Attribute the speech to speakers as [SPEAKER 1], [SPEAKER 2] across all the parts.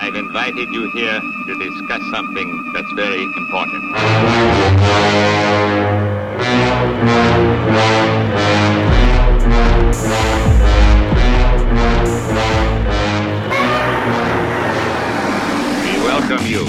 [SPEAKER 1] I've invited you here to discuss something that's very important. We welcome you.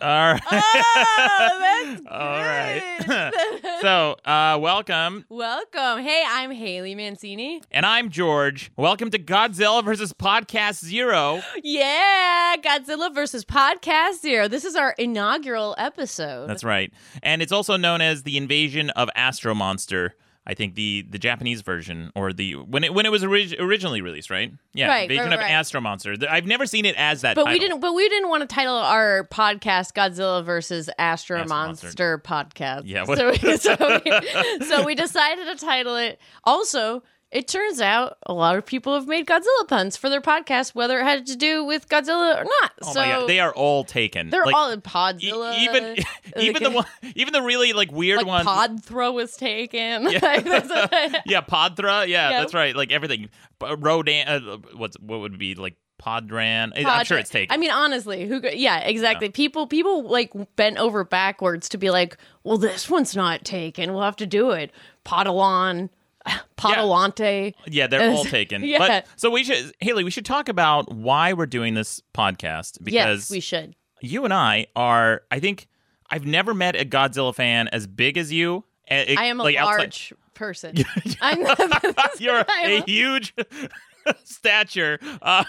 [SPEAKER 2] All right.
[SPEAKER 3] Oh, that's
[SPEAKER 2] All right.
[SPEAKER 3] good.
[SPEAKER 2] so, uh, welcome.
[SPEAKER 3] Welcome. Hey, I'm Haley Mancini.
[SPEAKER 2] And I'm George. Welcome to Godzilla versus Podcast Zero.
[SPEAKER 3] Yeah, Godzilla versus Podcast Zero. This is our inaugural episode.
[SPEAKER 2] That's right. And it's also known as the invasion of Astro Monster. I think the the Japanese version or the when it when it was orig- originally released, right? Yeah,
[SPEAKER 3] Right,
[SPEAKER 2] invasion
[SPEAKER 3] right,
[SPEAKER 2] of
[SPEAKER 3] right.
[SPEAKER 2] Astro Monster. Th- I've never seen it as that.
[SPEAKER 3] But we
[SPEAKER 2] title.
[SPEAKER 3] didn't. But we didn't want to title our podcast Godzilla versus Astro,
[SPEAKER 2] Astro Monster.
[SPEAKER 3] Monster. podcast.
[SPEAKER 2] Yeah, what-
[SPEAKER 3] So, we- so, we, so we decided to title it. Also, it turns out a lot of people have made Godzilla puns for their podcast, whether it had to do with Godzilla or not.
[SPEAKER 2] Oh
[SPEAKER 3] so
[SPEAKER 2] my god, they are all taken.
[SPEAKER 3] they're
[SPEAKER 2] Like,
[SPEAKER 3] all in
[SPEAKER 2] e-
[SPEAKER 3] Podzilla.
[SPEAKER 2] even even the one, even the really like weird
[SPEAKER 3] like
[SPEAKER 2] ones.
[SPEAKER 3] pod throw was taken.
[SPEAKER 2] Yeah.
[SPEAKER 3] Like, that's what-
[SPEAKER 2] yeah, Podra. Yeah,
[SPEAKER 3] Yeah.
[SPEAKER 2] that's right. Like everything. P- Rodan. Uh, what's what would be like Podran? I'm sure it's taken.
[SPEAKER 3] I mean, honestly, who? go- Yeah, exactly. People, people like bent over backwards to be like, "Well, this one's not taken. We'll have to do it." Podalon, Podalante.
[SPEAKER 2] Yeah, they're all taken.
[SPEAKER 3] Yeah.
[SPEAKER 2] But so we should Haley, we should talk about why we're doing this podcast
[SPEAKER 3] Yes,
[SPEAKER 2] because
[SPEAKER 3] we should.
[SPEAKER 2] you and I are I think I've never met a Godzilla fan as big as you. A-
[SPEAKER 3] I am a
[SPEAKER 2] like, outside-
[SPEAKER 3] large person. I'm I've
[SPEAKER 2] You're
[SPEAKER 3] I
[SPEAKER 2] a
[SPEAKER 3] am-
[SPEAKER 2] huge stature. Uh,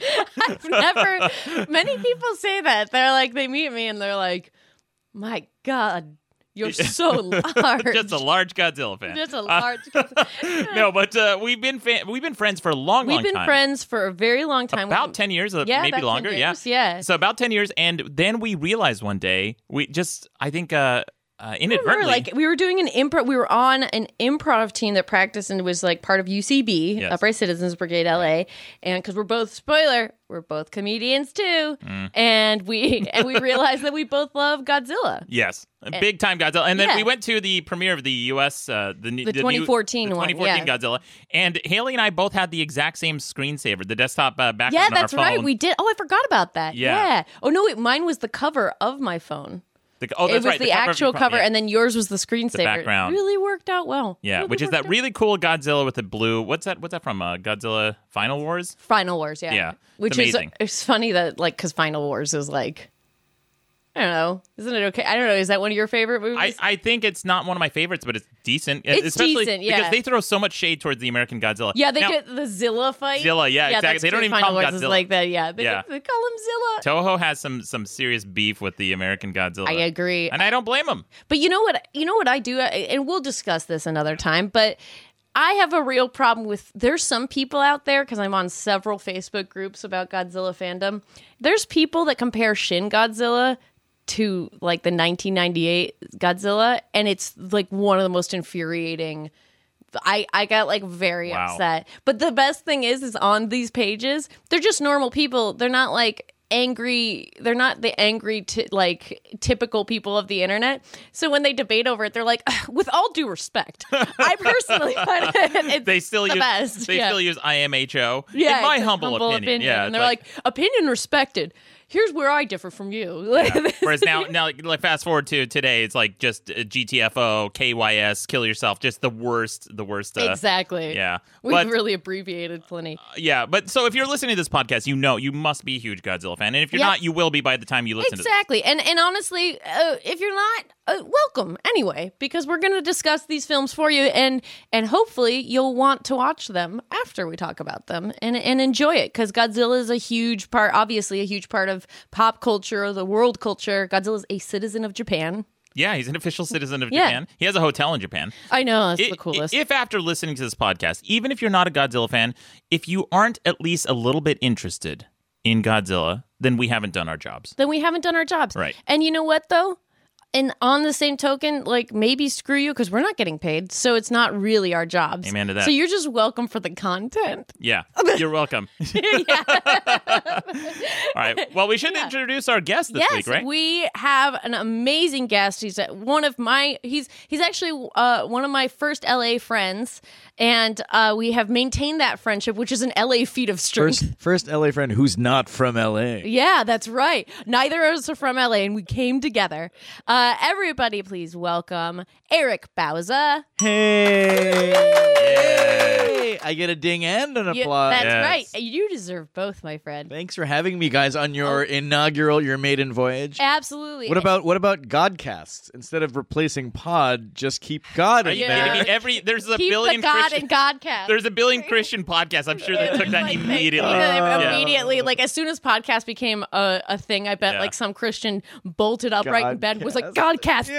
[SPEAKER 3] never. Many people say that they're like they meet me and they're like, "My God, you're so large."
[SPEAKER 2] just a large Godzilla fan.
[SPEAKER 3] Just a
[SPEAKER 2] Uh,
[SPEAKER 3] large.
[SPEAKER 2] no, but uh, we've been fan- we've been friends for a long,
[SPEAKER 3] We've
[SPEAKER 2] long
[SPEAKER 3] been
[SPEAKER 2] time.
[SPEAKER 3] friends for a very long time.
[SPEAKER 2] about 10 years uh,
[SPEAKER 3] Yeah, about
[SPEAKER 2] maybe
[SPEAKER 3] 10
[SPEAKER 2] longer
[SPEAKER 3] years,
[SPEAKER 2] yeah
[SPEAKER 3] yeah.
[SPEAKER 2] so about 10 years and then we realized one day we just i think uh, uh
[SPEAKER 3] We were
[SPEAKER 2] inadvertently
[SPEAKER 3] like we were doing an improv. We were on an improv team that practiced and was like part of UCB,
[SPEAKER 2] Yes.
[SPEAKER 3] Upright Citizens Brigade LA, and because we're both spoiler, we're both comedians too,
[SPEAKER 2] Mm.
[SPEAKER 3] and we and we realized that we both love Godzilla.
[SPEAKER 2] Yes, big time Godzilla, and then
[SPEAKER 3] eh, Yeah.
[SPEAKER 2] we went to the premiere of the U.S. Uh, the, new-
[SPEAKER 3] The
[SPEAKER 2] new-
[SPEAKER 3] 2014
[SPEAKER 2] the
[SPEAKER 3] one,
[SPEAKER 2] 2014
[SPEAKER 3] yeah.
[SPEAKER 2] Godzilla, and Haley and I both had the exact same screensaver, the desktop uh, background.
[SPEAKER 3] Yeah,
[SPEAKER 2] on
[SPEAKER 3] that's
[SPEAKER 2] our phone.
[SPEAKER 3] right. We did. Oh, I forgot about that.
[SPEAKER 2] Yeah.
[SPEAKER 3] Oh no, wait. Mine was the cover of my phone.
[SPEAKER 2] The- oh,
[SPEAKER 3] it
[SPEAKER 2] that's
[SPEAKER 3] was
[SPEAKER 2] right,
[SPEAKER 3] the,
[SPEAKER 2] cover of
[SPEAKER 3] actual
[SPEAKER 2] your phone,
[SPEAKER 3] cover,
[SPEAKER 2] yeah.
[SPEAKER 3] and then yours was the screensaver.
[SPEAKER 2] background.
[SPEAKER 3] It really worked out well.
[SPEAKER 2] yeah,
[SPEAKER 3] Really
[SPEAKER 2] which is
[SPEAKER 3] worked
[SPEAKER 2] that
[SPEAKER 3] out.
[SPEAKER 2] really cool Godzilla with the blue. What's that? What's that from? Uh, Godzilla Final Wars.
[SPEAKER 3] Final Wars, yeah.
[SPEAKER 2] Yeah, it's
[SPEAKER 3] Which
[SPEAKER 2] amazing.
[SPEAKER 3] is it's funny that like cuz Final Wars is like I don't know. Isn't it okay? I don't know. Is that one of your favorite
[SPEAKER 2] I,
[SPEAKER 3] movies?
[SPEAKER 2] I think it's not one of my favorites, but it's decent.
[SPEAKER 3] It's
[SPEAKER 2] especially
[SPEAKER 3] decent,
[SPEAKER 2] because
[SPEAKER 3] yeah.
[SPEAKER 2] they throw so much shade towards the American Godzilla.
[SPEAKER 3] yeah, they
[SPEAKER 2] Now,
[SPEAKER 3] get the Zilla fight.
[SPEAKER 2] Zilla, yeah, exactly.
[SPEAKER 3] that's
[SPEAKER 2] They don't
[SPEAKER 3] true.
[SPEAKER 2] even
[SPEAKER 3] Final
[SPEAKER 2] call him
[SPEAKER 3] Wars is
[SPEAKER 2] Godzilla.
[SPEAKER 3] like that. Yeah, they,
[SPEAKER 2] Yeah.
[SPEAKER 3] they call him Zilla.
[SPEAKER 2] Toho has some some serious beef with the American Godzilla.
[SPEAKER 3] I agree.
[SPEAKER 2] and I don't blame him.
[SPEAKER 3] But you know what? You know what I do, and we'll discuss this another time. But I have a real problem with. There's some people out there because I'm on several Facebook groups about Godzilla fandom. There's people that compare Shin Godzilla to like the 1998 Godzilla, and it's like one of the most infuriating. I, I got like very
[SPEAKER 2] Wow.
[SPEAKER 3] upset. But the best thing is is on these pages, they're just normal people. They're not like angry they're not the angry t- like typical people of the internet so when they debate over it they're like with all due respect i personally find it it's
[SPEAKER 2] They still
[SPEAKER 3] the
[SPEAKER 2] use
[SPEAKER 3] best
[SPEAKER 2] they
[SPEAKER 3] yeah.
[SPEAKER 2] still use IMHO.
[SPEAKER 3] yeah,
[SPEAKER 2] in my
[SPEAKER 3] it's a
[SPEAKER 2] humble, opinion. Yeah,
[SPEAKER 3] and
[SPEAKER 2] it's
[SPEAKER 3] they're like, opinion respected here's where i differ from you
[SPEAKER 2] Whereas now, now like, like, fast forward to today, it's like just uh, GTFO, KYS, kill yourself, just the worst, the worst. Uh,
[SPEAKER 3] exactly
[SPEAKER 2] Yeah,
[SPEAKER 3] we
[SPEAKER 2] but
[SPEAKER 3] really abbreviated plenty
[SPEAKER 2] yeah, but so if you're listening to this podcast, you know you must be a huge Godzilla fan, and if you're
[SPEAKER 3] Yeah.
[SPEAKER 2] not, you will be by the time you listen
[SPEAKER 3] Exactly. And and honestly, uh, if you're not, uh, welcome anyway, because we're going to discuss these films for you, and and hopefully you'll want to watch them after we talk about them and and enjoy it, because Godzilla is a huge part, obviously a huge part of pop culture, the world culture. Godzilla is a citizen of Japan.
[SPEAKER 2] to this. Yeah, he's an official citizen of
[SPEAKER 3] Yeah.
[SPEAKER 2] Japan. He has a hotel in Japan.
[SPEAKER 3] I know that's
[SPEAKER 2] I-
[SPEAKER 3] the coolest.
[SPEAKER 2] If after listening to this podcast, even if you're not a Godzilla fan, if you aren't at least a little bit interested in Godzilla, then we haven't done our jobs.
[SPEAKER 3] then we haven't done our jobs.
[SPEAKER 2] Right.
[SPEAKER 3] And you know what though? And on the same token, like maybe screw you because we're not getting paid, so it's not really our jobs.
[SPEAKER 2] Amen to that.
[SPEAKER 3] So you're just welcome for the content.
[SPEAKER 2] Yeah, you're welcome. All right. Well, we should introduce our guest this
[SPEAKER 3] yes,
[SPEAKER 2] week, right?
[SPEAKER 3] we have an amazing guest. He's uh, one of my he's he's actually uh, one of my first LA friends, and uh, we have maintained that friendship, which is an LA feat of strength.
[SPEAKER 4] First, first LA friend who's not from LA.
[SPEAKER 3] Yeah, that's right. Neither of us are from LA, and we came together. Uh, everybody, please welcome Eric Bauza.
[SPEAKER 4] Hey! I get a ding and an
[SPEAKER 3] You-
[SPEAKER 4] applause.
[SPEAKER 3] that's
[SPEAKER 2] Yes.
[SPEAKER 3] right. You deserve both, my friend.
[SPEAKER 4] Thanks for having me, guys, on your
[SPEAKER 3] Oh.
[SPEAKER 4] inaugural, your maiden voyage.
[SPEAKER 3] Absolutely.
[SPEAKER 4] What about what about Godcasts? Instead of replacing Pod, just keep God
[SPEAKER 2] Are
[SPEAKER 4] in
[SPEAKER 2] you
[SPEAKER 3] Yeah.
[SPEAKER 2] kidding
[SPEAKER 4] there.
[SPEAKER 2] me? Every there's a
[SPEAKER 3] keep
[SPEAKER 2] billion
[SPEAKER 3] the God
[SPEAKER 2] Christian,
[SPEAKER 3] and Godcast?
[SPEAKER 2] there's a billion Christian podcasts. I'm sure they took that
[SPEAKER 3] Like, they-
[SPEAKER 2] immediately.
[SPEAKER 3] they-
[SPEAKER 4] Oh.
[SPEAKER 2] Yeah.
[SPEAKER 3] Immediately, like as soon as podcast became a, a thing, I bet
[SPEAKER 2] Yeah.
[SPEAKER 3] like some Christian bolted up right in bed and was like, "Godcast, that's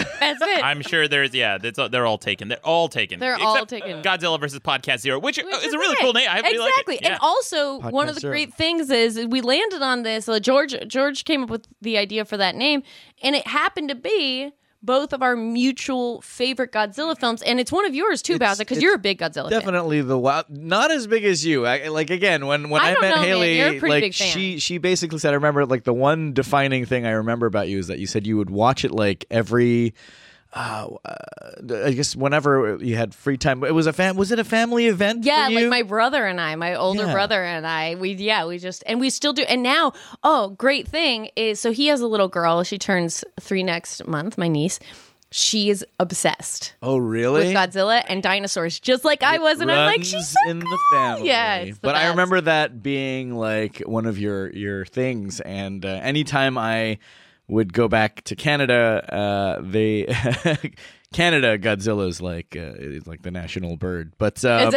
[SPEAKER 3] it, that's it."
[SPEAKER 2] I'm sure there's yeah, that's all, they're all taken. They're all taken.
[SPEAKER 3] They're all
[SPEAKER 2] Except
[SPEAKER 3] taken.
[SPEAKER 2] Godzilla versus Podcast Zero, which, uh,
[SPEAKER 3] Which
[SPEAKER 2] is a really
[SPEAKER 3] it.
[SPEAKER 2] cool name. I really like it.
[SPEAKER 3] exactly.
[SPEAKER 2] Yeah.
[SPEAKER 3] And also, one of
[SPEAKER 4] Podcast
[SPEAKER 3] the
[SPEAKER 4] Zero.
[SPEAKER 3] great things is we landed on this. Uh, George George came up with the idea for that name, and it happened to be both of our mutual favorite Godzilla films, and it's one of yours too,
[SPEAKER 4] It's-
[SPEAKER 3] Bowser, because
[SPEAKER 4] it's
[SPEAKER 3] you're a big Godzilla fan.
[SPEAKER 4] Definitely the wow. Not as big as you. I, like again, when when
[SPEAKER 3] I
[SPEAKER 4] I,
[SPEAKER 3] don't
[SPEAKER 4] met
[SPEAKER 3] know, man.
[SPEAKER 4] Haley,
[SPEAKER 3] You're a pretty
[SPEAKER 4] like
[SPEAKER 3] big fan.
[SPEAKER 4] she she basically said, I remember like the one defining thing I remember about you is that you said you would watch it like every. Uh, uh, I guess whenever you had free time, it was a fam. Was it a family event?
[SPEAKER 3] Yeah,
[SPEAKER 4] for
[SPEAKER 3] like
[SPEAKER 4] you?
[SPEAKER 3] my brother and I, my older
[SPEAKER 4] Yeah.
[SPEAKER 3] brother and I, we yeah, we just and we still do. And now, oh, great thing is so he has a little girl. She turns 3 next month, my niece. She is obsessed
[SPEAKER 4] Oh, really?
[SPEAKER 3] with Godzilla and dinosaurs, just like I was and I'm like she's
[SPEAKER 4] runs
[SPEAKER 3] so
[SPEAKER 4] in
[SPEAKER 3] cool.
[SPEAKER 4] the family.
[SPEAKER 3] Yeah, it's the
[SPEAKER 4] but I
[SPEAKER 3] best.
[SPEAKER 4] remember that being like one of your your things. And uh, anytime I would go back to Canada, uh, they Canada Godzilla's like uh, is like the national bird. But um,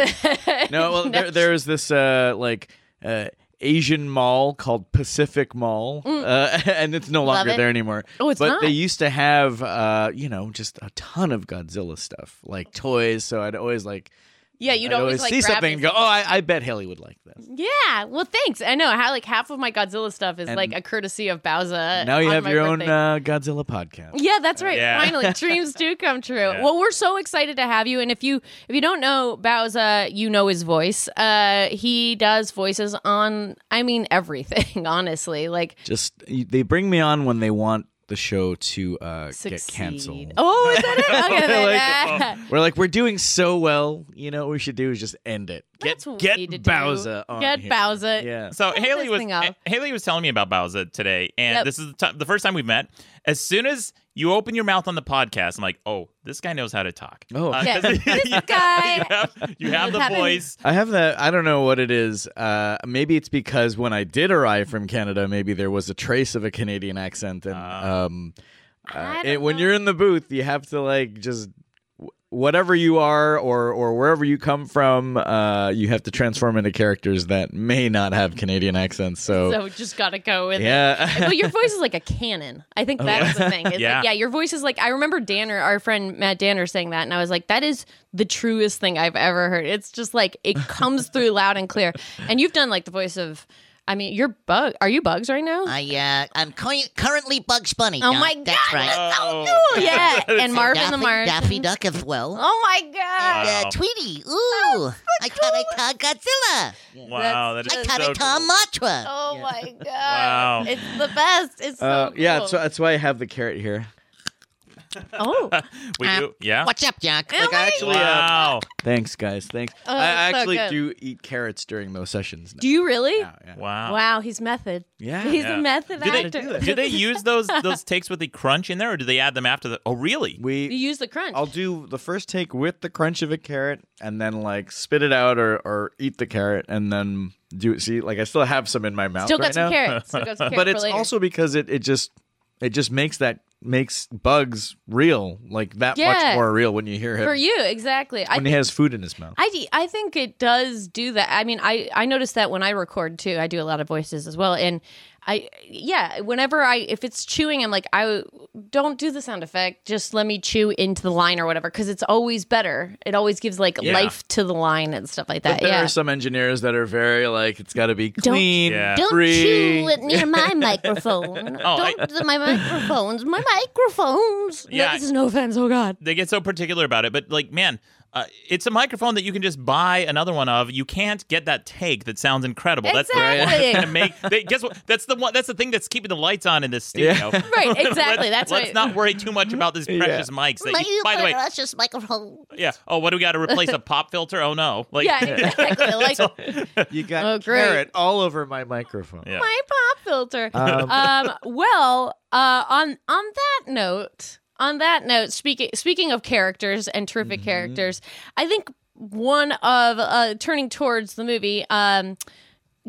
[SPEAKER 4] no, well, there, there's this uh, like. Uh, Asian mall called Pacific Mall, uh, and it's no longer
[SPEAKER 3] Mm. it.
[SPEAKER 4] there anymore.
[SPEAKER 3] Oh, it's
[SPEAKER 4] but
[SPEAKER 3] not.
[SPEAKER 4] they used to have, uh, you know, just a ton of Godzilla stuff, like toys. So I'd always like
[SPEAKER 3] Yeah, you'd
[SPEAKER 4] I'd
[SPEAKER 3] always, like
[SPEAKER 4] see
[SPEAKER 3] grab
[SPEAKER 4] something and
[SPEAKER 3] these-
[SPEAKER 4] go, "Oh, I, I bet Haley would like this."
[SPEAKER 3] Yeah, well, thanks. I know how like half of my Godzilla stuff is
[SPEAKER 4] And
[SPEAKER 3] like a courtesy of Bowser.
[SPEAKER 4] Now you
[SPEAKER 3] Uh, on
[SPEAKER 4] have
[SPEAKER 3] my
[SPEAKER 4] your own
[SPEAKER 3] birthday.
[SPEAKER 4] uh, Godzilla podcast.
[SPEAKER 3] Yeah, that's right.
[SPEAKER 2] Yeah.
[SPEAKER 3] Finally, dreams do come true. Well, we're so excited to have you. And if you if you don't know Bowza, you know his voice. Uh, he does voices on, I mean, everything. Honestly, like
[SPEAKER 4] Just you- they bring me on when they want the show to uh, get
[SPEAKER 3] succeed.
[SPEAKER 4] canceled.
[SPEAKER 3] Oh, is that it? Okay, then,
[SPEAKER 4] Like, oh,
[SPEAKER 3] ah.
[SPEAKER 4] We're like, we're doing so well. You know what we should do is just end it. Get
[SPEAKER 3] That's what we
[SPEAKER 4] get
[SPEAKER 3] need to do.
[SPEAKER 4] Bowser on
[SPEAKER 3] Get
[SPEAKER 4] here.
[SPEAKER 3] Bowser.
[SPEAKER 4] Yeah.
[SPEAKER 2] So Haley
[SPEAKER 3] this
[SPEAKER 2] was
[SPEAKER 3] thing up.
[SPEAKER 2] Haley was telling me about Bowser today, and
[SPEAKER 3] Yep.
[SPEAKER 2] this is the, t- the first time we met. As soon as you open your mouth on the podcast, I'm like, oh, this guy knows how to talk. Uh,
[SPEAKER 4] Oh.
[SPEAKER 3] Yeah,
[SPEAKER 2] 'cause
[SPEAKER 3] this
[SPEAKER 2] you
[SPEAKER 3] guy.
[SPEAKER 2] have, you have the
[SPEAKER 3] Having-
[SPEAKER 2] voice.
[SPEAKER 4] I have that. I don't know what it is. Uh, maybe it's because when I did arrive from Canada, maybe there was a trace of a Canadian accent, and um,
[SPEAKER 3] I
[SPEAKER 4] uh,
[SPEAKER 3] don't
[SPEAKER 4] it, when
[SPEAKER 3] know.
[SPEAKER 4] you're in the booth, you have to like just wh- whatever you are or or wherever you come from, uh, you have to transform into characters that may not have Canadian accents. So,
[SPEAKER 3] So just gotta go with it.
[SPEAKER 4] yeah,
[SPEAKER 3] Well, your voice is like a cannon. I think that's the thing. It's
[SPEAKER 2] Oh. Yeah.
[SPEAKER 3] Like, yeah, your voice is like I remember Danner, our friend Matt Danner saying that, and I was like, that is the truest thing I've ever heard. It's just like it comes through loud and clear. And you've done like the voice of I mean, you're bug are you bugs right now?
[SPEAKER 5] I uh, I'm cu- currently Bugs Bunny.
[SPEAKER 3] oh
[SPEAKER 5] Doc.
[SPEAKER 3] my god,
[SPEAKER 5] that's right.
[SPEAKER 3] that's so
[SPEAKER 2] Oh.
[SPEAKER 3] cool. Yeah. and Marvin
[SPEAKER 5] Daffy,
[SPEAKER 3] the Martian.
[SPEAKER 5] Daffy Duck as well.
[SPEAKER 3] Oh my god.
[SPEAKER 5] And,
[SPEAKER 2] Wow.
[SPEAKER 5] uh, Tweety. Ooh, I caught I caught Godzilla.
[SPEAKER 2] Wow, that is
[SPEAKER 5] I
[SPEAKER 2] so
[SPEAKER 5] caught a Tom
[SPEAKER 2] cool.
[SPEAKER 5] Matra.
[SPEAKER 3] Oh my god.
[SPEAKER 2] Wow.
[SPEAKER 3] It's the best. It's so
[SPEAKER 4] uh, yeah.
[SPEAKER 3] cool.
[SPEAKER 4] So that's why I have the carrot here.
[SPEAKER 3] Oh.
[SPEAKER 2] We
[SPEAKER 5] Uh,
[SPEAKER 2] do, yeah.
[SPEAKER 5] What's up, Jack?
[SPEAKER 3] Am I-
[SPEAKER 4] actually, uh,
[SPEAKER 2] Wow,
[SPEAKER 4] thanks, guys. Thanks.
[SPEAKER 3] Oh,
[SPEAKER 4] I
[SPEAKER 3] it's so
[SPEAKER 4] actually
[SPEAKER 3] good.
[SPEAKER 4] do eat carrots during those sessions. Now.
[SPEAKER 3] Do you really?
[SPEAKER 4] Yeah, yeah.
[SPEAKER 2] wow,
[SPEAKER 3] Wow, he's method.
[SPEAKER 4] Yeah.
[SPEAKER 3] He's
[SPEAKER 2] Yeah.
[SPEAKER 3] a method
[SPEAKER 2] Do they,
[SPEAKER 3] actor.
[SPEAKER 2] do they use those those takes with the crunch in there, or do they add them after the? Oh, really?
[SPEAKER 4] We
[SPEAKER 3] You use the crunch.
[SPEAKER 4] I'll do the first take with the crunch of a carrot and then like spit it out or, or eat the carrot and then do it. See, like I still have some in my mouth.
[SPEAKER 3] Still got
[SPEAKER 4] right
[SPEAKER 3] some
[SPEAKER 4] now.
[SPEAKER 3] carrots. Still got some carrots.
[SPEAKER 4] But
[SPEAKER 3] for
[SPEAKER 4] it's
[SPEAKER 3] later.
[SPEAKER 4] also because it, it just it just makes that makes bugs real, like that
[SPEAKER 3] Yeah.
[SPEAKER 4] much more real when you hear him
[SPEAKER 3] for you exactly. I
[SPEAKER 4] when he has food in his mouth.
[SPEAKER 3] I, I think it does do that. I mean, I I notice that when I record too, I do a lot of voices as well. And I yeah, whenever I if it's chewing, I'm like I don't do the sound effect. Just let me chew into the line or whatever because it's always better. It always gives like
[SPEAKER 2] Yeah.
[SPEAKER 3] life to the line and stuff like that.
[SPEAKER 4] there
[SPEAKER 3] yeah.
[SPEAKER 4] are some engineers that are very like it's got to be clean,
[SPEAKER 2] Yeah.
[SPEAKER 4] don't free. Oh,
[SPEAKER 3] it near my microphone.
[SPEAKER 2] I-
[SPEAKER 3] my microphones, my microphones.
[SPEAKER 2] Yeah, I-
[SPEAKER 3] no offense. Oh God.
[SPEAKER 2] They get so particular about it, but like, man, Uh, it's a microphone that you can just buy another one of. You can't get that take that sounds incredible. That's the
[SPEAKER 3] Exactly.
[SPEAKER 2] one that's gonna make. They, guess what? That's the one. That's the thing that's keeping the lights on in this studio.
[SPEAKER 3] Right, exactly.
[SPEAKER 2] Let's- let's
[SPEAKER 3] That's right.
[SPEAKER 2] not worry too much about these precious mics. That you, by the way,
[SPEAKER 5] just microphone.
[SPEAKER 2] yeah. Oh, what do we got to replace a pop filter? Oh no. Like,
[SPEAKER 3] yeah, exactly. Like
[SPEAKER 4] You got
[SPEAKER 3] Oh, great.
[SPEAKER 4] carrot all over my microphone.
[SPEAKER 2] Yeah.
[SPEAKER 3] my pop filter.
[SPEAKER 4] Um,
[SPEAKER 3] um, well, uh, on on that note, on that note, speaking speaking of characters and terrific characters, I think one of uh, turning towards the movie, um,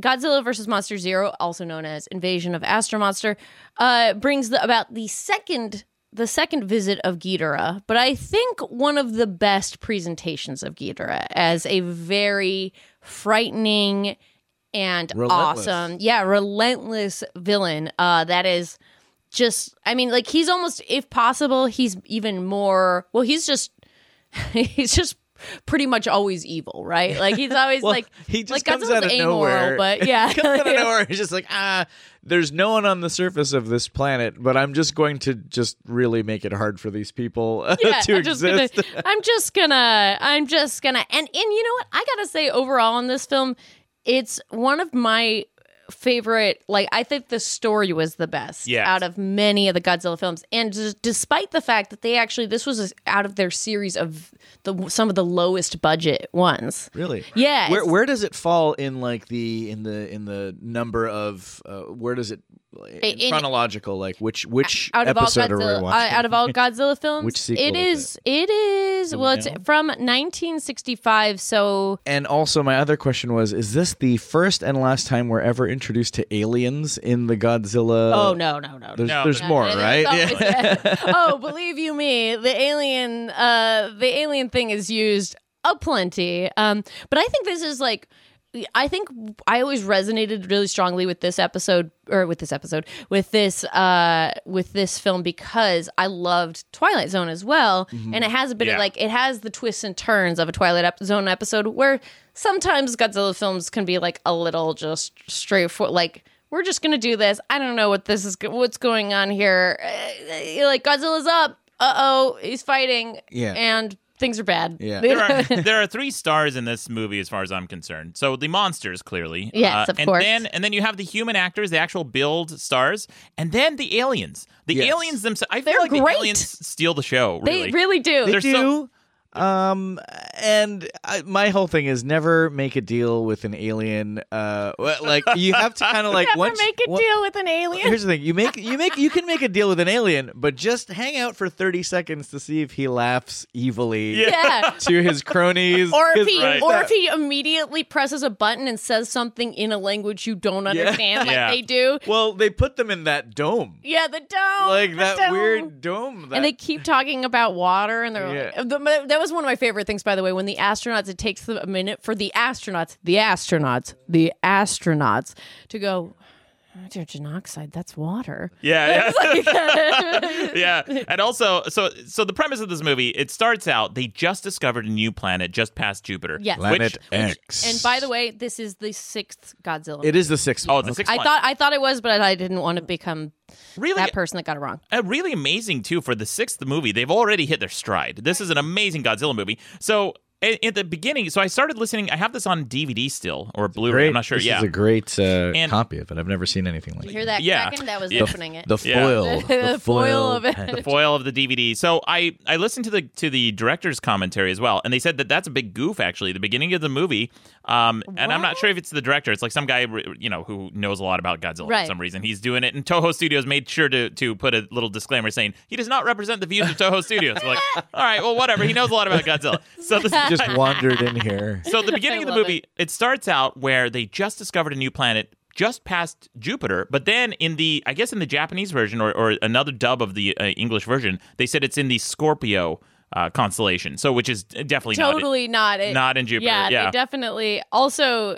[SPEAKER 3] Godzilla versus Monster Zero, also known as Invasion of Astro Monster, uh, brings the, about the second the second visit of Ghidorah, but I think one of the best presentations of Ghidorah as a very frightening and
[SPEAKER 4] Relentless.
[SPEAKER 3] awesome, yeah, relentless villain. Uh, that is just, I mean, like he's almost, if possible, he's even more. Well, he's just, he's just pretty much always evil, right? Like he's always
[SPEAKER 4] Well,
[SPEAKER 3] like
[SPEAKER 4] he just
[SPEAKER 3] like
[SPEAKER 4] comes
[SPEAKER 3] Godzilla's
[SPEAKER 4] out of
[SPEAKER 3] amoral,
[SPEAKER 4] nowhere.
[SPEAKER 3] but yeah,
[SPEAKER 4] comes out of nowhere. He's just like, ah, there's no one on the surface of this planet, but I'm just going to just really make it hard for these people uh,
[SPEAKER 3] yeah,
[SPEAKER 4] to
[SPEAKER 3] I'm just gonna,
[SPEAKER 4] exist.
[SPEAKER 3] I'm just gonna, I'm just gonna, and and you know what? I gotta say, overall in this film, it's one of my favorite. Like, I think the story was the best
[SPEAKER 2] Yes.
[SPEAKER 3] out of many of the Godzilla films, and d- despite the fact that they actually this was out of their series of the some of the lowest budget ones.
[SPEAKER 4] Really?
[SPEAKER 3] Yeah,
[SPEAKER 4] Where
[SPEAKER 3] it's-
[SPEAKER 4] where does it fall in like the in the in the number of uh, where does it in,
[SPEAKER 3] in-
[SPEAKER 4] chronological like which which
[SPEAKER 3] out of all
[SPEAKER 4] episode are
[SPEAKER 3] Godzilla,
[SPEAKER 4] we
[SPEAKER 3] uh,
[SPEAKER 4] watching?
[SPEAKER 3] out of all Godzilla films,
[SPEAKER 4] Which sequel
[SPEAKER 3] it
[SPEAKER 4] is
[SPEAKER 3] is. It is. Well, it's from 1965, so
[SPEAKER 4] and also my other question was is this the first and last time we're ever introduced to aliens in the Godzilla
[SPEAKER 3] oh no, no, no, no.
[SPEAKER 4] There's,
[SPEAKER 2] No.
[SPEAKER 4] there's more,
[SPEAKER 3] And
[SPEAKER 4] right?
[SPEAKER 3] it's always that, oh, believe you me, the alien, uh, the alien thing is used aplenty. Um, but I think this is like, I think I always resonated really strongly with this episode, or with this episode, with this, uh, with this film because I loved Twilight Zone as well, and it has a bit
[SPEAKER 2] Yeah.
[SPEAKER 3] of like it has the twists and turns of a Twilight ep- Zone episode where sometimes Godzilla films can be like a little just straightforward, like we're just gonna do this. I don't know what this is, go- what's going on here. Uh, like Godzilla's up. Uh oh, he's fighting.
[SPEAKER 4] Yeah.
[SPEAKER 3] and things are bad.
[SPEAKER 4] Yeah.
[SPEAKER 2] there are there are three stars in this movie, as far as I'm concerned. So the monsters, clearly, Uh,
[SPEAKER 3] Yes, of
[SPEAKER 2] and
[SPEAKER 3] course.
[SPEAKER 2] Then and then you have the human actors, the actual build stars, and then the aliens. The
[SPEAKER 4] Yes.
[SPEAKER 2] aliens themselves. I feel
[SPEAKER 3] They're
[SPEAKER 2] like the
[SPEAKER 3] great.
[SPEAKER 2] aliens steal the show.
[SPEAKER 3] they
[SPEAKER 2] Really,
[SPEAKER 3] really, do.
[SPEAKER 2] They're
[SPEAKER 4] they
[SPEAKER 2] so-
[SPEAKER 4] do. um, and I, my whole thing is never make a deal with an alien. Uh, wh- like you have to kind of like
[SPEAKER 3] Never
[SPEAKER 4] once,
[SPEAKER 3] make a
[SPEAKER 4] on-
[SPEAKER 3] deal with an alien.
[SPEAKER 4] Here's the thing: you make you make you can make a deal with an alien, but just hang out for thirty seconds to see if he laughs evilily
[SPEAKER 3] Yeah.
[SPEAKER 4] to his cronies.
[SPEAKER 3] Or if
[SPEAKER 4] 'cause-
[SPEAKER 3] he,
[SPEAKER 2] Right.
[SPEAKER 3] or if he immediately presses a button and says something in a language you don't understand, like
[SPEAKER 2] Yeah.
[SPEAKER 3] they do.
[SPEAKER 4] well, they put them in that dome,
[SPEAKER 3] Yeah, the dome,
[SPEAKER 4] like
[SPEAKER 3] Oh, the
[SPEAKER 4] that
[SPEAKER 3] dome.
[SPEAKER 4] weird dome. That,
[SPEAKER 3] and they keep talking about water, and they're
[SPEAKER 4] Yeah.
[SPEAKER 3] like, the- that was one of my favorite things, by the way. When the astronauts, it takes them a minute for the astronauts, the astronauts, the astronauts to go. Hydrogen oxide, that's water.
[SPEAKER 2] yeah, yeah, yeah. And also, so so the premise of this movie, it starts out they just discovered a new planet just past Jupiter.
[SPEAKER 3] Yes.
[SPEAKER 4] Planet
[SPEAKER 2] Which-
[SPEAKER 4] X.
[SPEAKER 3] And by the way, this is the sixth Godzilla.
[SPEAKER 4] it is the sixth.
[SPEAKER 2] Oh,
[SPEAKER 4] one.
[SPEAKER 2] the sixth
[SPEAKER 3] I
[SPEAKER 2] one.
[SPEAKER 3] thought I thought it was, but I didn't want to become
[SPEAKER 2] really,
[SPEAKER 3] that person that got it wrong.
[SPEAKER 2] uh, really amazing too for the sixth movie. They've already hit their stride. This is an amazing Godzilla movie. So a- at the beginning, so I started listening. I have this on DVD still or Blu-ray.
[SPEAKER 4] great.
[SPEAKER 2] I'm not sure.
[SPEAKER 4] This
[SPEAKER 2] yeah,
[SPEAKER 4] is a great uh,
[SPEAKER 2] And-
[SPEAKER 4] copy of it. I've never seen anything like
[SPEAKER 3] You
[SPEAKER 4] it.
[SPEAKER 3] hear that
[SPEAKER 2] Yeah.
[SPEAKER 3] cracking? That was
[SPEAKER 2] Yeah.
[SPEAKER 3] opening it.
[SPEAKER 4] The
[SPEAKER 2] Yeah.
[SPEAKER 4] foil,
[SPEAKER 3] The foil of it.
[SPEAKER 2] the foil of the DVD. So I I listened to the to the director's commentary as well, and they said that that's a big goof actually. The beginning of the movie, um, and I'm not sure if it's the director. It's like some guy you know who knows a lot about Godzilla for
[SPEAKER 3] Right.
[SPEAKER 2] some reason. He's doing it, and Toho Studios made sure to to put a little disclaimer saying he does not represent the views of Toho Studios. like, all right, well, whatever. He knows a lot about Godzilla. So this
[SPEAKER 4] just wandered in here.
[SPEAKER 2] so the beginning of the
[SPEAKER 3] love
[SPEAKER 2] movie, it. starts out where they just discovered a new planet just past Jupiter, but then in the I guess in the Japanese version or, or another dub of the uh, English version, they said it's in the Scorpio uh, constellation. So which is definitely
[SPEAKER 3] Totally
[SPEAKER 2] not
[SPEAKER 3] not it.
[SPEAKER 2] in, not in Jupiter.
[SPEAKER 3] yeah,
[SPEAKER 2] Yeah.
[SPEAKER 3] they definitely. Also,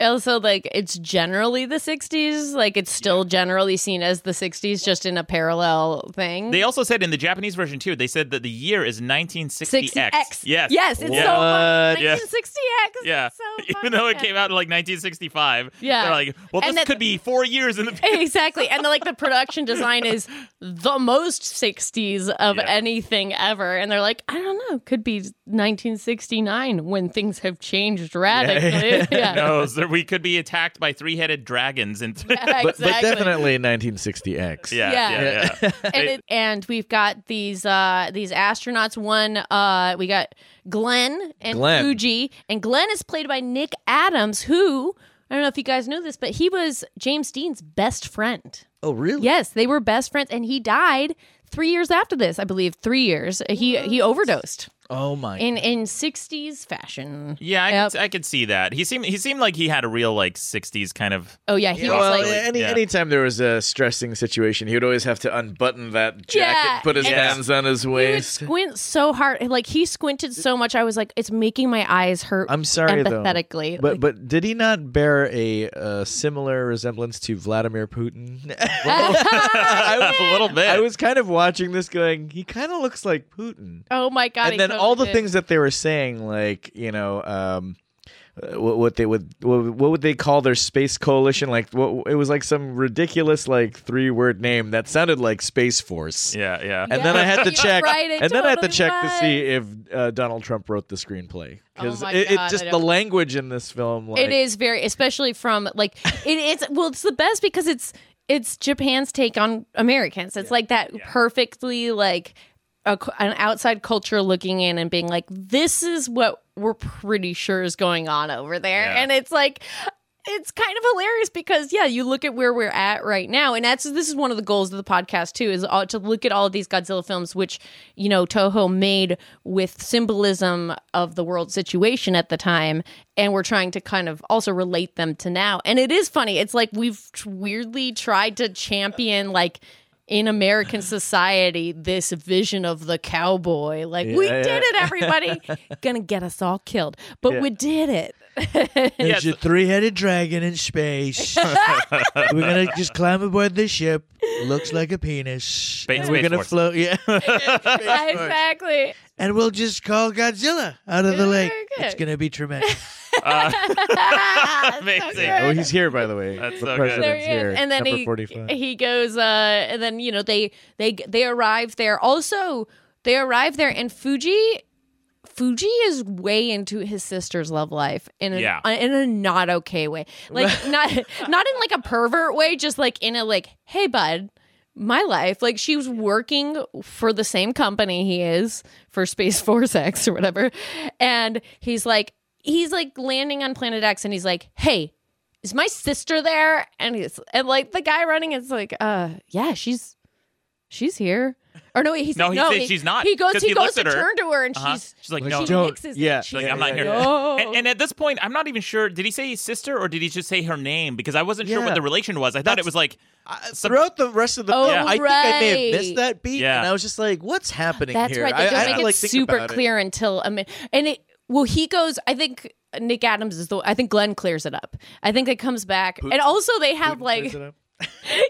[SPEAKER 3] also like it's generally the '60s. Like it's still generally seen as the '60s, just in a parallel thing.
[SPEAKER 2] They also said in the Japanese version too, they said that the year is 1960X.
[SPEAKER 3] 60X.
[SPEAKER 2] Yes.
[SPEAKER 3] yes, it's so
[SPEAKER 4] What?
[SPEAKER 3] fun.
[SPEAKER 2] Yeah.
[SPEAKER 3] 1960X.
[SPEAKER 2] Yeah.
[SPEAKER 3] It's so
[SPEAKER 2] Even though it
[SPEAKER 3] fucking-
[SPEAKER 2] came out in like 1965.
[SPEAKER 3] Yeah.
[SPEAKER 2] They're like, well, this
[SPEAKER 3] And that-
[SPEAKER 2] could be four years in the future.
[SPEAKER 3] exactly and the, like the production design is the most 60s of
[SPEAKER 2] Yeah.
[SPEAKER 3] anything ever and they're like i don't know could be 1969 when things have changed radically. yeah.
[SPEAKER 2] knows that we could be attacked by three-headed dragons and
[SPEAKER 3] Yeah,
[SPEAKER 4] But, but
[SPEAKER 3] exactly.
[SPEAKER 4] definitely 1960X.
[SPEAKER 2] yeah,
[SPEAKER 3] Yeah.
[SPEAKER 2] yeah, yeah.
[SPEAKER 3] and, it, and we've got these uh these astronauts. One uh we got Glenn and
[SPEAKER 4] Glenn.
[SPEAKER 3] Fuji, and Glenn is played by Nick Adams, who I don't know if you guys know this, but he was James Dean's best friend.
[SPEAKER 4] Oh, really?
[SPEAKER 3] Yes, they were best friends, and he died three years after this, I believe. Three years. He he overdosed
[SPEAKER 4] Oh my.
[SPEAKER 3] in in sixties fashion.
[SPEAKER 2] Yeah, I,
[SPEAKER 3] Yep.
[SPEAKER 2] could, I could see that. He seemed he seemed like he had a real like '60s kind of.
[SPEAKER 3] Oh yeah, he
[SPEAKER 4] Yeah,
[SPEAKER 3] was
[SPEAKER 4] well,
[SPEAKER 3] like.
[SPEAKER 4] any
[SPEAKER 2] yeah.
[SPEAKER 4] anytime there was a stressing situation, he would always have to unbutton that jacket,
[SPEAKER 3] Yeah,
[SPEAKER 4] put his
[SPEAKER 3] and-
[SPEAKER 4] hands on his
[SPEAKER 3] He would
[SPEAKER 4] waist.
[SPEAKER 3] squint so hard, like he squinted so much. I was like, "It's making my eyes hurt."
[SPEAKER 4] I'm sorry, though,
[SPEAKER 3] empathetically.
[SPEAKER 4] But but did he not bear a uh, similar resemblance to Vladimir Putin?
[SPEAKER 2] a little bit.
[SPEAKER 4] I was kind of watching this, going, he kind of looks like Putin.
[SPEAKER 3] Oh my god!
[SPEAKER 4] and then all the things that they were saying, like you know, um, uh, what, what they would what, what would they call their space coalition? Like what, it was like some ridiculous like three word name that sounded like Space Force.
[SPEAKER 2] yeah, yeah.
[SPEAKER 4] And then I had to
[SPEAKER 3] You're
[SPEAKER 4] check,
[SPEAKER 3] right, it
[SPEAKER 4] and then I had to
[SPEAKER 3] totally
[SPEAKER 4] check to
[SPEAKER 3] was.
[SPEAKER 4] see if uh, Donald Trump wrote the screenplay because
[SPEAKER 3] Oh my
[SPEAKER 4] it, it
[SPEAKER 3] God,
[SPEAKER 4] just
[SPEAKER 3] I
[SPEAKER 4] the
[SPEAKER 3] don't-
[SPEAKER 4] language in this film. Like,
[SPEAKER 3] it is very, especially from like it, it's well, it's the best because it's it's Japan's take on Americans. It's like that perfectly like a, cu- an outside culture looking in and being like, this is what we're pretty sure is going on over there,
[SPEAKER 2] Yeah.
[SPEAKER 3] and it's like. It's kind of hilarious because yeah, you look at where we're at right now, and that's this is one of the goals of the podcast too is all, to look at all of these Godzilla films, which you know Toho made with symbolism of the world situation at the time, and we're trying to kind of also relate them to now. And it is funny; it's like we've t- weirdly tried to champion like in American society this vision of the cowboy, like we
[SPEAKER 4] Yeah.
[SPEAKER 3] did it, everybody, gonna get us all killed, but we did it.
[SPEAKER 2] There's Yeah, a
[SPEAKER 4] three-headed dragon in space. we're gonna just climb aboard this ship. Looks like a penis.
[SPEAKER 2] Ba- And Space we're gonna Force.
[SPEAKER 4] float. Yeah.
[SPEAKER 3] exactly.
[SPEAKER 4] and we'll just call Godzilla out of
[SPEAKER 3] the lake. Okay. It's
[SPEAKER 4] gonna be tremendous.
[SPEAKER 2] Amazing.
[SPEAKER 4] oh, he's here, by the way.
[SPEAKER 2] That's
[SPEAKER 4] the
[SPEAKER 2] so good.
[SPEAKER 3] There
[SPEAKER 4] president's
[SPEAKER 3] he is.
[SPEAKER 4] here.
[SPEAKER 3] And then
[SPEAKER 4] number
[SPEAKER 3] he,
[SPEAKER 4] 45.
[SPEAKER 3] he goes, uh, and then you know they they they arrive there. Also, they arrive there, and Fuji Fuji is way into his sister's love life in a,
[SPEAKER 2] Yeah.
[SPEAKER 3] in a not okay way, like not not in like a pervert way, just like in a like, hey bud. My life, like she was working for the same company he is for Space Force X or whatever, and he's like, he's like landing on Planet X, and he's like, hey, is my sister there? And he's and like the guy running is like, uh, yeah, she's she's here. Or no, wait, he's
[SPEAKER 2] No,
[SPEAKER 3] like,
[SPEAKER 2] he
[SPEAKER 3] no,
[SPEAKER 2] said she's not,
[SPEAKER 3] He goes,
[SPEAKER 2] 'cause
[SPEAKER 3] he,
[SPEAKER 2] he
[SPEAKER 3] goes
[SPEAKER 2] looks
[SPEAKER 3] to
[SPEAKER 2] at her.
[SPEAKER 3] turn to her, and
[SPEAKER 2] Uh-huh.
[SPEAKER 3] she's
[SPEAKER 2] She's like,
[SPEAKER 3] she
[SPEAKER 2] no,
[SPEAKER 4] Don't.
[SPEAKER 3] nicks his-
[SPEAKER 4] Yeah.
[SPEAKER 3] she's
[SPEAKER 2] Like,
[SPEAKER 4] Yeah,
[SPEAKER 2] I'm not
[SPEAKER 4] yeah,
[SPEAKER 2] here.
[SPEAKER 4] yeah.
[SPEAKER 3] No.
[SPEAKER 2] And, and at this point, I'm not even sure. Did he say his sister or did he just say her name? Because I wasn't sure
[SPEAKER 4] Yeah.
[SPEAKER 2] what the relation was. I thought it was like, some-
[SPEAKER 4] Throughout the rest of the
[SPEAKER 3] Oh,
[SPEAKER 4] film, I think I may
[SPEAKER 3] right.
[SPEAKER 4] have missed that beat,
[SPEAKER 2] Yeah.
[SPEAKER 4] and I was just like, "What's happening
[SPEAKER 3] That's
[SPEAKER 4] here?"
[SPEAKER 3] right.
[SPEAKER 4] I-
[SPEAKER 3] They
[SPEAKER 4] I
[SPEAKER 3] don't
[SPEAKER 4] had
[SPEAKER 3] make
[SPEAKER 4] to,
[SPEAKER 3] it
[SPEAKER 4] like, think
[SPEAKER 3] super
[SPEAKER 4] about it.
[SPEAKER 3] clear until I mean, and it well, he goes. I think Nick Adams is the. I think Glenn clears it up. I think it comes back, and also they have like.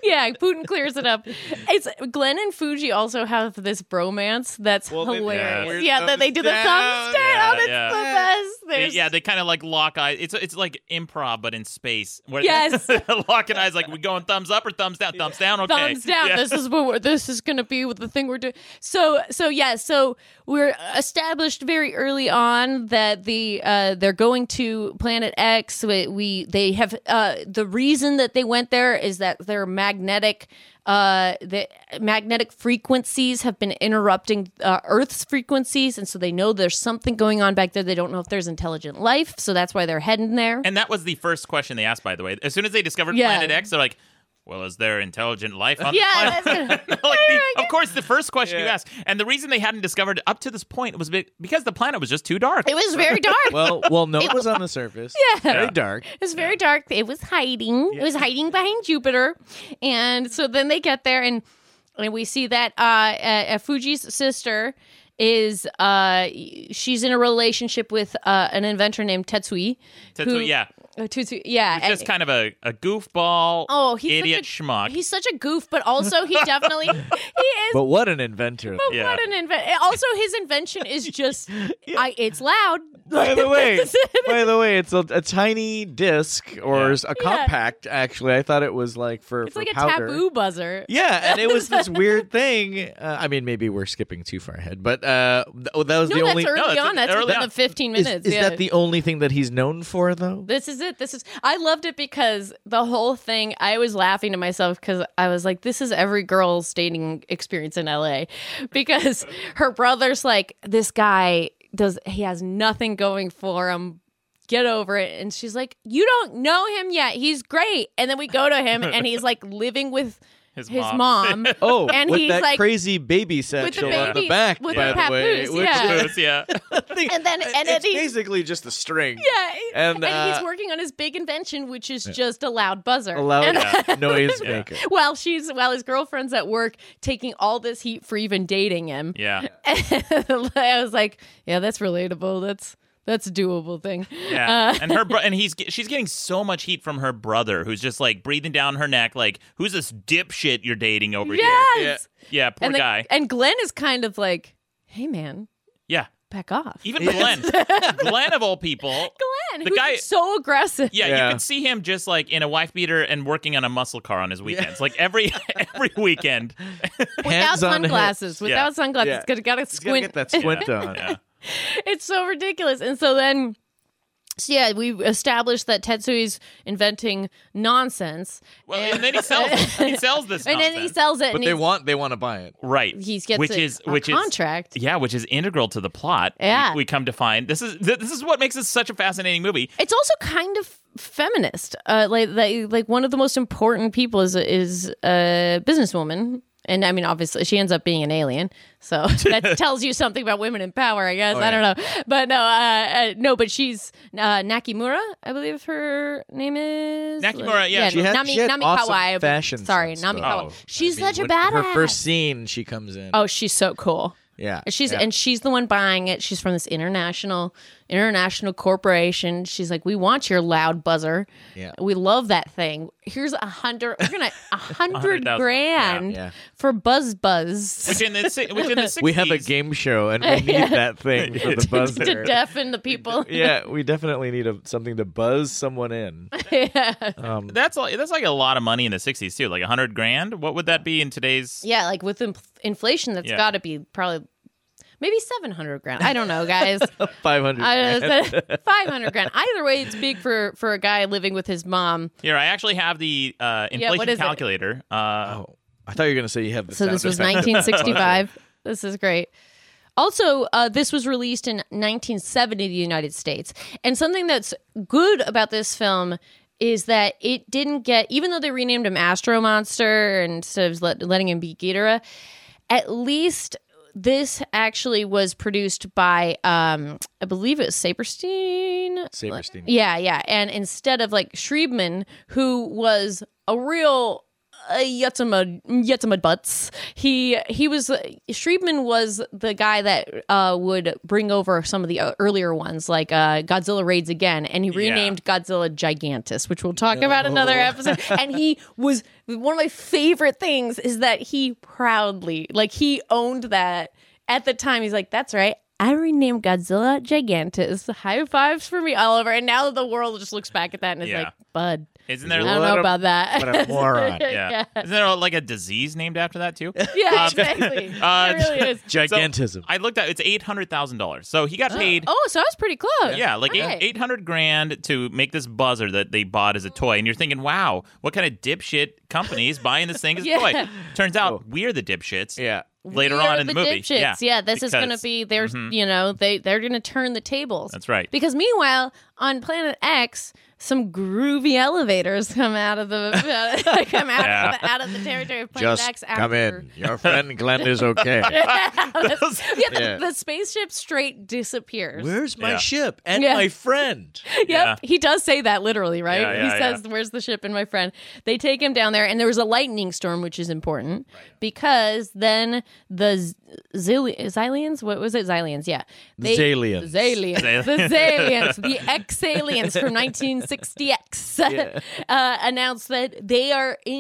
[SPEAKER 3] yeah, Putin clears it up. It's Glenn and Fuji also have this bromance that's
[SPEAKER 4] Well, they- yeah,
[SPEAKER 3] hilarious.
[SPEAKER 4] weird
[SPEAKER 3] Yeah, that they
[SPEAKER 4] thumbs
[SPEAKER 3] do the
[SPEAKER 4] down.
[SPEAKER 3] thumbs down.
[SPEAKER 2] Yeah,
[SPEAKER 3] it's
[SPEAKER 2] yeah.
[SPEAKER 3] the best. There's,
[SPEAKER 2] yeah, they kind of like lock eyes. It's it's like improv, but in space. Where
[SPEAKER 3] Yes.
[SPEAKER 2] locking eyes, like we going thumbs up or thumbs down? Thumbs down, okay.
[SPEAKER 3] thumbs down.
[SPEAKER 2] Yeah.
[SPEAKER 3] This is what we're, this is going to be with the thing we're doing. So so yeah. So we're established very early on that the uh, they're going to Planet X. We, we they have uh, the reason that they went there is that their magnetic. Uh, the magnetic frequencies have been interrupting uh, Earth's frequencies, and so they know there's something going on back there. They don't know if there's intelligent life, so that's why they're heading there.
[SPEAKER 2] And that was the first question they asked, by the way. As soon as they discovered
[SPEAKER 3] Yeah.
[SPEAKER 2] Planet X, they're like, well, is there intelligent life on the
[SPEAKER 3] yeah,
[SPEAKER 2] planet?
[SPEAKER 3] that's it.
[SPEAKER 2] like the, of course, the first question you asked, and the reason they hadn't discovered it up to this point was be- because the planet was just too dark.
[SPEAKER 3] it was very dark.
[SPEAKER 4] Well, well, no one was on the surface. Yeah, very dark.
[SPEAKER 3] It was very dark. It was hiding. It was hiding behind Jupiter, and so then they get there, and and we see that uh, uh, uh, Fuji's sister is uh, she's in a relationship with uh, an inventor named Tetsui.
[SPEAKER 2] Tetsui, yeah.
[SPEAKER 3] uh, Tetsui, yeah,
[SPEAKER 2] It's just
[SPEAKER 3] and-
[SPEAKER 2] kind of a, a goofball,
[SPEAKER 3] Oh, he's
[SPEAKER 2] idiot
[SPEAKER 3] such a,
[SPEAKER 2] schmuck.
[SPEAKER 3] He's such a goof, but also he definitely he is
[SPEAKER 4] But what an inventor!
[SPEAKER 3] But
[SPEAKER 2] Yeah.
[SPEAKER 3] what an invention! Also, his invention is just, I, it's loud.
[SPEAKER 4] By the way,
[SPEAKER 3] This is it.
[SPEAKER 4] by the way, it's a, a tiny disc or
[SPEAKER 2] Yeah.
[SPEAKER 4] a compact. Actually, I thought it was like for
[SPEAKER 3] It's
[SPEAKER 4] for
[SPEAKER 3] like a
[SPEAKER 4] powder.
[SPEAKER 3] taboo buzzer.
[SPEAKER 4] Yeah, and it was this weird thing. Uh, I mean, maybe we're skipping too far ahead, but uh, th- oh, that was
[SPEAKER 3] No,
[SPEAKER 4] the
[SPEAKER 3] that's
[SPEAKER 4] only.
[SPEAKER 2] no,
[SPEAKER 3] early
[SPEAKER 2] it's
[SPEAKER 3] on. That's
[SPEAKER 2] early
[SPEAKER 3] within
[SPEAKER 2] on.
[SPEAKER 3] the 15
[SPEAKER 4] is
[SPEAKER 3] minutes.
[SPEAKER 4] is
[SPEAKER 3] yeah.
[SPEAKER 4] that the only thing that he's known for, though?
[SPEAKER 3] This is it. This is. I loved it because the whole thing. I was laughing to myself because I was like, "This is every girl's dating experience in LA," because her brother's like, "This guy does. He has nothing going for him." Get over it. And she's like, You don't know him yet. He's great. And then we go to him and he's like living with his, mom.
[SPEAKER 4] Oh,
[SPEAKER 3] And
[SPEAKER 4] with
[SPEAKER 3] he's
[SPEAKER 4] that
[SPEAKER 3] like-
[SPEAKER 4] crazy baby satchel on the
[SPEAKER 3] baby-
[SPEAKER 4] back,
[SPEAKER 3] with
[SPEAKER 4] by
[SPEAKER 3] the
[SPEAKER 4] the, way.
[SPEAKER 3] papoose,
[SPEAKER 4] which
[SPEAKER 3] yeah.
[SPEAKER 4] is-
[SPEAKER 2] Boots, yeah.
[SPEAKER 4] I think-
[SPEAKER 3] And then-
[SPEAKER 4] it-
[SPEAKER 3] and
[SPEAKER 4] it's
[SPEAKER 3] it-
[SPEAKER 4] basically just a string.
[SPEAKER 3] Yeah.
[SPEAKER 4] And,
[SPEAKER 3] And,
[SPEAKER 4] uh,
[SPEAKER 3] he's working on his big invention, which is just a loud buzzer.
[SPEAKER 4] A loud
[SPEAKER 3] And-
[SPEAKER 4] noise maker.
[SPEAKER 3] while she's while his girlfriend's at work taking all this heat for even dating him.
[SPEAKER 2] Yeah.
[SPEAKER 3] I was like, yeah, that's relatable. That's that's a doable thing.
[SPEAKER 2] Yeah,
[SPEAKER 3] Uh,
[SPEAKER 2] and her bro- and he's ge- she's getting so much heat from her brother, who's just like breathing down her neck, like who's this dipshit you're dating over here?
[SPEAKER 3] yes.
[SPEAKER 2] Yeah, poor
[SPEAKER 3] and the-
[SPEAKER 2] guy.
[SPEAKER 3] and Glenn is kind of like, hey man,
[SPEAKER 2] yeah,
[SPEAKER 3] back off.
[SPEAKER 2] even Glenn, Glenn of all people,
[SPEAKER 3] Glenn,
[SPEAKER 2] the
[SPEAKER 3] who's
[SPEAKER 2] guy-
[SPEAKER 3] so aggressive.
[SPEAKER 2] Yeah,
[SPEAKER 4] Yeah.
[SPEAKER 2] you can see him just like in a wife beater and working on a muscle car on his weekends, like every every weekend.
[SPEAKER 3] Without
[SPEAKER 4] Hands on hips.
[SPEAKER 3] sunglasses, without
[SPEAKER 2] Yeah.
[SPEAKER 3] sunglasses,
[SPEAKER 4] Yeah.
[SPEAKER 3] gotta gotta
[SPEAKER 4] He's gotta
[SPEAKER 3] squint.
[SPEAKER 4] get that squint on.
[SPEAKER 2] Yeah.
[SPEAKER 3] it's so ridiculous. And so then, so yeah, we established that Tetsui's inventing nonsense,
[SPEAKER 2] Well, and then he sells he sells this
[SPEAKER 3] and then he
[SPEAKER 2] nonsense.
[SPEAKER 3] sells it,
[SPEAKER 4] But
[SPEAKER 3] and
[SPEAKER 4] they
[SPEAKER 3] he's,
[SPEAKER 4] want they want to buy it.
[SPEAKER 2] right.
[SPEAKER 3] he gets
[SPEAKER 2] which
[SPEAKER 3] a,
[SPEAKER 2] is
[SPEAKER 3] a
[SPEAKER 2] which
[SPEAKER 3] contract.
[SPEAKER 2] is yeah, which is integral to the plot. We-
[SPEAKER 3] Yeah.
[SPEAKER 2] we, come to find this is th- this is what makes it such a fascinating movie.
[SPEAKER 3] It's also kind of feminist. Uh, like, like, like one of the most important people is is a businesswoman, and I mean, obviously, she ends up being an alien. So that tells you something about women in power, I
[SPEAKER 4] Oh,
[SPEAKER 3] guess. I don't know, but no, uh, uh, no, but she's uh, Nakimura, I believe her name is
[SPEAKER 2] Nakimura, yeah.
[SPEAKER 4] She had-
[SPEAKER 3] Nami,
[SPEAKER 4] she had
[SPEAKER 3] Nami
[SPEAKER 4] awesome
[SPEAKER 3] Kawai.
[SPEAKER 4] fashion
[SPEAKER 3] Sorry,
[SPEAKER 4] sense,
[SPEAKER 3] Nami
[SPEAKER 4] though.
[SPEAKER 3] Kawai.
[SPEAKER 2] Oh,
[SPEAKER 3] She's
[SPEAKER 4] I mean,
[SPEAKER 3] such a
[SPEAKER 4] when-
[SPEAKER 3] badass.
[SPEAKER 4] Her first scene, she comes in.
[SPEAKER 3] Oh, she's so cool.
[SPEAKER 4] yeah.
[SPEAKER 3] She's
[SPEAKER 4] yeah.
[SPEAKER 3] and she's the one buying it. She's from this international international corporation. She's like, we want your loud buzzer.
[SPEAKER 4] Yeah.
[SPEAKER 3] we love that thing. Here's a hundred. We're gonna a hundred
[SPEAKER 2] 100,000.
[SPEAKER 3] grand
[SPEAKER 4] Yeah. Yeah.
[SPEAKER 3] for Buzz Buzz
[SPEAKER 2] Which in the si- which in the 60s,
[SPEAKER 4] we have a game show and we need that thing for the
[SPEAKER 3] to
[SPEAKER 4] buzzer.
[SPEAKER 3] deafen the people.
[SPEAKER 4] yeah, we definitely need a, something to buzz someone in.
[SPEAKER 3] yeah.
[SPEAKER 4] Um,
[SPEAKER 2] That's like that's like a lot of money in the '60s too, like a hundred grand. What would that be in today's?
[SPEAKER 3] Yeah, like with inf- inflation, that's
[SPEAKER 2] Yeah.
[SPEAKER 3] got to be probably maybe seven hundred grand. I don't know, guys.
[SPEAKER 4] 500.
[SPEAKER 3] I
[SPEAKER 4] grand.
[SPEAKER 3] five hundred grand. Either way, it's big for for a guy living with his mom.
[SPEAKER 2] Here, I actually have the uh, inflation
[SPEAKER 3] what is it?
[SPEAKER 2] calculator. Uh,
[SPEAKER 4] oh, I thought you were going to say you have the
[SPEAKER 3] So this
[SPEAKER 4] sound
[SPEAKER 3] was
[SPEAKER 4] effect.
[SPEAKER 3] 1965. this is great. Also, uh, this was released in 1970 in the United States. And something that's good about this film is that it didn't get, even though they renamed him Astro Monster instead of let, letting him be Ghidorah, at least this actually was produced by, um, I believe it was Saperstein.
[SPEAKER 4] Saperstein.
[SPEAKER 3] Yeah, yeah. And instead of like Shriebman, who was a real uh, Yetzimah Yetzimah butts, he he was uh, Shriebman was the guy that uh, would bring over some of the uh, earlier ones, like uh, Godzilla raids again, and he
[SPEAKER 2] Yeah.
[SPEAKER 3] renamed Godzilla Gigantus, which we'll talk about another
[SPEAKER 2] Oh.
[SPEAKER 3] episode. and he was one of my favorite things is that he proudly like he owned that at the time. He's like, that's right. I renamed Godzilla Gigantus. High fives for me, Oliver. And now the world just looks back at that and is
[SPEAKER 2] Yeah.
[SPEAKER 3] like, bud,
[SPEAKER 2] isn't
[SPEAKER 3] I
[SPEAKER 2] there?
[SPEAKER 3] don't
[SPEAKER 4] What
[SPEAKER 3] know
[SPEAKER 4] a-
[SPEAKER 3] about that.
[SPEAKER 4] What a moron.
[SPEAKER 2] yeah. Isn't there like a disease named after that too?
[SPEAKER 3] Yeah, exactly.
[SPEAKER 2] uh,
[SPEAKER 3] it really is.
[SPEAKER 4] Gigantism.
[SPEAKER 2] I looked at it's eight hundred thousand dollars. So he got paid.
[SPEAKER 3] Oh, so I was pretty close.
[SPEAKER 2] Yeah, like eight,
[SPEAKER 3] Alright.
[SPEAKER 2] 800 grand to make this buzzer that they bought as a toy. And you're thinking, wow, what kind of dipshit company is buying this thing as a
[SPEAKER 3] Yeah.
[SPEAKER 2] toy? Turns out we're the dipshits.
[SPEAKER 4] yeah.
[SPEAKER 2] Later
[SPEAKER 3] We
[SPEAKER 2] on
[SPEAKER 3] are
[SPEAKER 2] in the,
[SPEAKER 3] the
[SPEAKER 2] movie.
[SPEAKER 3] dipshits. this is going to
[SPEAKER 2] Because- Mm-hmm.
[SPEAKER 3] be their. You know, they they're going to turn the tables.
[SPEAKER 2] That's right.
[SPEAKER 3] Because meanwhile, on Planet X, some groovy elevators come out of the come out,
[SPEAKER 2] Yeah.
[SPEAKER 3] of, out of the territory of Planet X.
[SPEAKER 4] Just
[SPEAKER 3] After.
[SPEAKER 4] come in. Your friend Glenn is okay.
[SPEAKER 3] Yeah, the,
[SPEAKER 4] Yeah.
[SPEAKER 3] the spaceship straight disappears.
[SPEAKER 4] Where's my
[SPEAKER 2] Yeah.
[SPEAKER 4] ship and
[SPEAKER 3] Yeah.
[SPEAKER 4] my friend?
[SPEAKER 3] Yep, he does say that literally, right?
[SPEAKER 2] Yeah,
[SPEAKER 3] he
[SPEAKER 2] yeah,
[SPEAKER 3] says, "Where's the ship and my friend?" They take him down there, and there was a lightning storm, which is important because then the Z- Zili- Zilians, what was it, Zilians? Yeah, they,
[SPEAKER 4] Zalians.
[SPEAKER 3] Zalians, the Zalians, the ex-aliens from 1960X, uh, announced that they are in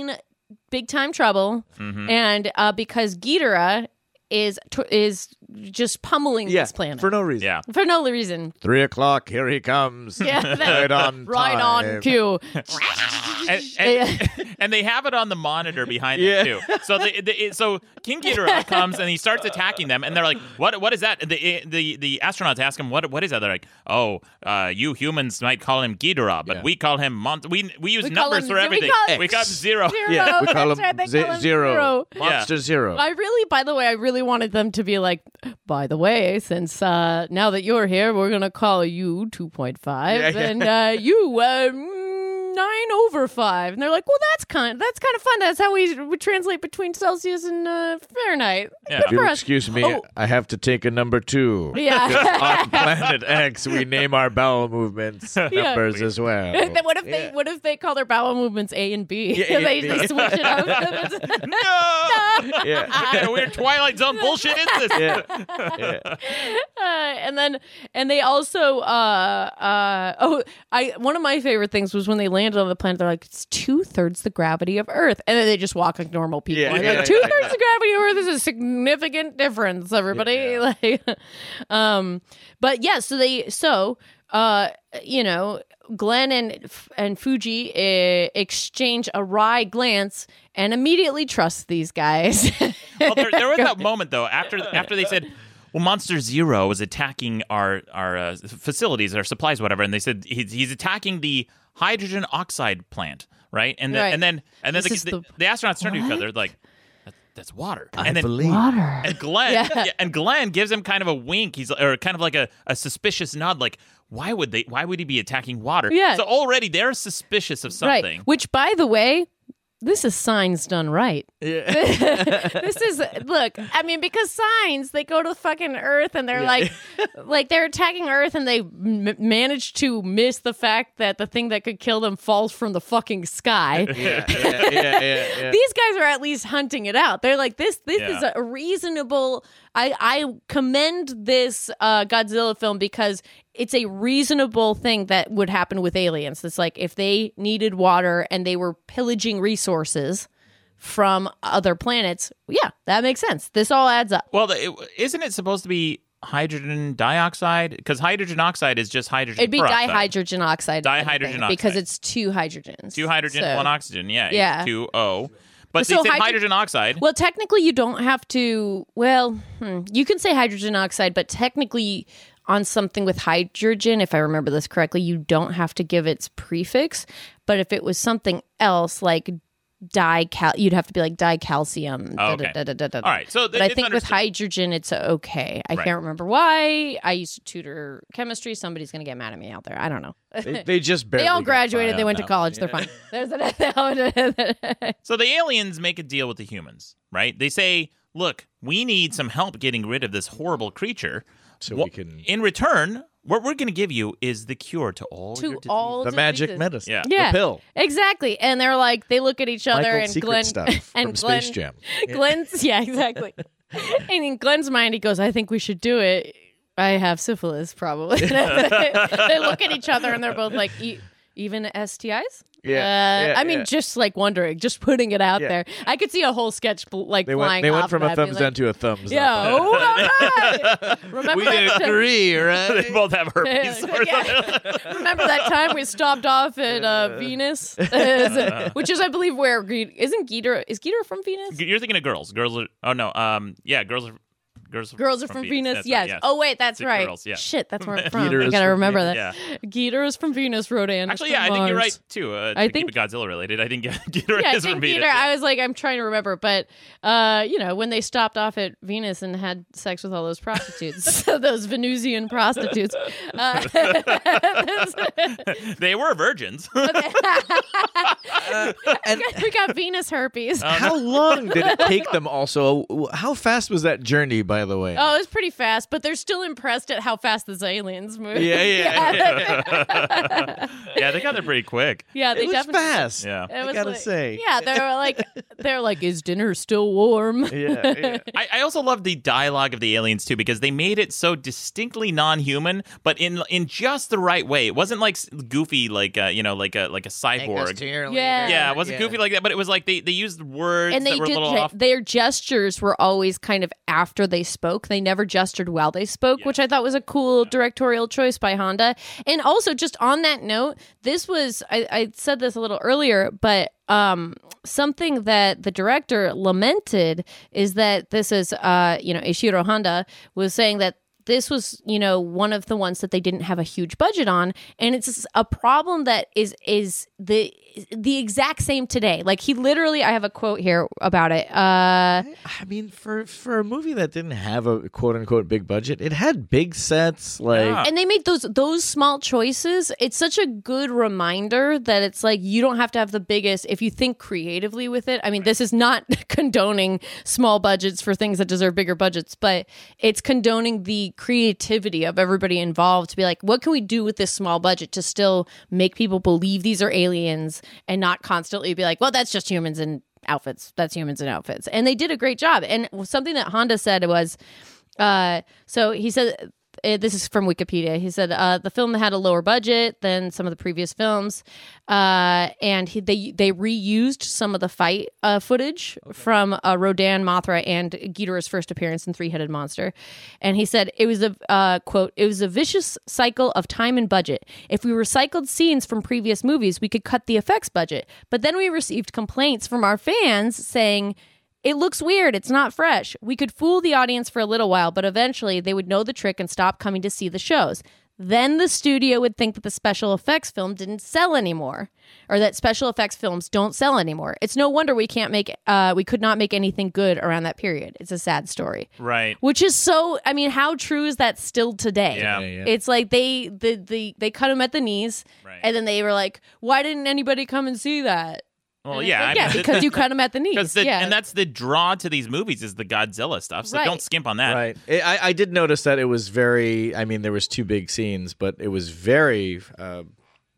[SPEAKER 4] Mm-hmm.
[SPEAKER 3] big time trouble, and uh, because Ghidorah is t- is just pummeling
[SPEAKER 4] yeah,
[SPEAKER 3] this planet
[SPEAKER 4] for no reason.
[SPEAKER 2] Yeah.
[SPEAKER 3] For no reason.
[SPEAKER 4] Three o'clock, here he comes.
[SPEAKER 3] Yeah, that-
[SPEAKER 4] right on.
[SPEAKER 3] right on
[SPEAKER 4] time.
[SPEAKER 3] cue.
[SPEAKER 2] and, and, and they have it on the monitor behind them
[SPEAKER 4] Yeah.
[SPEAKER 2] too. So the, the, it- so King Ghidorah comes and he starts attacking them, and they're like, "What? What is that?" And The eh, the the astronauts ask him, "What? What is that?" They're like, "Oh, uh, you humans might call him Ghidorah, but
[SPEAKER 4] Yeah.
[SPEAKER 2] we call him Mont. We we use
[SPEAKER 3] We call
[SPEAKER 2] numbers
[SPEAKER 3] him-
[SPEAKER 2] for
[SPEAKER 3] we
[SPEAKER 2] everything.
[SPEAKER 3] call him
[SPEAKER 2] we got zero.
[SPEAKER 3] Zero.
[SPEAKER 4] Oh, Yeah, we call
[SPEAKER 3] That's
[SPEAKER 4] him,
[SPEAKER 3] right, they
[SPEAKER 4] ze-
[SPEAKER 3] call him
[SPEAKER 4] zero.
[SPEAKER 2] Yeah.
[SPEAKER 4] Monster zero.
[SPEAKER 3] I really, by the way, I really wanted them to be like, by the way, since uh, now that you're here, we're going to call you 2.5
[SPEAKER 4] Yeah, yeah.
[SPEAKER 3] and uh, you uh, mm, 9 over 5. And they're like, well, that's kind that's kind of fun. That's how we, we translate between Celsius and uh, Fahrenheit.
[SPEAKER 2] Yeah.
[SPEAKER 3] Good
[SPEAKER 4] If
[SPEAKER 3] for
[SPEAKER 4] you'll
[SPEAKER 3] us.
[SPEAKER 4] excuse me,
[SPEAKER 3] Oh.
[SPEAKER 4] I have to take a number two.
[SPEAKER 3] Yeah.
[SPEAKER 4] on Planet X, we name our bowel movements numbers as well.
[SPEAKER 3] what if they what if they call their bowel movements A and B?
[SPEAKER 4] Yeah,
[SPEAKER 3] they
[SPEAKER 4] yeah,
[SPEAKER 3] they
[SPEAKER 4] yeah.
[SPEAKER 3] switch it up.
[SPEAKER 2] No, what
[SPEAKER 4] Yeah.
[SPEAKER 2] kind of weird Twilight Zone bullshit is this?
[SPEAKER 4] Yeah. Yeah.
[SPEAKER 3] uh, and then and they also uh uh oh I one of my favorite things was when they landed on the planet they're like it's two thirds the gravity of Earth and then they just walk like normal people
[SPEAKER 4] Yeah,
[SPEAKER 3] And
[SPEAKER 4] yeah,
[SPEAKER 3] like,
[SPEAKER 4] yeah,
[SPEAKER 3] two thirds
[SPEAKER 4] yeah.
[SPEAKER 3] the gravity of Earth is a significant difference everybody like um but yeah so they so uh you know Glenn and and Fuji eh, exchange a wry glance and immediately trust these guys
[SPEAKER 2] well, there, there was that moment though after after they said. Well, Monster Zero is attacking our our uh, facilities, our supplies, whatever, and they said he's, he's attacking the hydrogen oxide plant, right? And then
[SPEAKER 3] Right.
[SPEAKER 2] and then and then
[SPEAKER 3] This
[SPEAKER 2] the,
[SPEAKER 3] is
[SPEAKER 2] the,
[SPEAKER 3] the-
[SPEAKER 2] the astronauts turn to each other like, "That- "That's water," and then
[SPEAKER 3] water
[SPEAKER 2] and Glenn
[SPEAKER 3] Yeah.
[SPEAKER 2] yeah, and Glenn gives him kind of a wink, he's or kind of like a, a suspicious nod, like, "Why would they? Why would he be attacking water?"
[SPEAKER 3] Yeah.
[SPEAKER 2] So already they're suspicious of something.
[SPEAKER 3] Right. Which, by the way, this is signs done right. this is look. I mean, because signs they go to fucking Earth and they're like, like they're attacking Earth and they m- manage to miss the fact that the thing that could kill them falls from the fucking sky.
[SPEAKER 4] Yeah, yeah, yeah, yeah, yeah.
[SPEAKER 3] These guys are at least hunting it out. They're like this. This
[SPEAKER 2] Yeah.
[SPEAKER 3] is a reasonable. I I commend this uh, Godzilla film because it's a reasonable thing that would happen with aliens. It's like if they needed water and they were pillaging resources from other planets. Yeah, that makes sense. This all adds up.
[SPEAKER 2] Well, the, it, isn't it supposed to be hydrogen dioxide? Because hydrogen oxide is just hydrogen.
[SPEAKER 3] It'd be
[SPEAKER 2] peroxide.
[SPEAKER 3] dihydrogen oxide. I think,
[SPEAKER 2] Dihydrogen
[SPEAKER 3] because
[SPEAKER 2] oxide.
[SPEAKER 3] it's two hydrogens.
[SPEAKER 2] Two hydrogen,
[SPEAKER 3] So-
[SPEAKER 2] one oxygen. Yeah,
[SPEAKER 3] Yeah.
[SPEAKER 2] Two O. But
[SPEAKER 3] So
[SPEAKER 2] they said
[SPEAKER 3] hydro-
[SPEAKER 2] hydrogen oxide.
[SPEAKER 3] Well, technically, you don't have to. Well, hmm, you can say hydrogen oxide, but technically, on something with hydrogen, if I remember this correctly, you don't have to give its prefix. But if it was something else, like dical, you'd have to be like dicalcium.
[SPEAKER 2] Oh,
[SPEAKER 3] da- da-
[SPEAKER 2] okay.
[SPEAKER 3] da- da- da- da-
[SPEAKER 2] All right, so
[SPEAKER 3] but
[SPEAKER 2] it-
[SPEAKER 3] I
[SPEAKER 2] it's
[SPEAKER 3] think with
[SPEAKER 2] understood.
[SPEAKER 3] hydrogen, it's okay. I
[SPEAKER 2] Right.
[SPEAKER 3] can't remember why. I used to tutor chemistry. Somebody's gonna get mad at me out there. I don't know.
[SPEAKER 4] They, they just barely
[SPEAKER 3] They all
[SPEAKER 4] got
[SPEAKER 3] graduated.
[SPEAKER 4] by
[SPEAKER 2] Uh,
[SPEAKER 3] They
[SPEAKER 4] on
[SPEAKER 3] went to
[SPEAKER 4] that
[SPEAKER 3] college.
[SPEAKER 4] one.
[SPEAKER 3] They're fine. There's an-
[SPEAKER 2] So the aliens make a deal with the humans, right? They say, "Look, we need some help getting rid of this horrible creature.
[SPEAKER 4] So
[SPEAKER 2] Wha-
[SPEAKER 4] we can-
[SPEAKER 2] in return, what we're going to give you is the cure to all your
[SPEAKER 3] to
[SPEAKER 2] diseases."
[SPEAKER 3] all
[SPEAKER 4] The magic
[SPEAKER 3] diseases.
[SPEAKER 4] medicine.
[SPEAKER 2] Yeah.
[SPEAKER 3] Yeah.
[SPEAKER 4] The pill.
[SPEAKER 3] Exactly. And they're like, they look at each other
[SPEAKER 4] Michael
[SPEAKER 3] and
[SPEAKER 4] Secret
[SPEAKER 3] Glenn
[SPEAKER 4] stuff
[SPEAKER 3] and
[SPEAKER 4] from
[SPEAKER 3] Glenn,
[SPEAKER 4] Space Jam.
[SPEAKER 3] Glenn's yeah, exactly. and in Glenn's mind, he goes, "I think we should do it. I have syphilis, probably." they look at each other and they're both like, e- "Even STIs?"
[SPEAKER 4] Yeah,
[SPEAKER 3] Uh,
[SPEAKER 4] yeah,
[SPEAKER 3] I mean,
[SPEAKER 4] yeah.
[SPEAKER 3] just like wondering, just putting it out
[SPEAKER 4] Yeah.
[SPEAKER 3] there. I could see a whole sketch bl- like
[SPEAKER 4] They
[SPEAKER 3] flying
[SPEAKER 4] went, they went
[SPEAKER 3] off
[SPEAKER 4] from
[SPEAKER 3] of
[SPEAKER 4] a
[SPEAKER 3] that, be
[SPEAKER 4] thumbs
[SPEAKER 3] like,
[SPEAKER 4] down to a thumbs
[SPEAKER 3] Yeah.
[SPEAKER 4] up.
[SPEAKER 3] oh, all right. Remember that time-
[SPEAKER 4] right?
[SPEAKER 2] They both have herpes. or
[SPEAKER 3] Yeah.
[SPEAKER 2] something.
[SPEAKER 3] Remember that time we stopped off at uh, Venus,
[SPEAKER 2] Uh-huh.
[SPEAKER 3] which is, I believe, where Ge- isn't Ghidorah? Is Ghidorah from Venus?
[SPEAKER 2] You're thinking of girls. Girls are. Oh no. Um. Yeah. Girls are. Girls.
[SPEAKER 3] Girls are from, Venus.
[SPEAKER 2] That's
[SPEAKER 3] Yes.
[SPEAKER 2] right,
[SPEAKER 3] Oh wait, that's
[SPEAKER 2] The
[SPEAKER 3] right.
[SPEAKER 2] girls, yeah.
[SPEAKER 3] Shit, that's where I'm from.
[SPEAKER 4] Ghidorah
[SPEAKER 3] I
[SPEAKER 4] is
[SPEAKER 3] gotta
[SPEAKER 4] from
[SPEAKER 3] remember that.
[SPEAKER 4] Venus.
[SPEAKER 2] Yeah.
[SPEAKER 3] Ghidorah is from Venus. Rodan. is
[SPEAKER 2] Actually,
[SPEAKER 3] from
[SPEAKER 2] yeah, I think you're right
[SPEAKER 3] Mars.
[SPEAKER 2] too. Uh,
[SPEAKER 3] I
[SPEAKER 2] to keep
[SPEAKER 3] think-
[SPEAKER 2] it Godzilla related. I think Ghidorah
[SPEAKER 3] Yeah, I
[SPEAKER 2] is from
[SPEAKER 3] think
[SPEAKER 2] Venus.
[SPEAKER 3] Ghidorah. I was like, I'm trying to remember, but uh, you know, when they stopped off at Venus and had sex with all those prostitutes, those Venusian prostitutes. Uh,
[SPEAKER 2] they were virgins.
[SPEAKER 3] we got Venus herpes.
[SPEAKER 4] How long did it take them also? How fast was that journey, by the way?
[SPEAKER 3] Oh, it was pretty fast, but they're still impressed at how fast the aliens move.
[SPEAKER 4] yeah, yeah.
[SPEAKER 2] yeah, they got there pretty quick.
[SPEAKER 3] yeah, they
[SPEAKER 4] It was
[SPEAKER 3] definitely.
[SPEAKER 4] fast.
[SPEAKER 2] Yeah.
[SPEAKER 3] It
[SPEAKER 4] I
[SPEAKER 3] was
[SPEAKER 4] gotta
[SPEAKER 3] like-
[SPEAKER 4] say.
[SPEAKER 3] Yeah, they were like, they're like, is dinner still warm?
[SPEAKER 4] Yeah, yeah.
[SPEAKER 2] I, I also love the dialogue of the aliens too because they made it so distinctly non-human, but in in just the right way. It wasn't like s- goofy, like uh, you know, like a like a cyborg.
[SPEAKER 3] Yeah.
[SPEAKER 2] Yeah, it wasn't goofy like that, but it was like they, they used words
[SPEAKER 3] And they
[SPEAKER 2] that were a
[SPEAKER 3] did
[SPEAKER 2] little
[SPEAKER 3] ge-
[SPEAKER 2] off.
[SPEAKER 3] their gestures were always kind of after they spoke. They never gestured while they spoke, which I thought was a cool directorial choice by Honda. And also, just on that note, this was I, I said this a little earlier, but um, something that the director lamented is that this is uh, you know Ishiro Honda was saying that this was you know one of the ones that they didn't have a huge budget on and it's a problem that is is the the exact same today like he literally i have a quote here about it uh
[SPEAKER 4] I mean, for for a movie that didn't have a quote unquote big budget, it had big sets. Like,
[SPEAKER 2] Yeah.
[SPEAKER 3] and they make those those small choices it's such a good reminder that it's like you don't have to have the biggest if you think creatively with it i mean this is not condoning small budgets for things that deserve bigger budgets but it's condoning the creativity of everybody involved to be like what can we do with this small budget to still make people believe these are aliens and not constantly be like well that's just humans in outfits that's humans in outfits and they did a great job and something that honda said was uh, so he said, uh, this is from Wikipedia. He said uh, the film had a lower budget than some of the previous films, uh, and he, they they reused some of the fight uh, footage from uh, Rodan, Mothra, and Ghidorah's first appearance in Three Headed Monster. And he said it was a uh, quote: "It was a vicious cycle of time and budget. If we recycled scenes from previous movies, we could cut the effects budget. But then we received complaints from our fans saying." It looks weird. It's not fresh. We could fool the audience for a little while, but eventually they would know the trick and stop coming to see the shows. Then the studio would think that the special effects film didn't sell anymore, or that special effects films don't sell anymore. It's no wonder we can't make, uh, we could not make anything good around that period. It's a sad story,
[SPEAKER 2] Right.
[SPEAKER 3] which is so. I mean, how true is that still today?
[SPEAKER 2] Yeah.
[SPEAKER 4] Yeah, yeah.
[SPEAKER 3] It's like they the, the they cut him at the knees,
[SPEAKER 2] Right.
[SPEAKER 3] and then they were like, "Why didn't anybody come and see that?"
[SPEAKER 2] Well,
[SPEAKER 3] And it's
[SPEAKER 2] yeah.
[SPEAKER 3] like,
[SPEAKER 2] I
[SPEAKER 3] yeah,
[SPEAKER 2] mean,
[SPEAKER 3] because you cut him at the knees.
[SPEAKER 2] Because the,
[SPEAKER 3] yeah,
[SPEAKER 2] and that's the draw to these movies is the Godzilla stuff. So
[SPEAKER 3] Right.
[SPEAKER 2] don't skimp on that.
[SPEAKER 4] right? It, I I did notice that it was very. I mean, there was two big scenes, but it was very, uh,